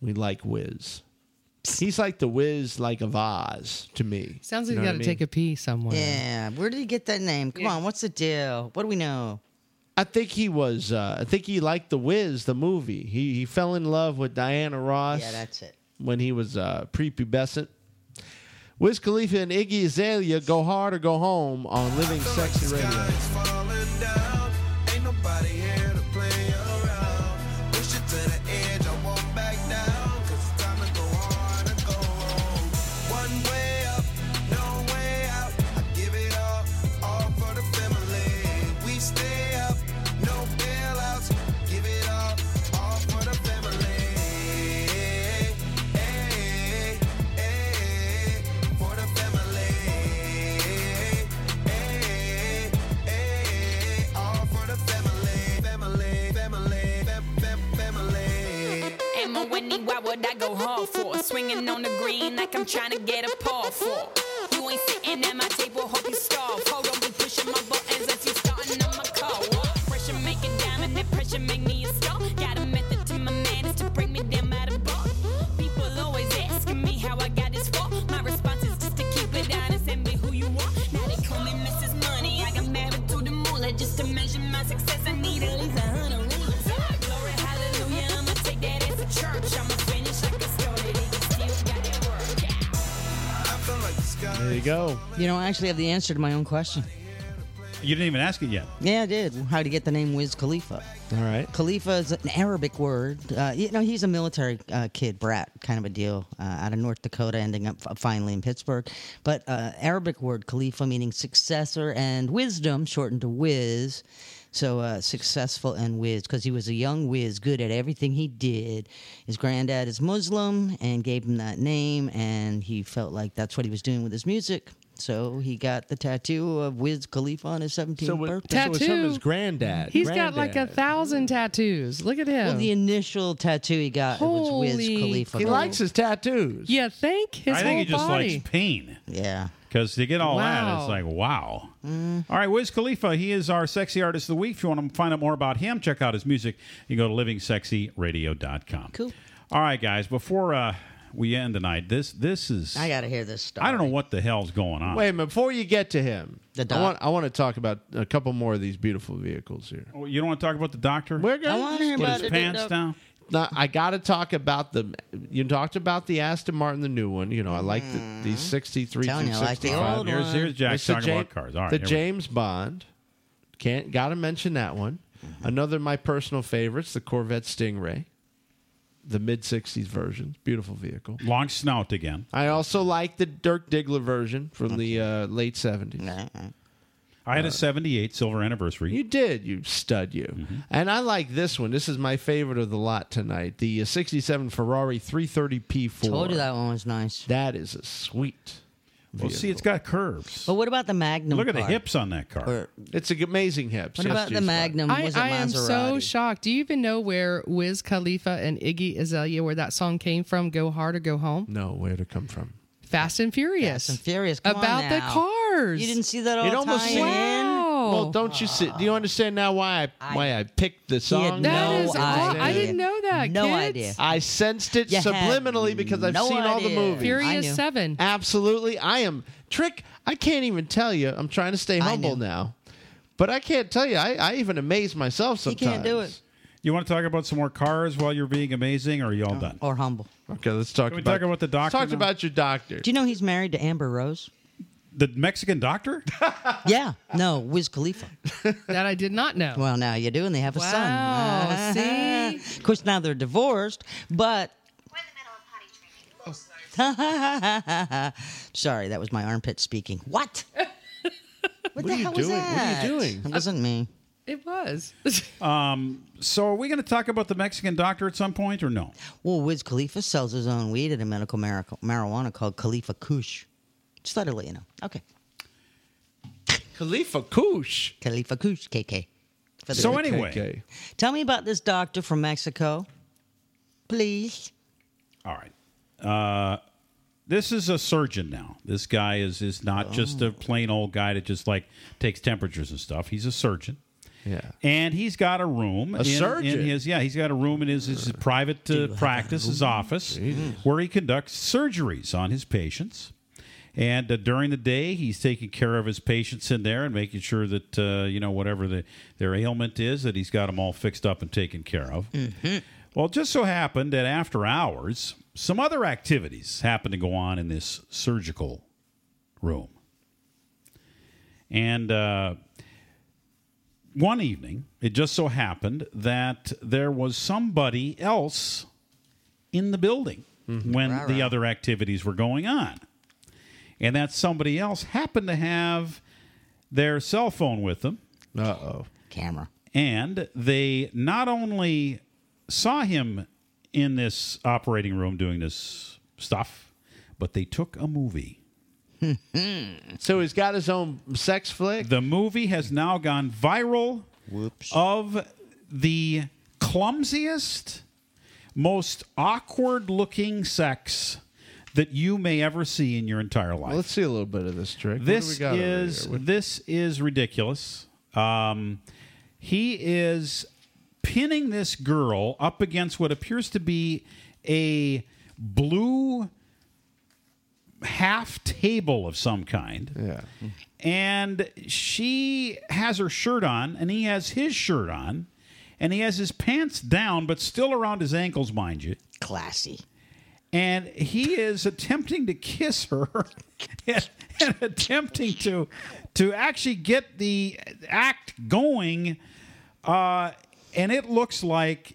D: We like Wiz. He's like the Wiz, like of Oz to me.
E: Sounds like
D: You
E: you,
D: know what
E: got
D: I
E: to
D: mean?
E: take a pee somewhere.
A: Yeah. Where did he get that name? Come on. What's the deal? What do we know?
D: I think he was. Uh, I think he liked the Wiz, the movie. He he fell in love with Diana Ross.
A: Yeah, that's it.
D: When he was uh, prepubescent. Wiz Khalifa and Iggy Azalea go hard or go home on Living Sexy Radio.
I: Sky's falling down. Ain't nobody here to play around. Push it to the edge, I won't back down. 'Cause it's time to go on and go home. One way up, no way out. I give it all, all for the family. We stay up, no bailouts. Give it all, all for the family. Hey, hey, for the family. Hey, hey, all for the family, family, family, fam- fam- family.
O: Am I Whitney? Why would I go hard for? Swinging on the green like I'm trying to get a paw for. You ain't sitting at my table, hope you starve. Hold on, be pushing my buttons as you starting on my car. Pressure make a diamond, that pressure make me a star. Got a method to my madness to bring me down by the bar. People always asking me how I got this far. My response is just to keep it honest and be who you are. Now they call me Mrs. Money. I got married to the moolah just to measure my success. I need at least a hundred rings. Glory, hallelujah, I'ma take that as a church. I'ma finish like I started. it. Still got that work. Yeah.
I: I feel like the sky.
D: There you go.
A: You know, I actually have the answer to my own question.
C: You didn't even ask it yet.
A: Yeah, I did. How to get the name Wiz Khalifa?
D: All right.
A: Khalifa is an Arabic word. Uh, you know, he's a military uh, kid, brat kind of a deal, uh, out of North Dakota, ending up f- finally in Pittsburgh. But uh, Arabic word Khalifa meaning successor, and wisdom shortened to Wiz. So uh, successful and whiz because he was a young whiz, good at everything he did. His granddad is Muslim and gave him that name, and he felt like that's what he was doing with his music. So he got the tattoo of Wiz Khalifa on his 17th
D: So, it,
A: birthday.
D: so it's from his granddad.
E: He's
A: He's
E: got like a thousand tattoos. Look at him.
A: Well, the initial tattoo he got was Wiz
E: Holy
A: Khalifa.
E: He likes
D: his tattoos.
E: yeah, thank his
C: I think he
E: whole
C: just
E: body.
C: likes pain.
A: Yeah. Mm.
C: Because to get all that, it's
E: Wow.
C: like, wow. All right, Wiz Khalifa, he is our sexy artist of the week. If you want to find out more about him, check out his music. You go to livingsexyradio.com. Cool. All right, guys, before uh, we end tonight, this this is.
A: I got to hear this story.
C: I don't know what the hell's going on.
D: Wait a minute. Before you get to him,
A: The
D: I
A: doc-
D: want I want to talk about a couple more of these beautiful vehicles here.
C: Oh, You don't want to talk about the doctor?
D: We're gonna
A: I wanna hear
D: just
A: about
D: put
A: the doc-
D: Now, I got to talk about the. You talked about the Aston Martin, the new one. You know, I like the, the 63
A: Mm-hmm. Telling you,
D: through
A: I like the
D: 65.
A: old Here's- one. here's Jack
D: It's the
C: talking about cars. All right,
D: the
C: here we go.
D: James Bond. Can't got to mention that one.
A: Mm-hmm.
D: Another of my personal favorites, the Corvette Stingray, the mid 60s version. Beautiful vehicle.
C: Long snout again.
D: I also like the Dirk Diggler version from the uh, late 70s.
C: I
A: Uh,
C: had a 78 silver anniversary. Mm-hmm.
D: You did, you stud, you. And I like this one. This is my favorite of the lot tonight. The uh, 67 Ferrari 330P4.
A: Told you that one was nice.
D: That is a sweet.
C: Well, see, it's got curves.
A: But what about the Magnum?
C: Look at the
A: car?
C: hips on that car.
D: It's an amazing hips.
A: What
D: Yes,
A: about the
D: G-spot.
A: Magnum?
E: I,
A: was it
E: I am so
A: Maserati?
E: shocked. Do you even know where Wiz Khalifa and Iggy Azalea, where that song came from, Go Hard or Go Home?
D: No, where'd it come from?
E: Fast and Furious.
A: Fast and Furious. Come on
E: About the
A: now.
E: cars.
A: You didn't see that all
D: It almost
A: tie
D: seemed-
A: in?
E: Wow.
D: Well, don't you see? Do you understand now why I why I picked the song?
A: no
E: That is
A: No
E: aw- I
A: idea.
E: didn't know that.
A: No
E: kids.
A: idea.
D: I sensed it
A: You had
D: subliminally because I've
A: no
D: seen all the
A: idea.
D: movies.
A: I
E: Furious
A: knew.
E: 7.
D: Absolutely. I am trick. I can't even tell you. I'm trying to stay humble now, but I can't tell you. I, I even amaze myself
A: He
D: sometimes.
A: can't do it.
C: You want to talk about some more cars while you're being amazing, or are you all done?
A: Oh, Or humble.
D: Okay, let's talk.
C: Can we
D: about,
C: talk about the doctor
D: Talk
C: now?
D: about your doctor.
A: Do you know he's married to Amber Rose?
C: The Mexican doctor?
A: yeah. No, Wiz Khalifa.
E: That I did not know.
A: Well, now you do, and they have a
E: Wow,
A: son.
E: see?
A: Of course, now they're divorced, but. Sorry, that was my armpit speaking. What? What,
D: what
A: the
D: are you
A: hell
D: doing?
A: was that?
D: What are you doing?
A: It wasn't me.
E: It was.
C: Um, So, are we going to talk about the Mexican doctor at some point, or no?
A: Well, Wiz Khalifa sells his own weed at a medical miracle, marijuana called Khalifa Kush. Just thought I'd let you know. Okay.
D: Khalifa Kush.
A: Khalifa Kush, KK. For the-
C: So anyway,
D: Okay.
A: Tell me about this doctor from Mexico, please.
C: all right. Uh, this is a surgeon now. This guy is is not just
A: Oh.
C: a plain old guy that just like takes temperatures and stuff. He's a surgeon,
D: Yeah.
C: and he's got a room. A in,
D: surgeon?
C: in his yeah, he's got a room in his, his private uh, practice, his office, where he conducts surgeries on his patients. And uh, during the day, he's taking care of his patients in there and making sure that uh, you know whatever the, their ailment is, that he's got them all fixed up and taken care of. Well, it just so happened that after hours, some other activities happened to go on in this surgical room. And uh, one evening, it just so happened that there was somebody else in the building when the other activities were going on. And that somebody else happened to have their cell phone with them.
D: Uh oh.
A: Camera.
C: And they not only saw him in this operating room doing this stuff, but they took a movie.
D: So he's got his own sex flick.
C: The movie has now gone viral of the clumsiest, most awkward looking sex that you may ever see in your entire life.
D: Let's see a little bit of this trick. What do we
C: This
D: got over
C: is
D: here? What-
C: this is ridiculous. Um, he is pinning this girl up against what appears to be a blue half table of some kind.
D: yeah.
C: And she has her shirt on, and he has his shirt on, and he has his pants down, but still around his ankles, mind you
A: Classy.
C: and he is attempting to kiss her and, and attempting to to actually get the act going uh, and it looks like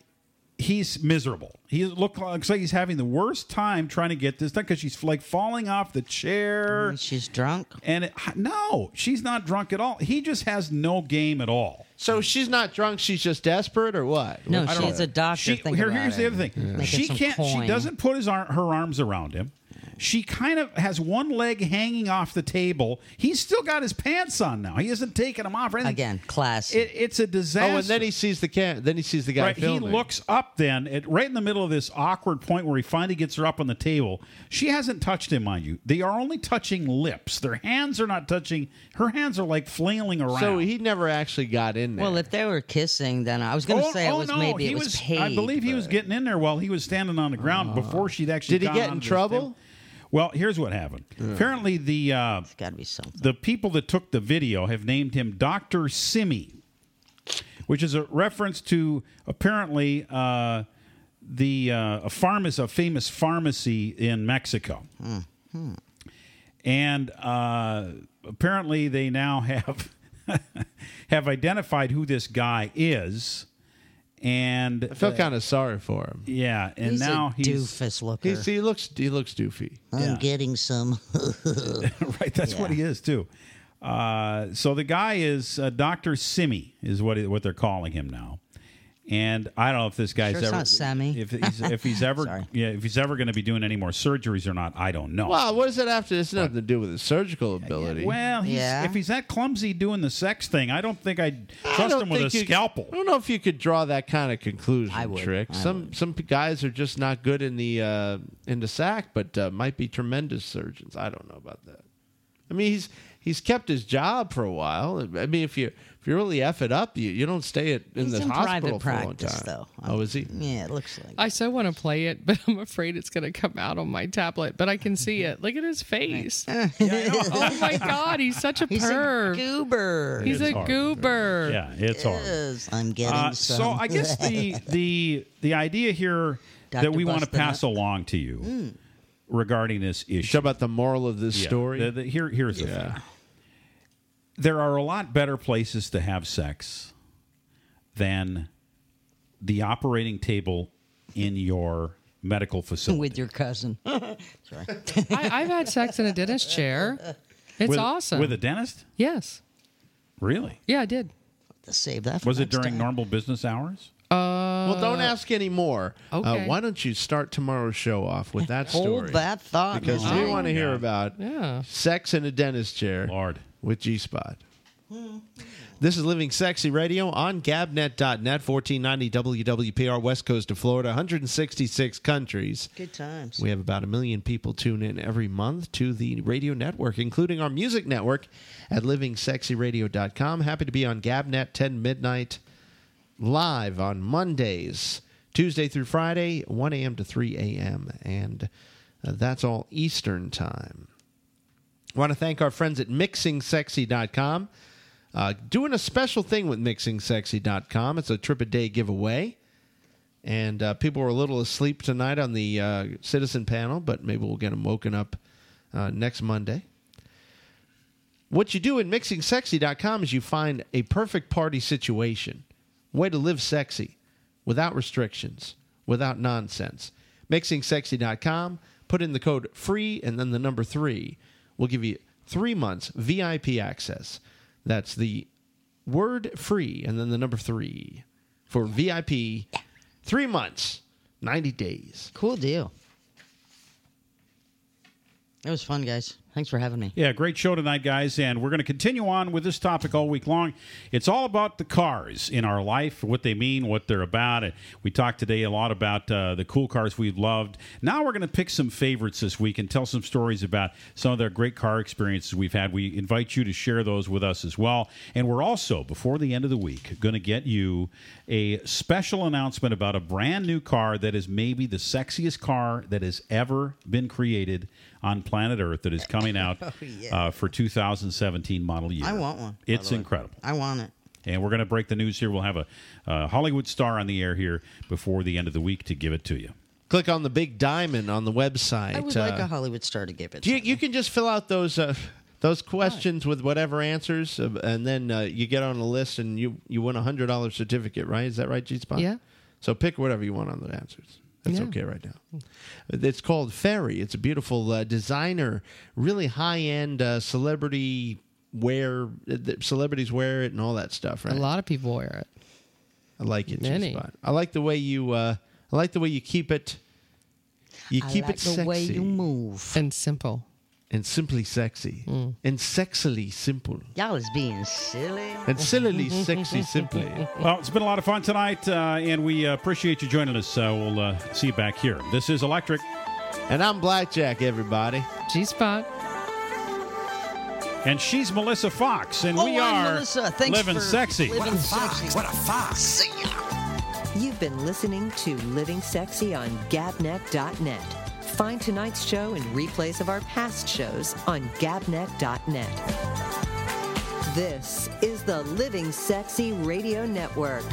C: he's miserable he look, looks like he's having the worst time trying to get this done because she's like falling off the chair
A: Mm, She's drunk.
C: and it, no she's not drunk at all he just has no game at all
D: So she's not drunk. She's just desperate, or what?
A: No,
D: I don't
A: she's
D: know.
A: a doctor.
C: She-
A: Think
C: here-
A: about
C: here's
A: it.
C: the other thing.
A: Making
C: She
A: some
C: can't.
A: coin.
C: She doesn't put his ar- her arms around him. She kind of has one leg hanging off the table. He's still got his pants on now. He isn't taking them off or anything.
A: Again, class.
C: It, it's a disaster.
D: Oh, and then he sees the cat. Then he sees the guy.
C: right, he
D: filming.
C: looks up then at right in the middle of this awkward point where he finally gets her up on the table. She hasn't touched him, mind you. They are only touching lips. Their hands are not touching. Her hands are like flailing around.
D: So he never actually got in there.
A: Well, if they were kissing, then I was going to
C: Oh,
A: say it
C: oh,
A: was
C: no,
A: maybe
C: he
A: it was, Oh. paid.
C: I believe he was getting in there while he was standing on the ground before she'd actually.
D: Did he
C: gone
D: get in
C: onto this
D: trouble?
C: thing. Well, here's what happened. Apparently, the uh,
A: got to be something.
C: the people that took the video have named him Doctor Simi, which is a reference to apparently uh, the uh, a pharmacy, a famous pharmacy in Mexico.
A: Hmm.
C: And uh, apparently, they now have have identified who this guy is, and
D: I felt kind of sorry for him.
C: yeah, and
A: He's a
C: now he's
A: doofus looker.
D: He's, he looks. He looks doofy.
A: I'm
C: yeah.
A: getting some.
C: right. That's what he is too. Uh, so the guy is uh, Doctor Simi is what what they're calling him now, and I don't know if this guy's
A: Sure it's
C: ever
A: not Sammy.
C: if he's, if he's ever yeah if he's ever going to be doing any more surgeries or not. I don't know.
D: Wow, what does it have to? It's nothing to do with his surgical ability.
C: Well, he's,
A: Yeah.
C: if he's that clumsy doing the sex thing, I don't think I'd
D: I
C: trust
D: don't
C: him with a
D: think you-
C: scalpel.
D: I don't know if you could draw that kind of conclusion.
A: I would.
D: Trick.
A: I
D: some some p- guys are just not good in the uh, in the sack, but uh, might be tremendous surgeons. I don't know about that. I mean, he's he's kept his job for a while. I mean, if you if you really f it up, you, you don't stay at, in
A: He's
D: the
A: in
D: hospital
A: private
D: for a long
A: practice,
D: time.
A: though.
D: Oh, is he?
A: yeah, it looks like.
E: I so want to play it, but I'm afraid it's going to come out on my tablet. But I can see it. Look at his face. oh my God, he's such a
A: He's a
E: perv.
A: goober.
E: He's
C: It's
E: a
C: hard.
E: goober.
C: Yeah, it's hard.
A: Yes, I'm getting
C: Uh,
A: some.
C: so I guess the the the idea here
A: Dr.
C: that we want to
A: Bust Them
C: pass along to you
A: Hmm.
C: regarding this issue.
D: Talk about the moral of this
C: Yeah.
D: story.
C: The- the- here, here's the thing. There are a lot better places to have sex than the operating table in your medical facility.
A: with your cousin.
E: I, I've had sex in a dentist chair. It's
C: With-
E: awesome.
C: With a dentist?
E: yes.
C: Really?
E: Yeah, I did.
A: Save that. For
C: Was it
A: next
C: during
A: time.
C: normal business hours?
D: well,
A: Uh,
D: don't ask any more.
E: okay.
D: Uh, why don't you start tomorrow's show off with that story?
A: Hold that thought.
D: because
A: man.
D: we want to hear about
E: Yeah.
D: sex in a dentist chair.
C: Lord.
D: with G Spot.
A: Hmm.
D: This is Living Sexy Radio on gabnet.net, 1490 WWPR, West Coast of Florida, 166 countries.
A: Good times.
D: We have about a million people tune in every month to the radio network, including our music network at livingsexyradio.com. Happy to be on GabNet 10 midnight live on Mondays, Tuesday through Friday, 1 a.m. to 3 a.m. And uh, that's all Eastern time. want to thank our friends at mixingsexy.com. Uh, doing a special thing with mixingsexy.com. It's a trip a day giveaway. And uh, people were a little asleep tonight on the uh, citizen panel, but maybe we'll get them woken up uh, next Monday. What you do in mixingsexy.com is you find a perfect party situation, way to live sexy, without restrictions, without nonsense. Mixingsexy.com, put in the code FREE and then the number three. We'll give you three months VIP access. That's the word free and then the number three for VIP, three months, 90 days.
A: Cool deal. It was fun, guys. Thanks for having me.
C: Yeah, great show tonight, guys. And we're going to continue on with this topic all week long. It's all about the cars in our life, what they mean, what they're about. And we talked today a lot about uh, the cool cars we've loved. Now we're going to pick some favorites this week and tell some stories about some of their great car experiences we've had. We invite you to share those with us as well. And we're also, before the end of the week, going to get you a special announcement about a brand new car that is maybe the sexiest car that has ever been created on planet Earth that is coming out uh, for 2017 model year.
A: Oh, I want one, by
C: It's
A: the way.
C: incredible.
A: I want it.
C: And we're going to break the news here. We'll have a uh, Hollywood star on the air here before the end of the week to give it to you.
D: Click on the big diamond on the website.
A: I would
D: uh,
A: like a Hollywood star to give it.
D: Do you,
A: to
D: you can just fill out those uh, those questions with whatever answers, uh, and then uh, you get on a list and you you win a hundred dollar certificate, right? Is that right, G Spot?
E: Yeah.
D: So pick whatever you want on the answers. That's
E: Yeah. Mm.
D: okay right now. It's called Fairy. It's a beautiful uh, designer, really high end uh, celebrity wear the celebrities wear it and all that stuff, right?
E: A lot of people wear it.
D: I like it.
E: Many.
D: G-spot. I like the way you. Uh, I like the way you keep it. You
A: I
D: keep
A: like
D: it
A: the
D: sexy
A: way you move Mm.
E: and simple
D: and simply sexy and sexily simple
A: Y'all is being silly.
D: and sillily sexy simply.
C: Well, it's been a lot of fun tonight, uh, and we uh, appreciate you joining us. Uh, we'll uh, see you back here. This is Electric.
D: And I'm Blackjack, everybody.
E: G Spot.
C: And she's Melissa Fox, and
A: Oh,
C: we
A: I'm
C: are
A: Melissa. Thanks
C: living
A: for
C: sexy.
A: living What a fox. sexy. What a
B: fox. You've been listening to Living Sexy on GabNet.net. Find tonight's show and replays of our past shows on GabNet.net. This is the Living Sexy Radio Network.